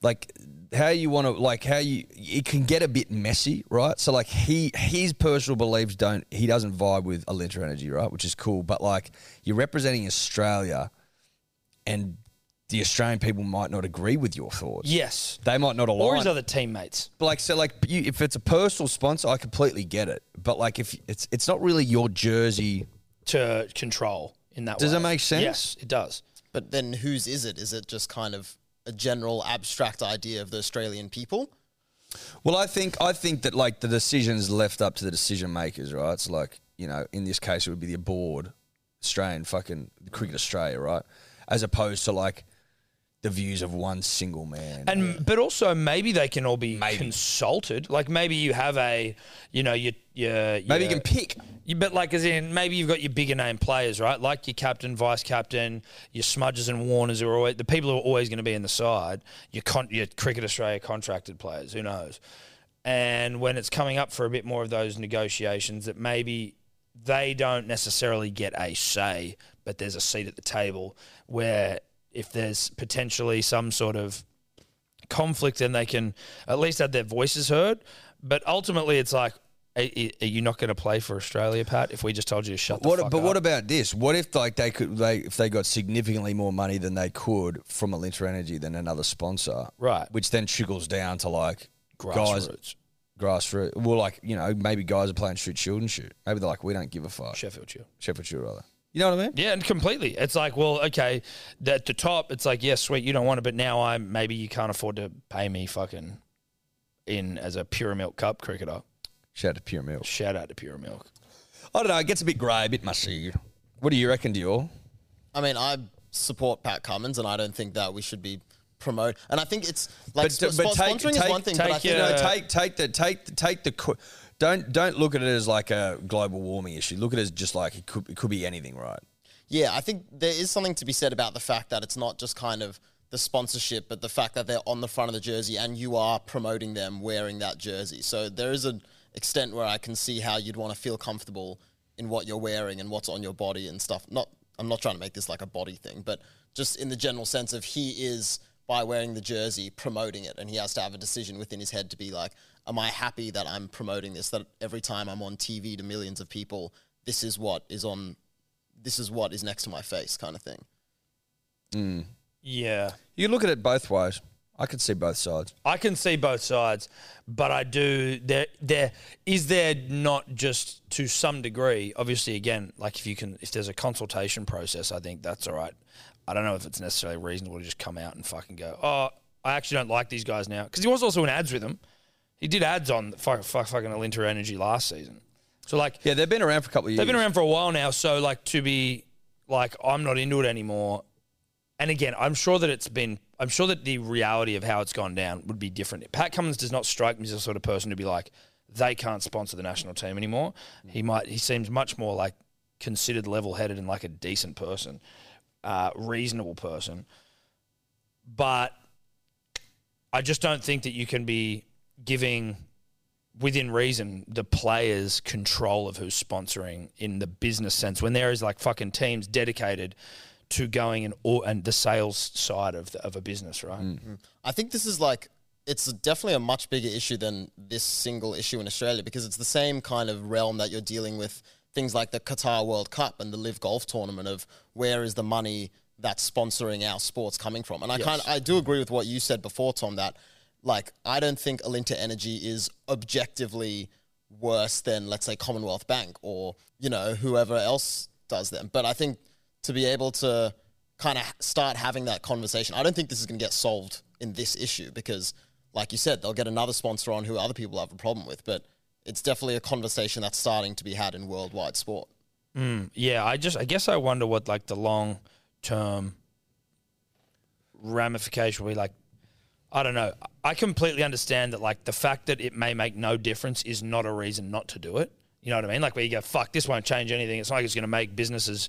Speaker 3: Like how you want to, like how you, it can get a bit messy, right? So like he, his personal beliefs don't, he doesn't vibe with Alinta Energy, right? Which is cool, but like you're representing Australia, and the Australian people might not agree with your thoughts.
Speaker 2: Yes.
Speaker 3: They might not align.
Speaker 2: Or his other teammates.
Speaker 3: But like so, like you, if it's a personal sponsor, I completely get it. But like if it's it's not really your jersey.
Speaker 2: to control in that
Speaker 3: Does
Speaker 2: way.
Speaker 3: that make sense?
Speaker 2: Yes, it does.
Speaker 4: But then whose is it? Is it just kind of a general abstract idea of the Australian people?
Speaker 3: Well, I think I think that like the decisions left up to the decision makers, right? It's like you know, in this case, it would be the board, Australian fucking Cricket Australia, right? As opposed to like the views of one single man.
Speaker 2: And but also maybe they can all be consulted. Like maybe you have a, you know, your your
Speaker 3: maybe
Speaker 2: your-
Speaker 3: you can pick.
Speaker 2: You, but like as in maybe you've got your bigger name players, right? Like your captain, vice captain, your smudges and warners who are always the people who are always going to be in the side. Your con- your cricket Australia contracted players, who knows? And when it's coming up for a bit more of those negotiations, that maybe they don't necessarily get a say, but there's a seat at the table where if there's potentially some sort of conflict and they can at least have their voices heard. But ultimately, it's like, are, are you not going to play for Australia, Pat? If we just told you to shut the
Speaker 3: What,
Speaker 2: fuck
Speaker 3: but
Speaker 2: up,
Speaker 3: what about this? What if like they could they if they got significantly more money than they could from Alinta Energy than another sponsor,
Speaker 2: Right.
Speaker 3: Which then trickles down to like
Speaker 2: grassroots?
Speaker 3: guys grassroots. Well, like you know maybe guys are playing shoot shield and shoot. Maybe they're like we don't give a fuck.
Speaker 2: Sheffield Shield.
Speaker 3: Sheffield Shield rather. You know what I mean?
Speaker 2: Yeah, and completely. It's like, well, okay, at the top, it's like, yes, sweet, you don't want it, but now I maybe you can't afford to pay me fucking in as a Pure Milk Cup cricketer.
Speaker 3: Shout out to Pure Milk.
Speaker 2: Shout out to Pure Milk.
Speaker 3: I don't know. It gets a bit grey, a bit mushy. What do you reckon, Dior?
Speaker 4: I mean, I support Pat Cummins, and I don't think that we should be promote. And I think it's like
Speaker 3: But,
Speaker 4: sp-
Speaker 3: but
Speaker 4: sp-
Speaker 3: take,
Speaker 4: sponsoring
Speaker 3: take,
Speaker 4: is one thing,
Speaker 3: take,
Speaker 4: but I think
Speaker 3: you know, take take the take the- take the. qu- Don't don't look at it as like a global warming issue. Look at it as just like it could it could be anything, right?
Speaker 4: Yeah, I think there is something to be said about the fact that it's not just kind of the sponsorship, but the fact that they're on the front of the jersey and you are promoting them wearing that jersey. So there is an extent where I can see how you'd want to feel comfortable in what you're wearing and what's on your body and stuff. Not I'm not trying to make this like a body thing, but just in the general sense of he is by wearing the jersey promoting it, and he has to have a decision within his head to be like, "Am I happy that I'm promoting this? That every time I'm on TV to millions of people, this is what is on, this is what is next to my face," kind of thing.
Speaker 2: Yeah.
Speaker 3: You look at it both ways. I can see both sides.
Speaker 2: I can see both sides, but I do there there is there not just to some degree, obviously again, like if you can if there's a consultation process, I think that's all right. I don't know if it's necessarily reasonable to just come out and fucking go, "Oh, I actually don't like these guys now." Cuz he was also in ads with them. He did ads on fuck, fuck, fucking Alinter Energy last season. So like
Speaker 3: Yeah, they've been around for a couple of years.
Speaker 2: They've been around for a while now, so like to be like I'm not into it anymore. And again, I'm sure that it's been I'm sure that the reality of how it's gone down would be different. Pat Cummins does not strike me as the sort of person to be like they can't sponsor the national team anymore. He might he seems much more like considered level-headed and like a decent person, uh, reasonable person. But I just don't think that you can be giving within reason, the players' control of who's sponsoring in the business sense. When there is like fucking teams dedicated to going and or, and the sales side of the, of a business, right?
Speaker 4: I think this is like it's definitely a much bigger issue than this single issue in Australia because it's the same kind of realm that you're dealing with things like the Qatar World Cup and the Live Golf Tournament of where is the money that's sponsoring our sports coming from. And I kind of I do agree with what you said before, Tom, that like I don't think Alinta Energy is objectively worse than let's say Commonwealth Bank or, you know, whoever else does them. But I think to be able to kind of start having that conversation. I don't think this is going to get solved in this issue because, like you said, they'll get another sponsor on who other people have a problem with. But it's definitely a conversation that's starting to be had in worldwide sport.
Speaker 2: Yeah, I just I guess I wonder what like the long term ramification will be like. I don't know. I completely understand that like the fact that it may make no difference is not a reason not to do it. You know what I mean? Like where you go, fuck, this won't change anything. It's not like it's going to make businesses.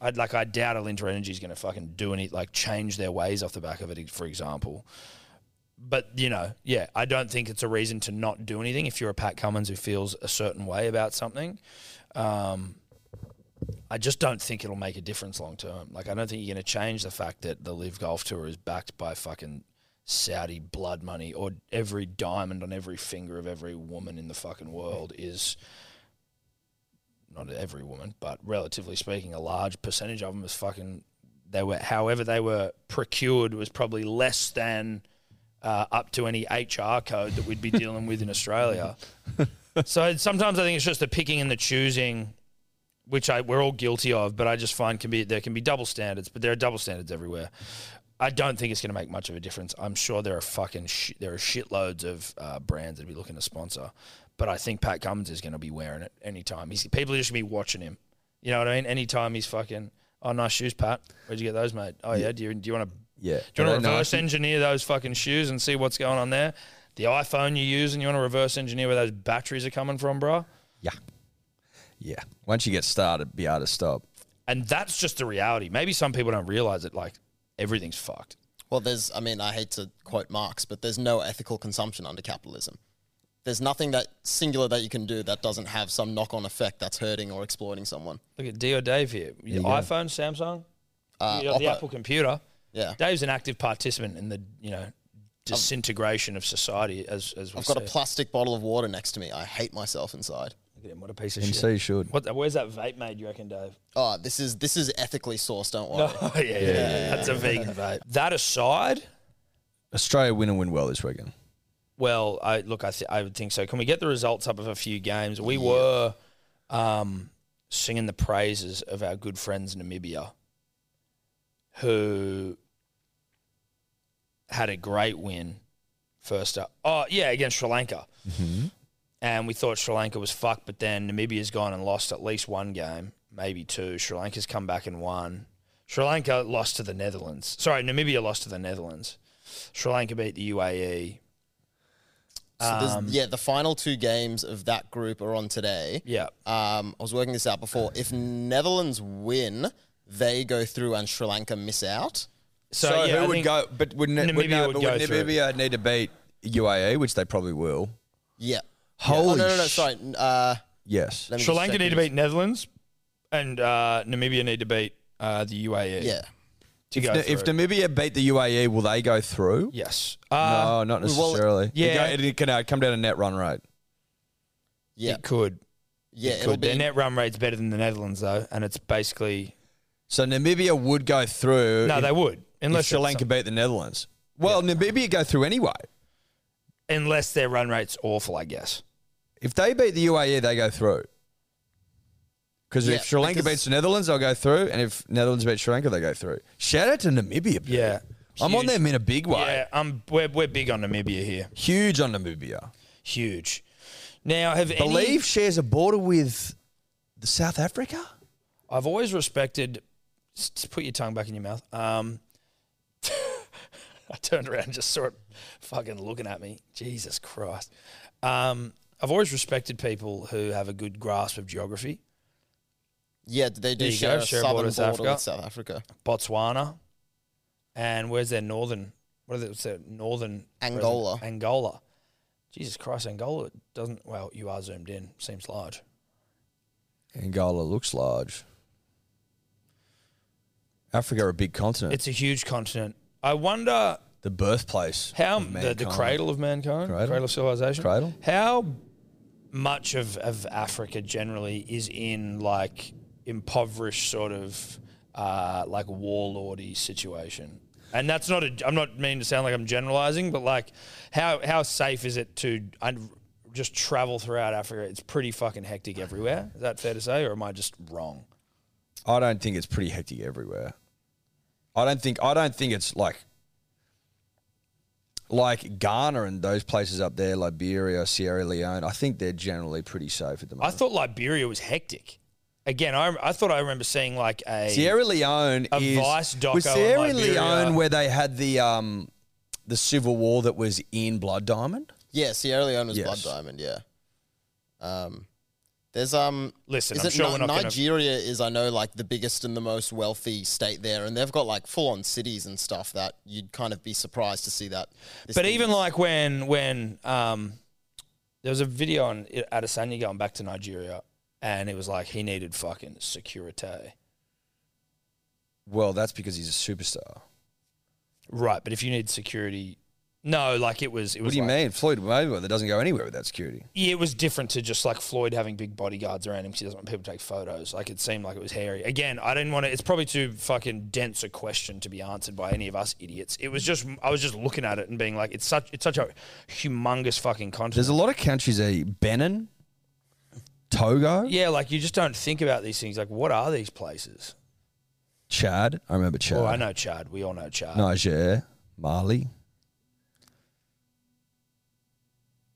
Speaker 2: I'd like I doubt Alinta Energy is going to fucking do any like change their ways off the back of it, for example but you know, yeah, I don't think it's a reason to not do anything if you're a Pat Cummins who feels a certain way about something. Um, I just don't think it'll make a difference long term. Like, I don't think you're going to change the fact that the Live Golf Tour is backed by fucking Saudi blood money or every diamond on every finger of every woman in the fucking world is not every woman, but relatively speaking, a large percentage of them is fucking. They were, however, they were procured was probably less than uh, up to any HR code that we'd be dealing with in Australia. so sometimes I think it's just the picking and the choosing, which I we're all guilty of, but I just find can be there can be double standards, but there are double standards everywhere. I don't think it's going to make much of a difference. I'm sure there are fucking sh- there are shitloads of uh, brands that'd be looking to sponsor, but I think Pat Cummins is going to be wearing it anytime. He's people are just going to be watching him. You know what I mean? Anytime he's fucking. Oh, nice shoes, Pat. Where'd you get those, mate? Oh, yeah. Do you do you want to
Speaker 3: Yeah.
Speaker 2: do you want to
Speaker 3: No, I
Speaker 2: reverse
Speaker 3: think-
Speaker 2: engineer those fucking shoes and see what's going on there? The iPhone you use and you want to reverse engineer where those batteries are coming from, bro?
Speaker 3: Yeah. Yeah. Once you get started, be able to stop.
Speaker 2: And that's just the reality. Maybe some people don't realize it. Like everything's fucked.
Speaker 4: Well, there's, I mean, I hate to quote Marx, but there's no ethical consumption under capitalism. There's nothing that singular that you can do that doesn't have some knock on effect that's hurting or exploiting someone.
Speaker 2: Look at D or Dave here. Your iPhone, Samsung,
Speaker 4: Uh,
Speaker 2: you got the
Speaker 4: Oppo-
Speaker 2: Apple computer.
Speaker 4: yeah.
Speaker 2: Dave's an active participant in the you know disintegration of society as as we
Speaker 4: I've got a
Speaker 2: see it.
Speaker 4: plastic bottle of water next to me. I hate myself inside.
Speaker 2: Look at him. What a piece of
Speaker 3: And
Speaker 2: shit.
Speaker 3: so you should.
Speaker 2: What, where's that vape made? You reckon, Dave?
Speaker 4: Oh, this is this is ethically sourced. Don't worry.
Speaker 2: Oh yeah, yeah, yeah, That's a vegan vape. That aside,
Speaker 3: Australia win and win well this weekend.
Speaker 2: Well, I look, I th- I would think so. Can we get the results up of a few games? We were um, singing the praises of our good friends Namibia, who had a great win first up. Oh yeah, against Sri Lanka, and we thought Sri Lanka was fucked, but then Namibia's gone and lost at least one game, maybe two. Sri Lanka's come back and won. Sri Lanka lost to the Netherlands. Sorry, Namibia lost to the Netherlands. Sri Lanka beat the E. UAE.
Speaker 4: So there's
Speaker 2: Um,
Speaker 4: yeah, the final two games of that group are on today.
Speaker 2: Yeah.
Speaker 4: Um, I was working this out before. If Netherlands win, they go through and Sri Lanka miss out.
Speaker 2: So, yeah,
Speaker 3: who
Speaker 2: I
Speaker 3: would
Speaker 2: think-
Speaker 3: go? But would, Namibia,
Speaker 2: Namibia
Speaker 3: would, no,
Speaker 2: would
Speaker 3: but
Speaker 2: go
Speaker 3: would
Speaker 2: through.
Speaker 3: Namibia need to beat UAE, which they probably will?
Speaker 4: Yeah.
Speaker 3: Holy
Speaker 4: oh, no, no, no,
Speaker 3: sh-
Speaker 4: sorry. n- Uh,
Speaker 3: Yes.
Speaker 4: let me
Speaker 2: Sri
Speaker 4: just
Speaker 2: Lanka
Speaker 4: check
Speaker 2: need to
Speaker 4: this.
Speaker 2: beat Netherlands, and uh, Namibia need to beat uh, the UAE.
Speaker 4: Yeah.
Speaker 2: to go
Speaker 3: if
Speaker 2: through.
Speaker 3: Namibia beat the UAE, will they go through?
Speaker 2: yes. Uh,
Speaker 3: no, not
Speaker 4: well,
Speaker 3: necessarily.
Speaker 2: yeah.
Speaker 3: it, go- it can uh, come down to net run rate.
Speaker 4: Yeah,
Speaker 2: It could.
Speaker 4: yeah,
Speaker 2: it
Speaker 4: it'll
Speaker 2: could. Their
Speaker 4: be.
Speaker 2: net run rate's better than the Netherlands, though, and it's basically.
Speaker 3: So Namibia would go through.
Speaker 2: No,
Speaker 3: if,
Speaker 2: they would.
Speaker 3: unless
Speaker 2: Unless
Speaker 3: Sri Lanka beat the Netherlands. Well, Namibia go through anyway.
Speaker 2: unless their run rate's awful, I guess.
Speaker 3: If they beat the UAE, they go through. Because
Speaker 4: Yeah,
Speaker 3: if Sri Lanka
Speaker 4: because-
Speaker 3: beats the Netherlands, they'll go through, and if Netherlands beat Sri Lanka, they go through. Shout out to Namibia. bro.
Speaker 2: Yeah.
Speaker 3: I'm on
Speaker 2: Huge.
Speaker 3: them in a big way.
Speaker 2: Yeah, um, we're, we're big on Namibia here.
Speaker 3: Huge on Namibia.
Speaker 2: Huge. Now, have any-
Speaker 3: Believe shares a border with the South Africa.
Speaker 2: I've always respected. s- Just put your tongue back in your mouth. Um, I turned around and just saw it fucking looking at me. Jesus Christ. Um, I've always respected people who have a good grasp of geography.
Speaker 4: Yeah, they do
Speaker 2: There you
Speaker 4: share
Speaker 2: go,
Speaker 4: a
Speaker 2: share a
Speaker 4: southern
Speaker 2: border
Speaker 4: border,
Speaker 2: with South Africa.
Speaker 4: with South Africa.
Speaker 2: Botswana, and where's their northern? What are they, what's their northern?
Speaker 4: Angola.
Speaker 2: Angola. Jesus Christ, Angola doesn't. Well, you are zoomed in. Seems large.
Speaker 3: Angola looks large. Africa, are a big continent.
Speaker 2: It's a huge continent. I wonder
Speaker 3: the birthplace.
Speaker 2: how
Speaker 3: of
Speaker 2: the, the
Speaker 3: mankind.
Speaker 2: cradle of mankind,
Speaker 3: Cradle?
Speaker 2: cradle, of civilization,
Speaker 3: Cradle?
Speaker 2: How much of, of Africa generally is in like impoverished sort of uh, like warlordy situation? And that's not a. I'm not meaning to sound like I'm generalizing, but like, how how safe is it to un- just travel throughout Africa? It's pretty fucking hectic everywhere. Is that fair to say, or am I just wrong?
Speaker 3: I don't think it's pretty hectic everywhere. I don't think I don't think it's like like Ghana and those places up there, Liberia, Sierra Leone. I think they're generally pretty safe at the
Speaker 2: I
Speaker 3: moment.
Speaker 2: thought Liberia was hectic. Again, I, I thought I remember seeing like a
Speaker 3: Sierra Leone
Speaker 2: A
Speaker 3: is
Speaker 2: vice doco
Speaker 3: was
Speaker 2: in
Speaker 3: Sierra
Speaker 2: Liberia.
Speaker 3: Leone where they had the um the civil war that was in Blood Diamond.
Speaker 4: Yeah, Sierra Leone was
Speaker 3: Yes.
Speaker 4: Blood Diamond. Yeah. Um, there's um.
Speaker 2: Listen,
Speaker 4: is
Speaker 2: I'm
Speaker 4: it
Speaker 2: sure
Speaker 4: Ni-
Speaker 2: we're not gonna-
Speaker 4: Nigeria is I know like the biggest and the most wealthy state there, and they've got like full on cities and stuff that you'd kind of be surprised to see that. this
Speaker 2: But
Speaker 4: big.
Speaker 2: even like when when um, there was a video on Adesanya going back to Nigeria, and it was like he needed fucking security,
Speaker 3: Well, that's because he's a superstar.
Speaker 2: right? But if you need security, no, like it was. It was
Speaker 3: What do you
Speaker 2: like-
Speaker 3: mean? Floyd Mayweather doesn't go anywhere without security.
Speaker 2: Yeah, it was different to just like Floyd having big bodyguards around him because he doesn't want people to take photos. Like it seemed like it was hairy. Again, I didn't want to. It's probably too fucking dense a question to be answered by any of us idiots. It was just I was just looking at it and being like, it's such it's such a humongous fucking continent.
Speaker 3: There's a lot of countries, a Benin, Togo,
Speaker 2: Yeah, like you just don't think about these things. Like, what are these places?
Speaker 3: Chad. I remember Chad.
Speaker 2: Oh, I know Chad. We all know Chad.
Speaker 3: Niger, Mali,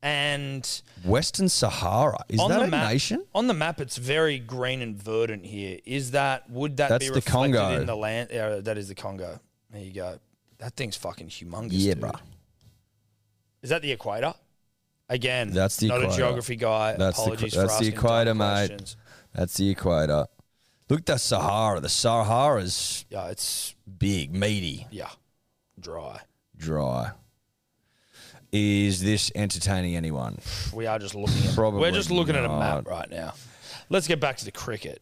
Speaker 2: And
Speaker 3: Western Sahara. Is
Speaker 2: on
Speaker 3: that
Speaker 2: the
Speaker 3: a
Speaker 2: map,
Speaker 3: nation?
Speaker 2: on the map, it's very green and verdant here. Is that would that
Speaker 3: That's
Speaker 2: be
Speaker 3: the
Speaker 2: reflected
Speaker 3: Congo.
Speaker 2: in the land? Uh, that is the Congo. There you go. That thing's fucking humongous.
Speaker 3: Yeah,
Speaker 2: dude.
Speaker 3: bruh.
Speaker 2: Is that the equator? Again,
Speaker 3: That's the
Speaker 2: not
Speaker 3: equator.
Speaker 2: a geography guy.
Speaker 3: That's the
Speaker 2: Apologies
Speaker 3: equa- that's
Speaker 2: for
Speaker 3: the
Speaker 2: asking
Speaker 3: equator,
Speaker 2: dumb
Speaker 3: mate.
Speaker 2: questions.
Speaker 3: That's the equator. Look at the Sahara. The Sahara's
Speaker 2: Yeah, it's
Speaker 3: big, meaty,
Speaker 2: yeah, dry.
Speaker 3: dry. Is this entertaining anyone?
Speaker 2: We are just looking. At,
Speaker 3: Probably
Speaker 2: we're just looking at a
Speaker 3: not.
Speaker 2: map right now. Let's get back to the cricket.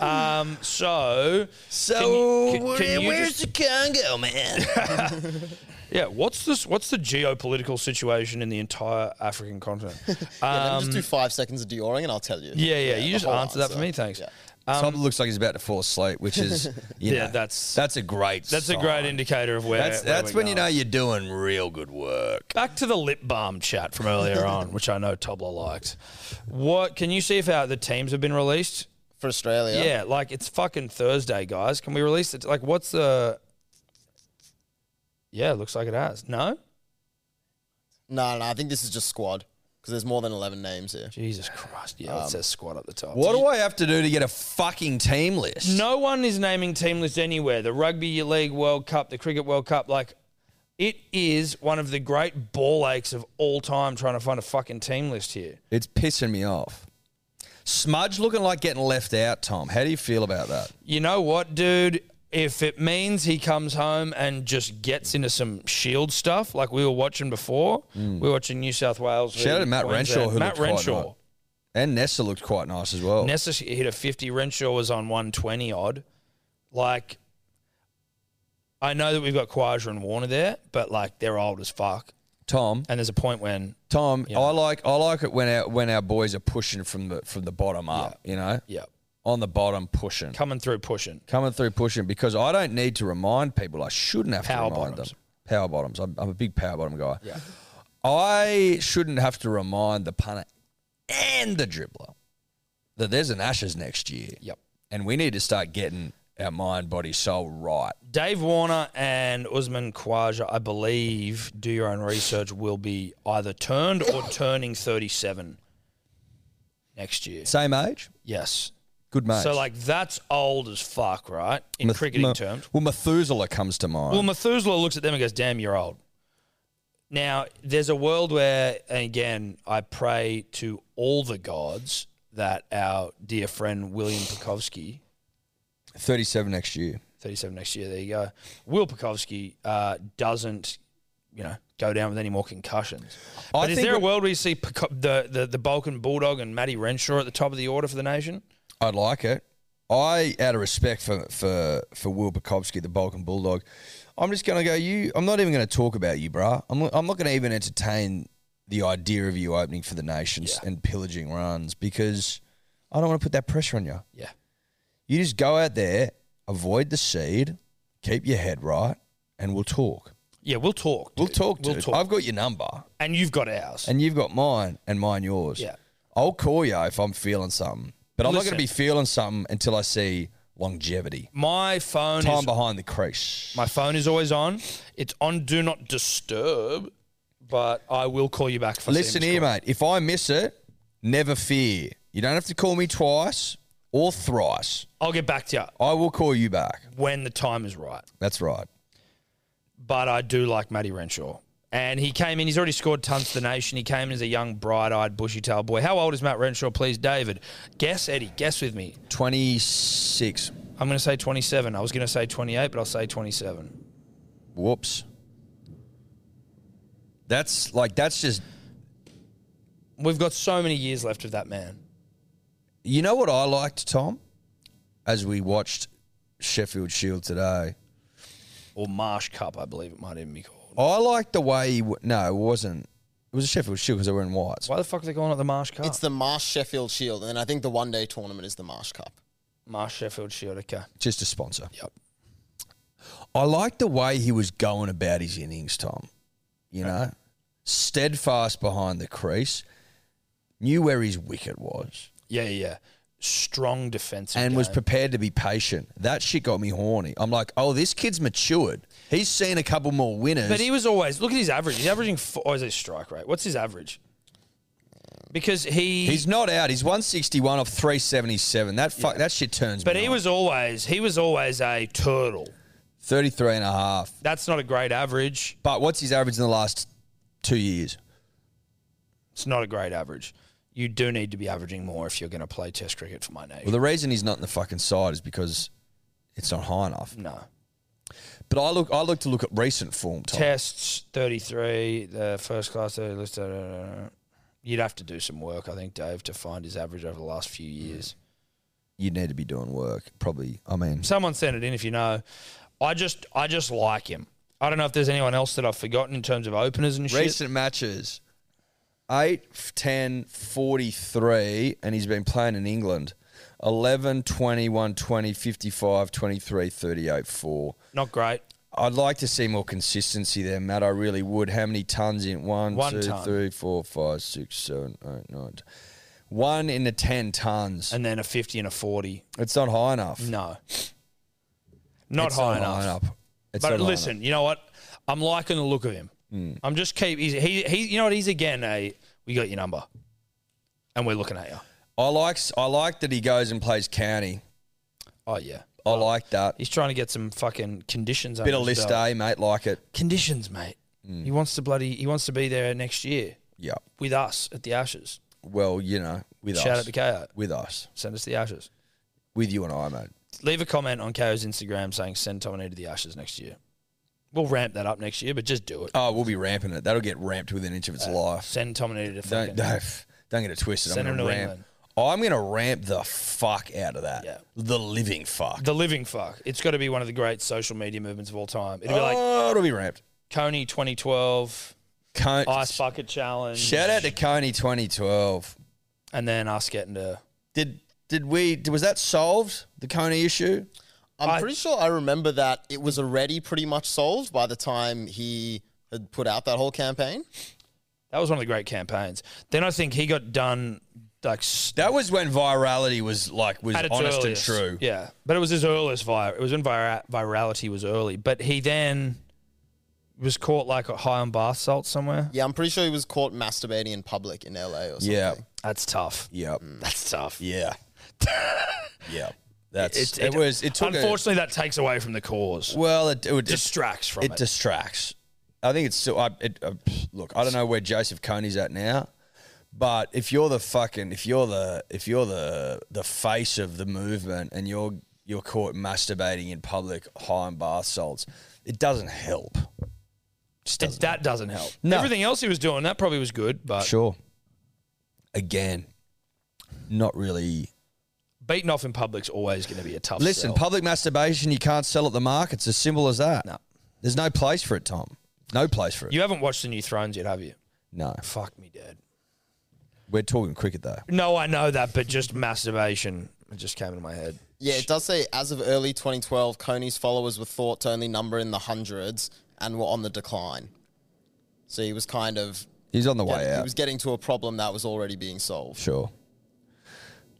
Speaker 2: um, so,
Speaker 3: So,
Speaker 2: can you- can you just-
Speaker 3: the Congo, man?
Speaker 2: yeah, what's this? What's the geopolitical situation in the entire African continent?
Speaker 4: yeah, let me just do five seconds of Dioring, and I'll tell you.
Speaker 2: um, Yeah, yeah, you
Speaker 4: the
Speaker 2: just
Speaker 4: whole
Speaker 2: answer that for me, thanks.
Speaker 4: Yeah.
Speaker 3: Tom looks like he's about to fall asleep, which is you
Speaker 2: Um, Yeah,
Speaker 3: know,
Speaker 2: that's-
Speaker 3: that's a great
Speaker 2: That's a great
Speaker 3: sign.
Speaker 2: indicator of where.
Speaker 3: That's
Speaker 2: where
Speaker 3: that's
Speaker 2: we're
Speaker 3: when you know
Speaker 2: going.
Speaker 3: you're doing real good work.
Speaker 2: Back to the lip balm chat from earlier on, which I know Tobler liked. What can you see if our, the teams have been released?
Speaker 4: For Australia,
Speaker 2: Yeah. like it's fucking Thursday, guys. Can we release it? Like, what's the? Yeah, it looks like it has. No,
Speaker 4: No, no, I think this is just squad because there's more than eleven names here.
Speaker 2: Jesus Christ. Yeah, it says squad at the top.
Speaker 3: Um, What do I have to do to get a fucking team list?
Speaker 2: No one is naming team lists anywhere. The Rugby League World Cup, the Cricket World Cup, like it is one of the great ball aches of all time trying to find a fucking team list here.
Speaker 3: It's pissing me off. Smudge looking like getting left out, Tom. How do you feel about that?
Speaker 2: You know what, dude? If it means he comes home and just gets into some shield stuff, like we were watching before, we were watching New South Wales.
Speaker 3: Mm. Shout out to Matt
Speaker 2: Queensland.
Speaker 3: Renshaw, who
Speaker 2: Matt
Speaker 3: looked quite
Speaker 2: Renshaw.
Speaker 3: nice. And Nessa looked quite nice as well.
Speaker 2: Nessa sh- hit a 50. Renshaw was on 120 odd. Like, I know that we've got Quaja and Warner there, but like they're old as fuck.
Speaker 3: Tom,
Speaker 2: And there's a point when,
Speaker 3: Tom, I like I like it when our when our boys are pushing from the from the bottom up. You know,
Speaker 2: yeah,
Speaker 3: on the bottom pushing,
Speaker 2: coming through pushing.
Speaker 3: coming through pushing because I don't need to remind people. I shouldn't have
Speaker 2: Power
Speaker 3: to remind
Speaker 2: bottoms.
Speaker 3: them. Power bottoms. I'm, I'm a big power bottom guy. Yeah. I shouldn't have to remind the punter and the dribbler that there's an Ashes next year.
Speaker 2: Yep.
Speaker 3: And we need to start getting our mind, body, soul right.
Speaker 2: Dave Warner and Usman Khawaja, I believe, do your own research, will be either turned or turning 37 next year.
Speaker 3: Same age,
Speaker 2: Yes.
Speaker 3: good mate.
Speaker 2: So, like, that's old as fuck, right? In
Speaker 3: Meth-
Speaker 2: cricketing
Speaker 3: me-
Speaker 2: terms.
Speaker 3: Well, Methuselah comes to mind.
Speaker 2: Well, Methuselah looks at them and goes, "Damn, you're old." Now, there's a world where, and again, I pray to all the gods that our dear friend William Pekowski,
Speaker 3: 37 next year.
Speaker 2: 37 next year, there you go, Will Pekowski uh, doesn't, you know, go down with any more concussions. But is
Speaker 3: think
Speaker 2: there a
Speaker 3: we-
Speaker 2: world where you see Peko- the, the the Balkan Bulldog and Matty Renshaw at the top of the order for the nation?
Speaker 3: I'd like it. I, out of respect for for for Will Bukowski, the Balkan Bulldog, I'm just going to go. You, I'm not even going to talk about you, bruh. I'm I'm not going to even entertain the idea of you opening for the nations and pillaging runs because I don't want to put that pressure on you.
Speaker 2: Yeah.
Speaker 3: You just go out there, avoid the seed, keep your head right, and we'll talk.
Speaker 2: Yeah, we'll talk.
Speaker 3: We'll
Speaker 2: dude.
Speaker 3: talk. Dude.
Speaker 2: We'll talk.
Speaker 3: I've got your number.
Speaker 2: and you've got ours.
Speaker 3: And you've got mine and mine yours.
Speaker 2: Yeah.
Speaker 3: I'll call you if I'm feeling something. But I'm not going
Speaker 2: Listen.
Speaker 3: to be feeling something until I see longevity.
Speaker 2: my phone
Speaker 3: Time
Speaker 2: is
Speaker 3: behind the crease.
Speaker 2: My phone is always on. It's on do not disturb, but I will call you back for
Speaker 3: Listen here, mate. If I miss it, never fear. You don't have to call me twice or thrice.
Speaker 2: I'll get back to you
Speaker 3: I will call you back.
Speaker 2: when the time is right.
Speaker 3: That's right.
Speaker 2: But I do like Matty Renshaw. And he came in, he's already scored tons for the nation. He came in as a young, bright eyed, bushy tailed boy. How old is Matt Renshaw, please, David? Guess, Eddie, guess with me.
Speaker 3: 26.
Speaker 2: I'm going to say 27. I was going to say 28, but I'll say 27.
Speaker 3: Whoops. That's like, that's just,
Speaker 2: We've got so many years left of that man.
Speaker 3: you know what I liked, Tom, as we watched Sheffield Shield today?
Speaker 2: Or Marsh Cup, I believe it might even be called.
Speaker 3: I liked the way he. W- no, it wasn't. It was a Sheffield Shield because they were in whites.
Speaker 2: Why the fuck are they calling it the Marsh Cup?
Speaker 4: It's the Marsh Sheffield Shield, and then I think the one day tournament is the Marsh Cup.
Speaker 2: Marsh Sheffield Shield, okay.
Speaker 3: Just a sponsor.
Speaker 2: Yep.
Speaker 3: I liked the way he was going about his innings, Tom. You know, steadfast behind the crease, knew where his wicket was,
Speaker 2: Yeah, yeah, yeah. Strong defensive.
Speaker 3: and was
Speaker 2: game.
Speaker 3: prepared to be patient. That shit got me horny. I'm like, oh, this kid's matured. He's seen a couple more winners.
Speaker 2: but he was always look at his average. He's averaging four, or is his strike rate? What's his average? Because he
Speaker 3: He's not out. He's 161 off 377. That fuck, that shit turns
Speaker 2: but
Speaker 3: me
Speaker 2: he
Speaker 3: on.
Speaker 2: was always he was always a turtle.
Speaker 3: 33 and a half.
Speaker 2: That's not a great average.
Speaker 3: But what's his average in the last two years?
Speaker 2: It's not a great average. You do need to be averaging more if you're going to play Test cricket for my nation.
Speaker 3: Well, the reason he's not in the fucking side is because it's not high enough.
Speaker 2: no
Speaker 3: But I look, I look to look at recent form. Tom.
Speaker 2: tests thirty three. The first class thirty. list, da, da, da, da. You'd have to do some work, I think, Dave, to find his average over the last few years.
Speaker 3: You need to be doing work, probably. I mean,
Speaker 2: someone send it in if you know. I just I just like him. I don't know if there's anyone else that I've forgotten in terms of openers and shit.
Speaker 3: recent matches 8, f- 10, 43, and he's been playing in England 11, 21, 20, 55, 23, 38, 4.
Speaker 2: Not great.
Speaker 3: I'd like to see more consistency there, Matt. I really would. How many tons in one,
Speaker 2: One
Speaker 3: two,
Speaker 2: ton.
Speaker 3: three, four, five, six, seven, eight, nine, t- One in the ten tons.
Speaker 2: And then a fifty and a forty.
Speaker 3: It's not high enough.
Speaker 2: No. Not
Speaker 3: It's
Speaker 2: high enough.
Speaker 3: not enough. It's Mm.
Speaker 2: But
Speaker 3: not high
Speaker 2: listen, you know what? I'm liking the look of him. I'm just keep he's, he he you know what he's again a we got your number. And we're looking at you.
Speaker 3: enough. I like I like that he goes and plays county.
Speaker 2: Oh yeah.
Speaker 3: I like that.
Speaker 2: He's trying to get some fucking conditions
Speaker 3: Bit
Speaker 2: under
Speaker 3: of
Speaker 2: his
Speaker 3: list uh, Mm.
Speaker 2: belt.
Speaker 3: A, mate. Like it.
Speaker 2: Conditions, mate. He wants to bloody he wants to be there next year
Speaker 3: Yeah.
Speaker 2: with us at the Ashes.
Speaker 3: Well, you know, with
Speaker 2: Shout
Speaker 3: us,
Speaker 2: out to KO.
Speaker 3: with us,
Speaker 2: Send us the Ashes.
Speaker 3: with you and I, mate.
Speaker 2: Leave a comment on KO's Instagram saying send Tom and Ed to the Ashes next year. We'll ramp that up next year, but just do it. Uh,
Speaker 3: Oh, we'll be ramping it. That'll get ramped within an inch of its life.
Speaker 2: Send Tom and Ed to
Speaker 3: Don't,
Speaker 2: fucking
Speaker 3: don't Don't get it twisted.
Speaker 2: Send
Speaker 3: I'm
Speaker 2: him
Speaker 3: gonna
Speaker 2: to
Speaker 3: ramp.
Speaker 2: England.
Speaker 3: I'm gonna ramp the fuck out of that.
Speaker 2: Yeah.
Speaker 3: The living fuck.
Speaker 2: The living fuck. It's got to be one of the great social media movements of all time. It'd be like
Speaker 3: oh, it'll be ramped.
Speaker 2: Coney 2012,
Speaker 3: Con-
Speaker 2: Ice Bucket Challenge.
Speaker 3: Shout out to Coney 2012.
Speaker 2: And then us getting to.
Speaker 3: Did did we was that solved the Coney issue?
Speaker 4: I'm
Speaker 2: I-
Speaker 4: pretty sure I remember that it was already pretty much solved by the time he had put out that whole campaign.
Speaker 2: That was one of the great campaigns. Then I think he got done like s-
Speaker 3: That was when virality was like was
Speaker 2: at its
Speaker 3: honest
Speaker 2: earliest.
Speaker 3: and true.
Speaker 2: Yeah, but it was his earliest viral. It was when vira- virality was early. But he then was caught like high on bath salt somewhere.
Speaker 4: Yeah, I'm pretty sure he was caught masturbating in public in LA or something.
Speaker 3: Yeah.
Speaker 2: That's tough.
Speaker 3: Yep.
Speaker 2: That's tough.
Speaker 3: Yeah. yeah. That's
Speaker 2: It's-
Speaker 3: it, was it took a-
Speaker 2: unfortunately that takes away from the cause.
Speaker 3: well it, it, would- it,
Speaker 2: distracts from
Speaker 3: it
Speaker 2: it.
Speaker 3: distracts. I think it's still. I, it, uh, look, I don't know where Joseph Coney's at now, but if you're the fucking, if you're the, if you're the the face of the movement and you're you're caught masturbating in public high on bath salts, it doesn't help. Just
Speaker 2: It-
Speaker 3: doesn't.
Speaker 2: that doesn't help.
Speaker 3: No.
Speaker 2: Everything else he was doing, that probably was good, but
Speaker 3: sure. Again, not really.
Speaker 2: beating off in public's always going to be a tough.
Speaker 3: Listen,
Speaker 2: sell.
Speaker 3: public masturbation you can't sell at the markets. As simple as that.
Speaker 2: No.
Speaker 3: There's no place for it, Tom. No place for it.
Speaker 2: you haven't watched the new Thrones yet, have you?
Speaker 3: no.
Speaker 2: Fuck me, dead.
Speaker 3: We're talking cricket though.
Speaker 2: No, I know that, but just masturbation. It just came into my head.
Speaker 4: Yeah, it does say as of early 2012, Coney's followers were thought to only number in the hundreds and were on the decline. So he was kind of
Speaker 3: He's on the way
Speaker 4: getting,
Speaker 3: out.
Speaker 4: he was getting to a problem that was already being solved.
Speaker 3: Sure.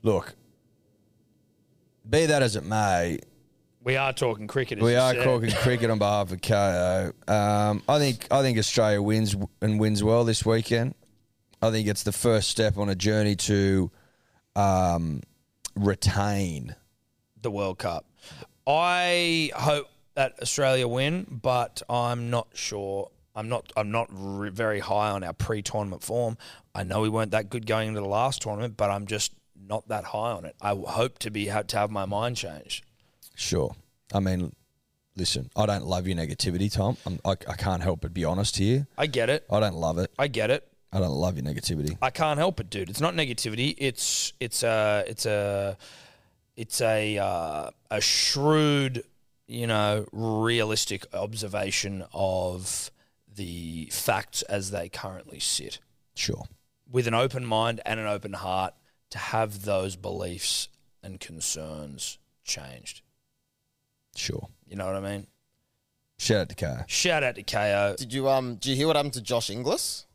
Speaker 3: Look, be that as it may,
Speaker 2: We are talking cricket. As
Speaker 3: we
Speaker 2: you
Speaker 3: are
Speaker 2: said.
Speaker 3: talking cricket on behalf of KO. Um, I think I think Australia wins w- and wins well this weekend. I think it's the first step on a journey to um, retain.
Speaker 2: the World Cup. I hope that Australia win, but I'm not sure. I'm not. I'm not re- very high on our pre-tournament form. I know we weren't that good going into the last tournament, but I'm just not that high on it. I hope to be to have my mind changed.
Speaker 3: Sure. I mean, listen, I don't love your negativity, Tom. I'm, I, I can't help but be honest here.
Speaker 2: I get it.
Speaker 3: I don't love it.
Speaker 2: I get it.
Speaker 3: I don't love your negativity.
Speaker 2: I can't help it, dude. It's not negativity. It's it's a it's a it's a uh, a shrewd, you know, realistic observation of the facts as they currently sit,
Speaker 3: Sure.
Speaker 2: with an open mind and an open heart to have those beliefs and concerns changed.
Speaker 3: Sure.
Speaker 2: You know what I mean?
Speaker 3: Shout out to KO.
Speaker 2: Shout out to KO.
Speaker 4: Did you um? Do you hear what happened to Josh Inglis?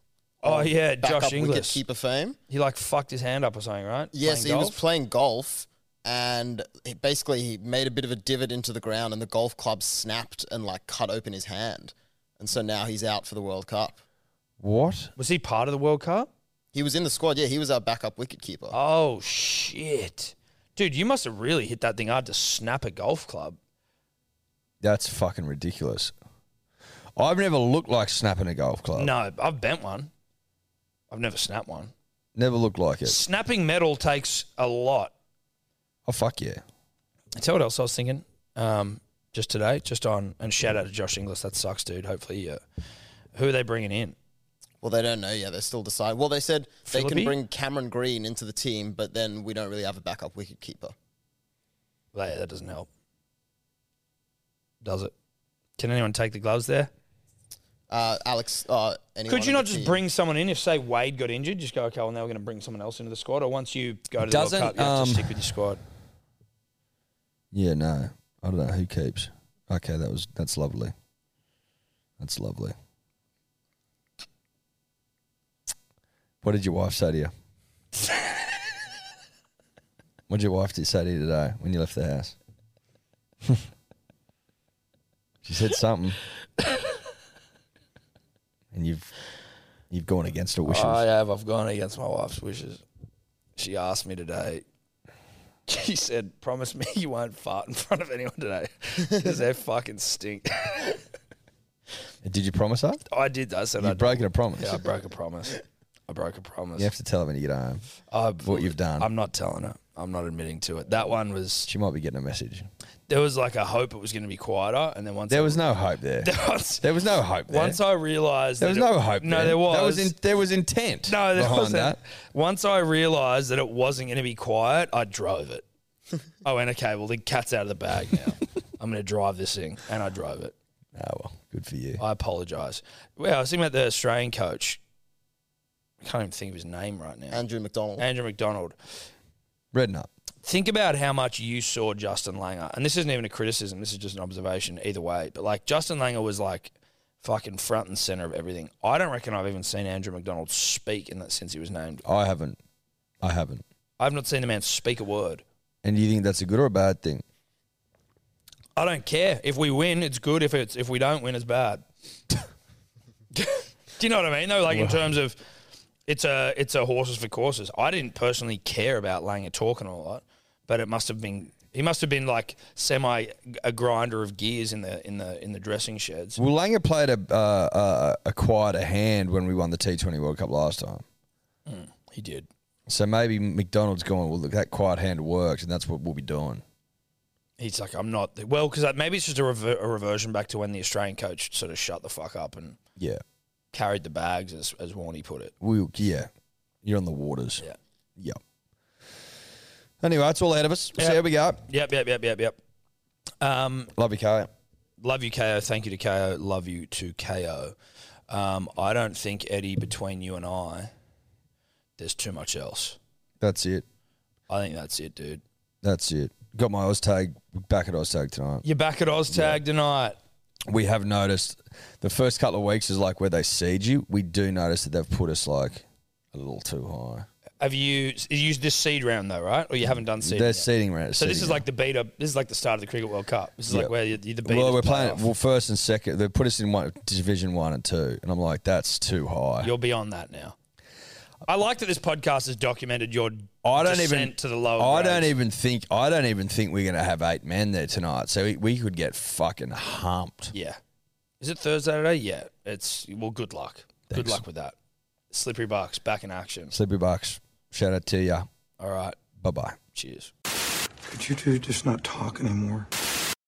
Speaker 2: Oh yeah, Josh
Speaker 4: Backup
Speaker 2: Inglis.
Speaker 4: wicketkeeper fame.
Speaker 2: He like fucked his hand up or something, right?
Speaker 4: Yes,
Speaker 2: Playing
Speaker 4: he was
Speaker 2: golf?
Speaker 4: playing golf, and he basically he made a bit of a divot into the ground, and the golf club snapped and like cut open his hand, and so now he's out for the World Cup.
Speaker 3: What?
Speaker 2: Was he part of the World Cup?
Speaker 4: He was in the squad. Yeah, he was our backup wicketkeeper.
Speaker 2: Oh shit, dude! You must have really hit that thing hard to snap a golf club.
Speaker 3: That's fucking ridiculous. I've never looked like snapping a golf
Speaker 4: Oh.
Speaker 3: club.
Speaker 2: No, I've bent one. I've never snapped one.
Speaker 3: Never looked like it.
Speaker 2: Snapping metal takes a lot.
Speaker 3: Oh, fuck yeah.
Speaker 2: I tell what else I was thinking. Um, just today, just on, and shout out to Josh Inglis. That sucks, dude. Hopefully, uh, who are they bringing in?
Speaker 4: Well, they don't know. Yeah, they're still deciding. Well, they said they
Speaker 2: Philippi?
Speaker 4: can bring Cameron Green into the team, but then we don't really have a backup wicketkeeper.
Speaker 2: Well, yeah, that doesn't help, does it? Can anyone take the gloves there?
Speaker 4: Uh, Alex, uh, anyone
Speaker 2: Could
Speaker 4: on
Speaker 2: you not
Speaker 4: the
Speaker 2: just
Speaker 4: team.
Speaker 2: bring someone in if, say, Wade got injured? Just go, okay, well, now we're going to bring someone else into the squad. Or once you go to the
Speaker 3: Doesn't,
Speaker 2: World Cup, you have
Speaker 3: um,
Speaker 2: to stick with your squad.
Speaker 3: Yeah, no. I don't know who keeps. Okay, that was that's lovely. That's lovely. What did your wife say to you? what did your wife say to you today when you left the house? she said something. and you've you've gone against her wishes.
Speaker 2: Oh, I have. I've gone against my wife's wishes. She asked me today. She said, "Promise me you won't fart in front of anyone today because they fucking stink."
Speaker 3: did you promise her?
Speaker 2: I did. I said, "I
Speaker 3: You've broken a promise.
Speaker 2: yeah, I broke a promise. I broke a promise.
Speaker 3: You have to tell her when you get home
Speaker 2: I,
Speaker 3: what you've done.
Speaker 2: I'm not telling her. I'm not admitting to it. That one was
Speaker 3: She might be getting a message.
Speaker 2: there was like a hope it was going to be quieter, and then once
Speaker 3: There was no hope there.
Speaker 2: once,
Speaker 3: There was no hope there.
Speaker 2: once I realized
Speaker 3: there was no hope.
Speaker 2: No,
Speaker 3: there,
Speaker 2: there was.
Speaker 3: That was in, there was intent.
Speaker 2: no, there
Speaker 3: behind
Speaker 2: wasn't.
Speaker 3: that.
Speaker 2: Once I realized that it wasn't going to be quiet, I drove it. I went, okay, well the cat's out of the bag now. I'm going to drive this thing, and I drove it.
Speaker 3: Oh well, good for you.
Speaker 2: I apologise. Well, I was thinking about the Australian coach. I can't even think of his name right now.
Speaker 4: Andrew McDonald.
Speaker 2: Andrew McDonald.
Speaker 3: Red nut.
Speaker 2: think about how much you saw Justin Langer, and this isn't even a criticism. This is just an observation. Either way, but like Justin Langer was like fucking front and center of everything. I don't reckon I've even seen Andrew McDonald speak in that since he was named.
Speaker 3: I haven't. I haven't.
Speaker 2: I've not seen the man speak a word.
Speaker 3: And do you think that's a good or a bad thing?
Speaker 2: I don't care if we win, it's good. If it's if we don't win, it's bad. Do you know what I mean? Though, like in terms of it's a it's a horses for courses. I didn't personally care about Langer talking a lot, but it must have been he must have been like semi a grinder of gears in the in the in the dressing sheds.
Speaker 3: Well, Langer played a uh, uh, a quieter hand when we won the T20 World Cup last time.
Speaker 2: He did.
Speaker 3: So maybe McDonald's going. Well, look, that quiet hand works, and that's what we'll be doing.
Speaker 2: He's like, I'm not well because maybe it's just a, rever- a reversion back to when the Australian coach sort of shut the fuck up and
Speaker 3: Yeah.
Speaker 2: carried the bags, as as Warney put it.
Speaker 3: We. Yeah. You're on the waters.
Speaker 2: Yeah.
Speaker 3: Yeah. Anyway, that's all ahead of us. We'll See how we go.
Speaker 2: Yep, yep, yep, yep, yep. Um,
Speaker 3: Love you, Kate.
Speaker 2: Love you, KO. Thank you to KO. Love you to KO. Um, I don't think, Eddie, between you and I, there's too much else.
Speaker 3: That's it.
Speaker 2: I think that's it, dude.
Speaker 3: That's it. Got my Oztag back at Oztag tonight.
Speaker 2: You're back at Oztag tonight.
Speaker 3: We have noticed the first couple of weeks is like where they seed you. We do notice that they've put us like a little too high.
Speaker 2: Have you you used this seed round though, right? Or you haven't done seed?
Speaker 3: They're
Speaker 2: yet?
Speaker 3: seeding round.
Speaker 2: So this is like the beta. This is like the start of the cricket World Cup. This is
Speaker 3: Yeah.
Speaker 2: like where you, you the beta.
Speaker 3: well, we're playing well first and second. They put us in one division one and two, and I'm like, that's too high.
Speaker 2: You're beyond that now. I like that this podcast has documented your
Speaker 3: I don't
Speaker 2: descent
Speaker 3: even
Speaker 2: to the lower.
Speaker 3: I don't
Speaker 2: grades.
Speaker 3: even think I don't even think we're gonna have eight men there tonight. So we, we could get fucking humped.
Speaker 2: Yeah. Is it Thursday today? Yeah. It's well. Good luck. Good
Speaker 3: Thanks.
Speaker 2: luck with that. Slippery Bucks back in action.
Speaker 3: Slippery Bucks. Shout out to ya.
Speaker 2: All right.
Speaker 3: Bye bye.
Speaker 2: Cheers.
Speaker 8: Could you two just not talk anymore?